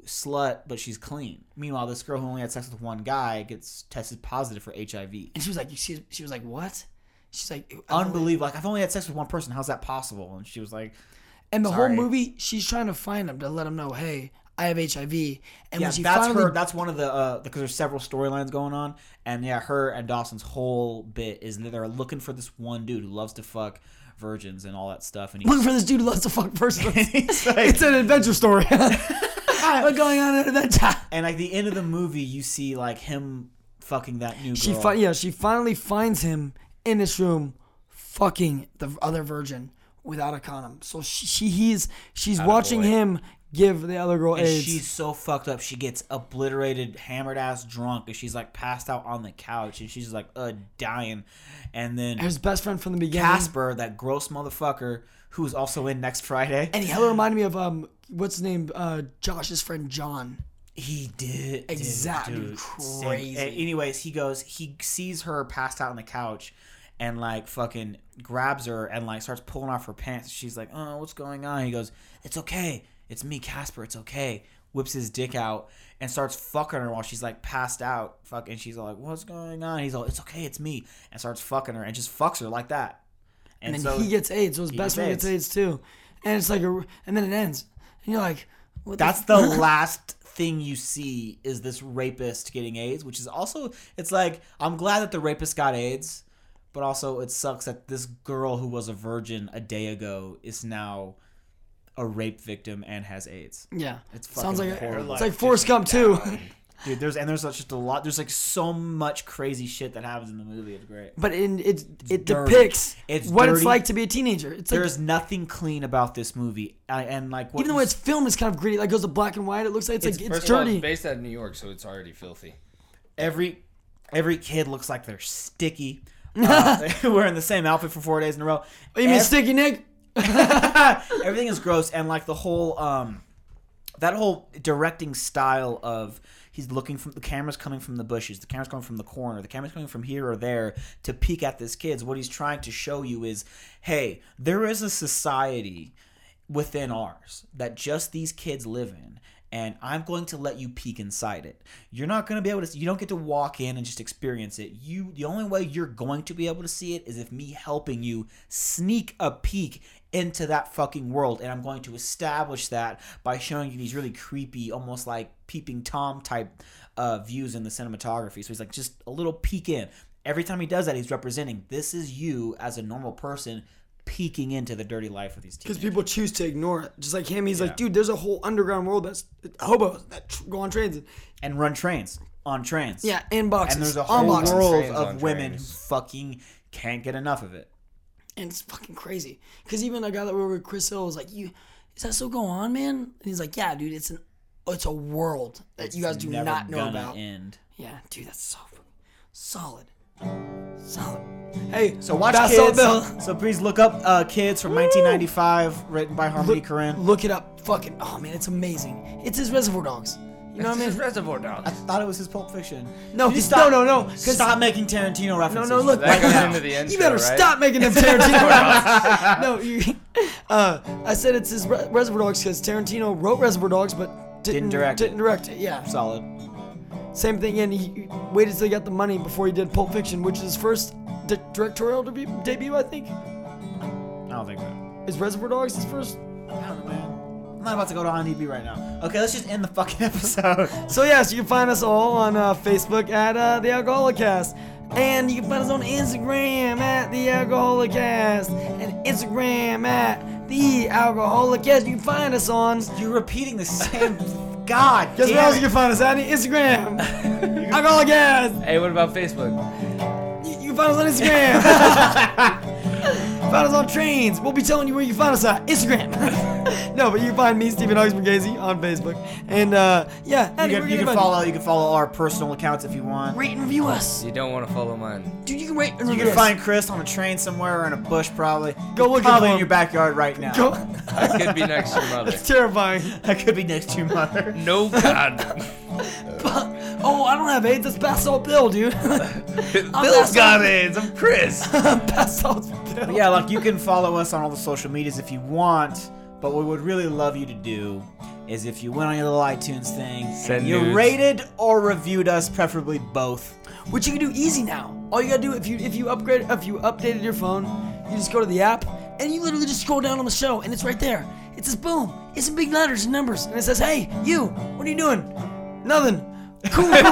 C: slut, but she's clean. Meanwhile, this girl who only had sex with one guy gets tested positive for HIV.
A: And she was like, she, she was like, what? She's like, "Um," I don't-
C: Unbelievable! Like I've only had sex with one person. How's that possible? And she was like,
A: And the
C: Sorry.
A: whole movie, she's trying to find him to let him know, hey, I have HIV. And
C: Yeah,
A: when she
C: that's
A: finally
C: her. That's one of the uh, because there's several storylines going on, and yeah, her and Dawson's whole bit is that they're looking for this one dude who loves to fuck virgins and all that stuff, and
A: looking
C: he's,
A: for this dude who loves to fuck person.
C: he's like,
A: it's an adventure story. What's going on in an adventure?
C: and like the end of the movie, you see like him fucking that new girl.
A: She fi- yeah, she finally finds him in this room, fucking the other virgin without a condom. So she, she he's she's watching
B: boy.
A: him give the other girl
C: and
A: AIDS.
C: she's so fucked up. She gets obliterated, hammered ass drunk, and she's like passed out on the couch, and she's like uh dying. And then
A: His best friend from the beginning.
C: Casper, that gross motherfucker, who's also in next Friday,
A: And he hella reminded me of um what's his name uh Josh's friend John.
C: he did
A: Exactly.
C: Same-
A: Crazy.
C: a- anyways, he goes. He sees her passed out on the couch, and like fucking grabs her and like starts pulling off her pants. She's like, "Oh, what's going on?" He goes, "It's okay. It's me, Casper. It's okay." Whips his dick out and starts fucking her while she's like passed out. Fuck, and she's all like, "What's going on?" He's all, "It's okay. It's me," and starts fucking her and just fucks her like that.
A: And,
C: so
A: he gets AIDS. So his
C: gets
A: best friend gets AIDS too. And it's like a and then it ends. And you're like, what
C: That's
A: f-
C: the last thing you see is this rapist getting AIDS, which is also it's like I'm glad that the rapist got AIDS, but also it sucks that this girl who was a virgin a day ago is now a rape victim and has AIDS.
A: yeah.
C: It's fucking
A: Sounds like a,
C: horrible.
A: it's like Forrest Gump too.
C: Dude, there's and there's such just a lot there's like so much crazy shit that happens in the movie. It's great.
A: but in, it it
C: dirty.
A: depicts
C: It's
A: what it's
C: dirty.
A: like to be a teenager. It's like
C: There's nothing clean about this movie. I, and like what
A: even the
C: you
A: way
C: s-
A: it's filmed is kind of gritty. Like goes to black and white. It looks like it's, like it's
B: First of all,
A: dirty.
B: it's based out of New York, so it's already filthy.
C: every every kid looks like they're sticky. Uh, wearing the same outfit for four days in a row.
A: Oh, you mean
C: Ev-
A: Sticky Nick?
C: everything is gross and like the whole um that whole directing style of he's looking from the camera's coming from the bushes the camera's coming from the corner the camera's coming from here or there to peek at this kid's what he's trying to show you is hey there is a society within ours that just these kids live in and i'm going to let you peek inside it you're not going to be able to you don't get to walk in and just experience it you the only way you're going to be able to see it is if me helping you sneak a peek into that fucking world and i'm going to establish that by showing you these really creepy almost like peeping tom type uh, views in the cinematography so he's like just a little peek in every time he does that he's representing this is you as a normal person peeking into the dirty life of these
A: Because
C: teenagers.
A: people choose to ignore it. Just like him, he's like, dude, there's a whole underground world that's hobos that tr- go on trains.
C: and run trains on trains.
A: Yeah, in boxes.
C: and there's a
A: on
C: whole
A: boxes.
C: world
B: Trains on
C: of women who
B: trains.
C: fucking can't get enough of it.
A: And it's fucking crazy. Because even a guy that we were with, Chris Hill, was like, you, is that still going on, man? And he's like, yeah, dude, it's an, it's a world that you guys do
C: Never
A: not know
C: gonna
A: about.
C: End.
A: Yeah, dude, that's so solid. Solid. Hey,
C: So watch
A: Basalt
C: kids.
A: Bill.
C: So please look up uh, kids from 1995, written by Harmony
A: Look,
C: Korine.
A: look it up. Fucking, oh man, it's amazing. It's his Reservoir Dogs. You know what I mean?
B: Reservoir Dogs.
C: I thought it was his Pulp Fiction.
A: No,
C: Could you
A: he- no, no, no, 'cause-
C: Stop making Tarantino
A: No,
C: references.
A: no, look.
B: That
A: right
B: goes
A: now.
B: into the end
A: You
B: show,
A: better
B: right?
A: stop making them Tarantino references. no, you, uh, I said it's his Re- Reservoir Dogs because Tarantino wrote Reservoir Dogs, but didn't,
C: Didn't direct it.
A: Didn't direct it. Yeah.
C: Solid.
A: Same thing. And he waited till he got the money before he did Pulp Fiction, which is his first di- directorial debut, debut. I think
C: I don't think so.
A: is Reservoir Dogs his first.
C: I don't know, man. I'm not about to go to IMDb right now. Okay, let's just end the fucking episode.
A: So yes, you can find us all on uh, Facebook at uh, the Alcoholicast, and you can find us on Instagram at the Alcoholicast, and Instagram at the Alcoholicast. You can find us on.
C: You're repeating the same. God
A: Guess
C: damn
A: where else
C: it.
A: you can find us at? Instagram. Alcoholicast.
B: Hey, what about Facebook?
A: You you can find us on Instagram. find us on trains. We'll be telling you where you can find us at Instagram. no, but you can find me, Stephen Hawks Bergese, on Facebook, and uh, yeah,
C: You
A: Andy,
C: can,
A: we're
C: you
A: gonna
C: can follow you can follow our personal accounts if you want.
A: Rate and review us,
B: You don't want to follow mine.
A: dude. You can rate and
C: You
A: review
C: can
A: us.
C: find Chris on a train somewhere or in a bush probably.
A: Go look
C: probably
A: for him.
C: in your backyard right now.
A: Go-
B: I could be next to your mother.
A: It's terrifying.
C: That could be next to your mother.
B: No God.
A: Oh, I don't have AIDS. That's basalt Bill, dude.
B: Bill's got AIDS. I'm Chris.
A: basalt Bill.
C: yeah, like you can follow us on all the social medias if you want, but what we would really love you to do is if you went on your little iTunes thing
B: Send
C: and you
B: nudes.
C: rated or reviewed us, preferably both.
A: Which you can do easy now. All you gotta do if you if you upgrade if you updated your phone, you just go to the app and you literally just scroll down on the show and it's right there. It says boom. It's in big letters and numbers and it says hey you. What are you doing? Nothing. Cool. Cool.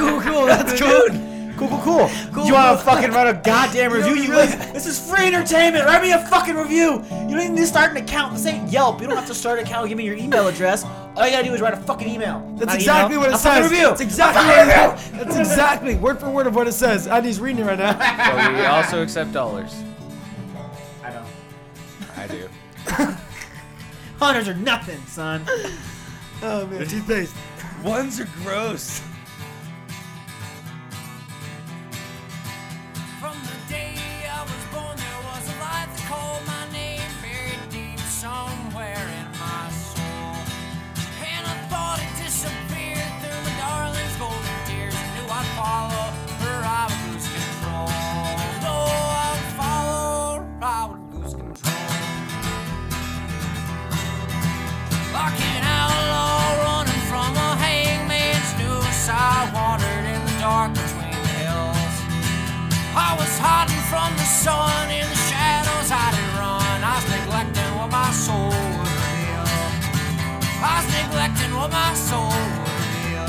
A: cool. Cool. That's cool.
C: Cool, cool, cool. you want to fucking write a goddamn review? You listen- this is free entertainment. Write me a fucking review. You don't even need to start an account. This ain't Yelp. You don't have to start an account. Give me your email address. All you gotta do is write a fucking email.
E: That's
C: Not
E: exactly what
C: email, a
E: it
C: fucking
E: says.
C: Review.
E: That's exactly what it says. That's exactly word for word of what it says. Andy's reading it right now.
B: But we also accept dollars.
C: I don't.
B: I do.
C: Hunters are nothing, son.
E: Oh man, toothpaste.
B: Ones are gross.
H: From the day I was born, there was a light that called my name, buried deep somewhere in my soul. And I thought it disappeared through my darling's golden tears. I knew I'd follow, or I would lose control. Though I would follow, or I would lose control. Like an outlaw running from a hangman's noose, I wandered in the dark between the hills. I was hiding from the sun in the shadows. I did run. I was neglecting what my soul would reveal. I was neglecting what my soul would reveal.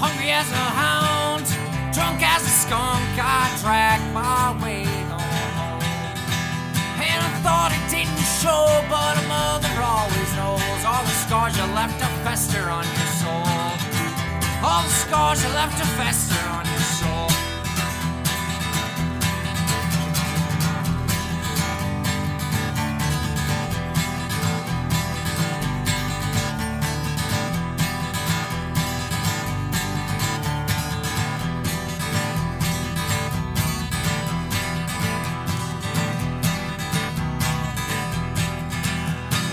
H: Hungry as a hound, drunk as a skunk, I dragged my way on home. And I thought it didn't show, but a mother always knows all the scars you left to fester on your soul. All the scars you left to fester on your soul.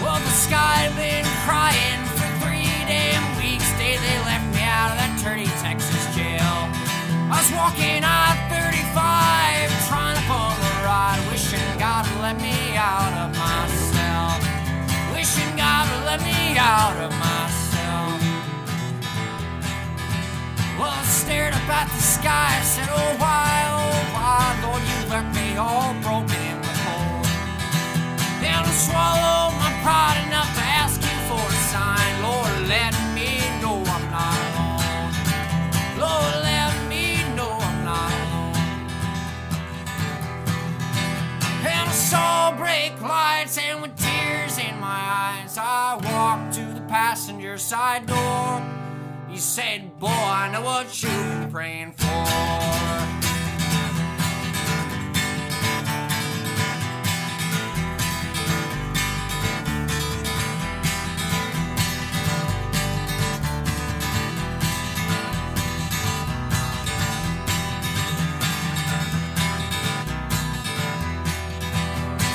H: Well, the sky had been crying for three damn weeks. Day they left me out of that dirty Texas jail. I was walking I 35, trying to bum a ride, wishing God would let me out of myself. Wishing God would let me out of myself. Well, I stared up at the sky, I said, Oh, why, oh, why, Lord, you left me all broken in the cold. Down to swallow my pride enough to ask you for a sign. Lord, let me know I'm not alone. Lord, let me know I'm not alone. And I saw brake lights, and with tears in my eyes, I walked to the passenger side door. He said, Boy, I know what you've been praying for.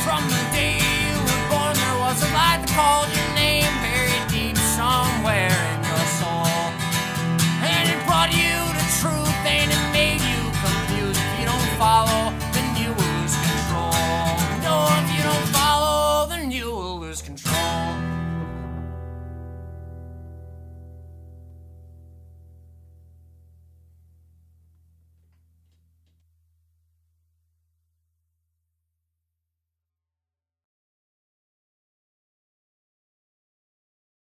H: From the day you were born, there was a light that called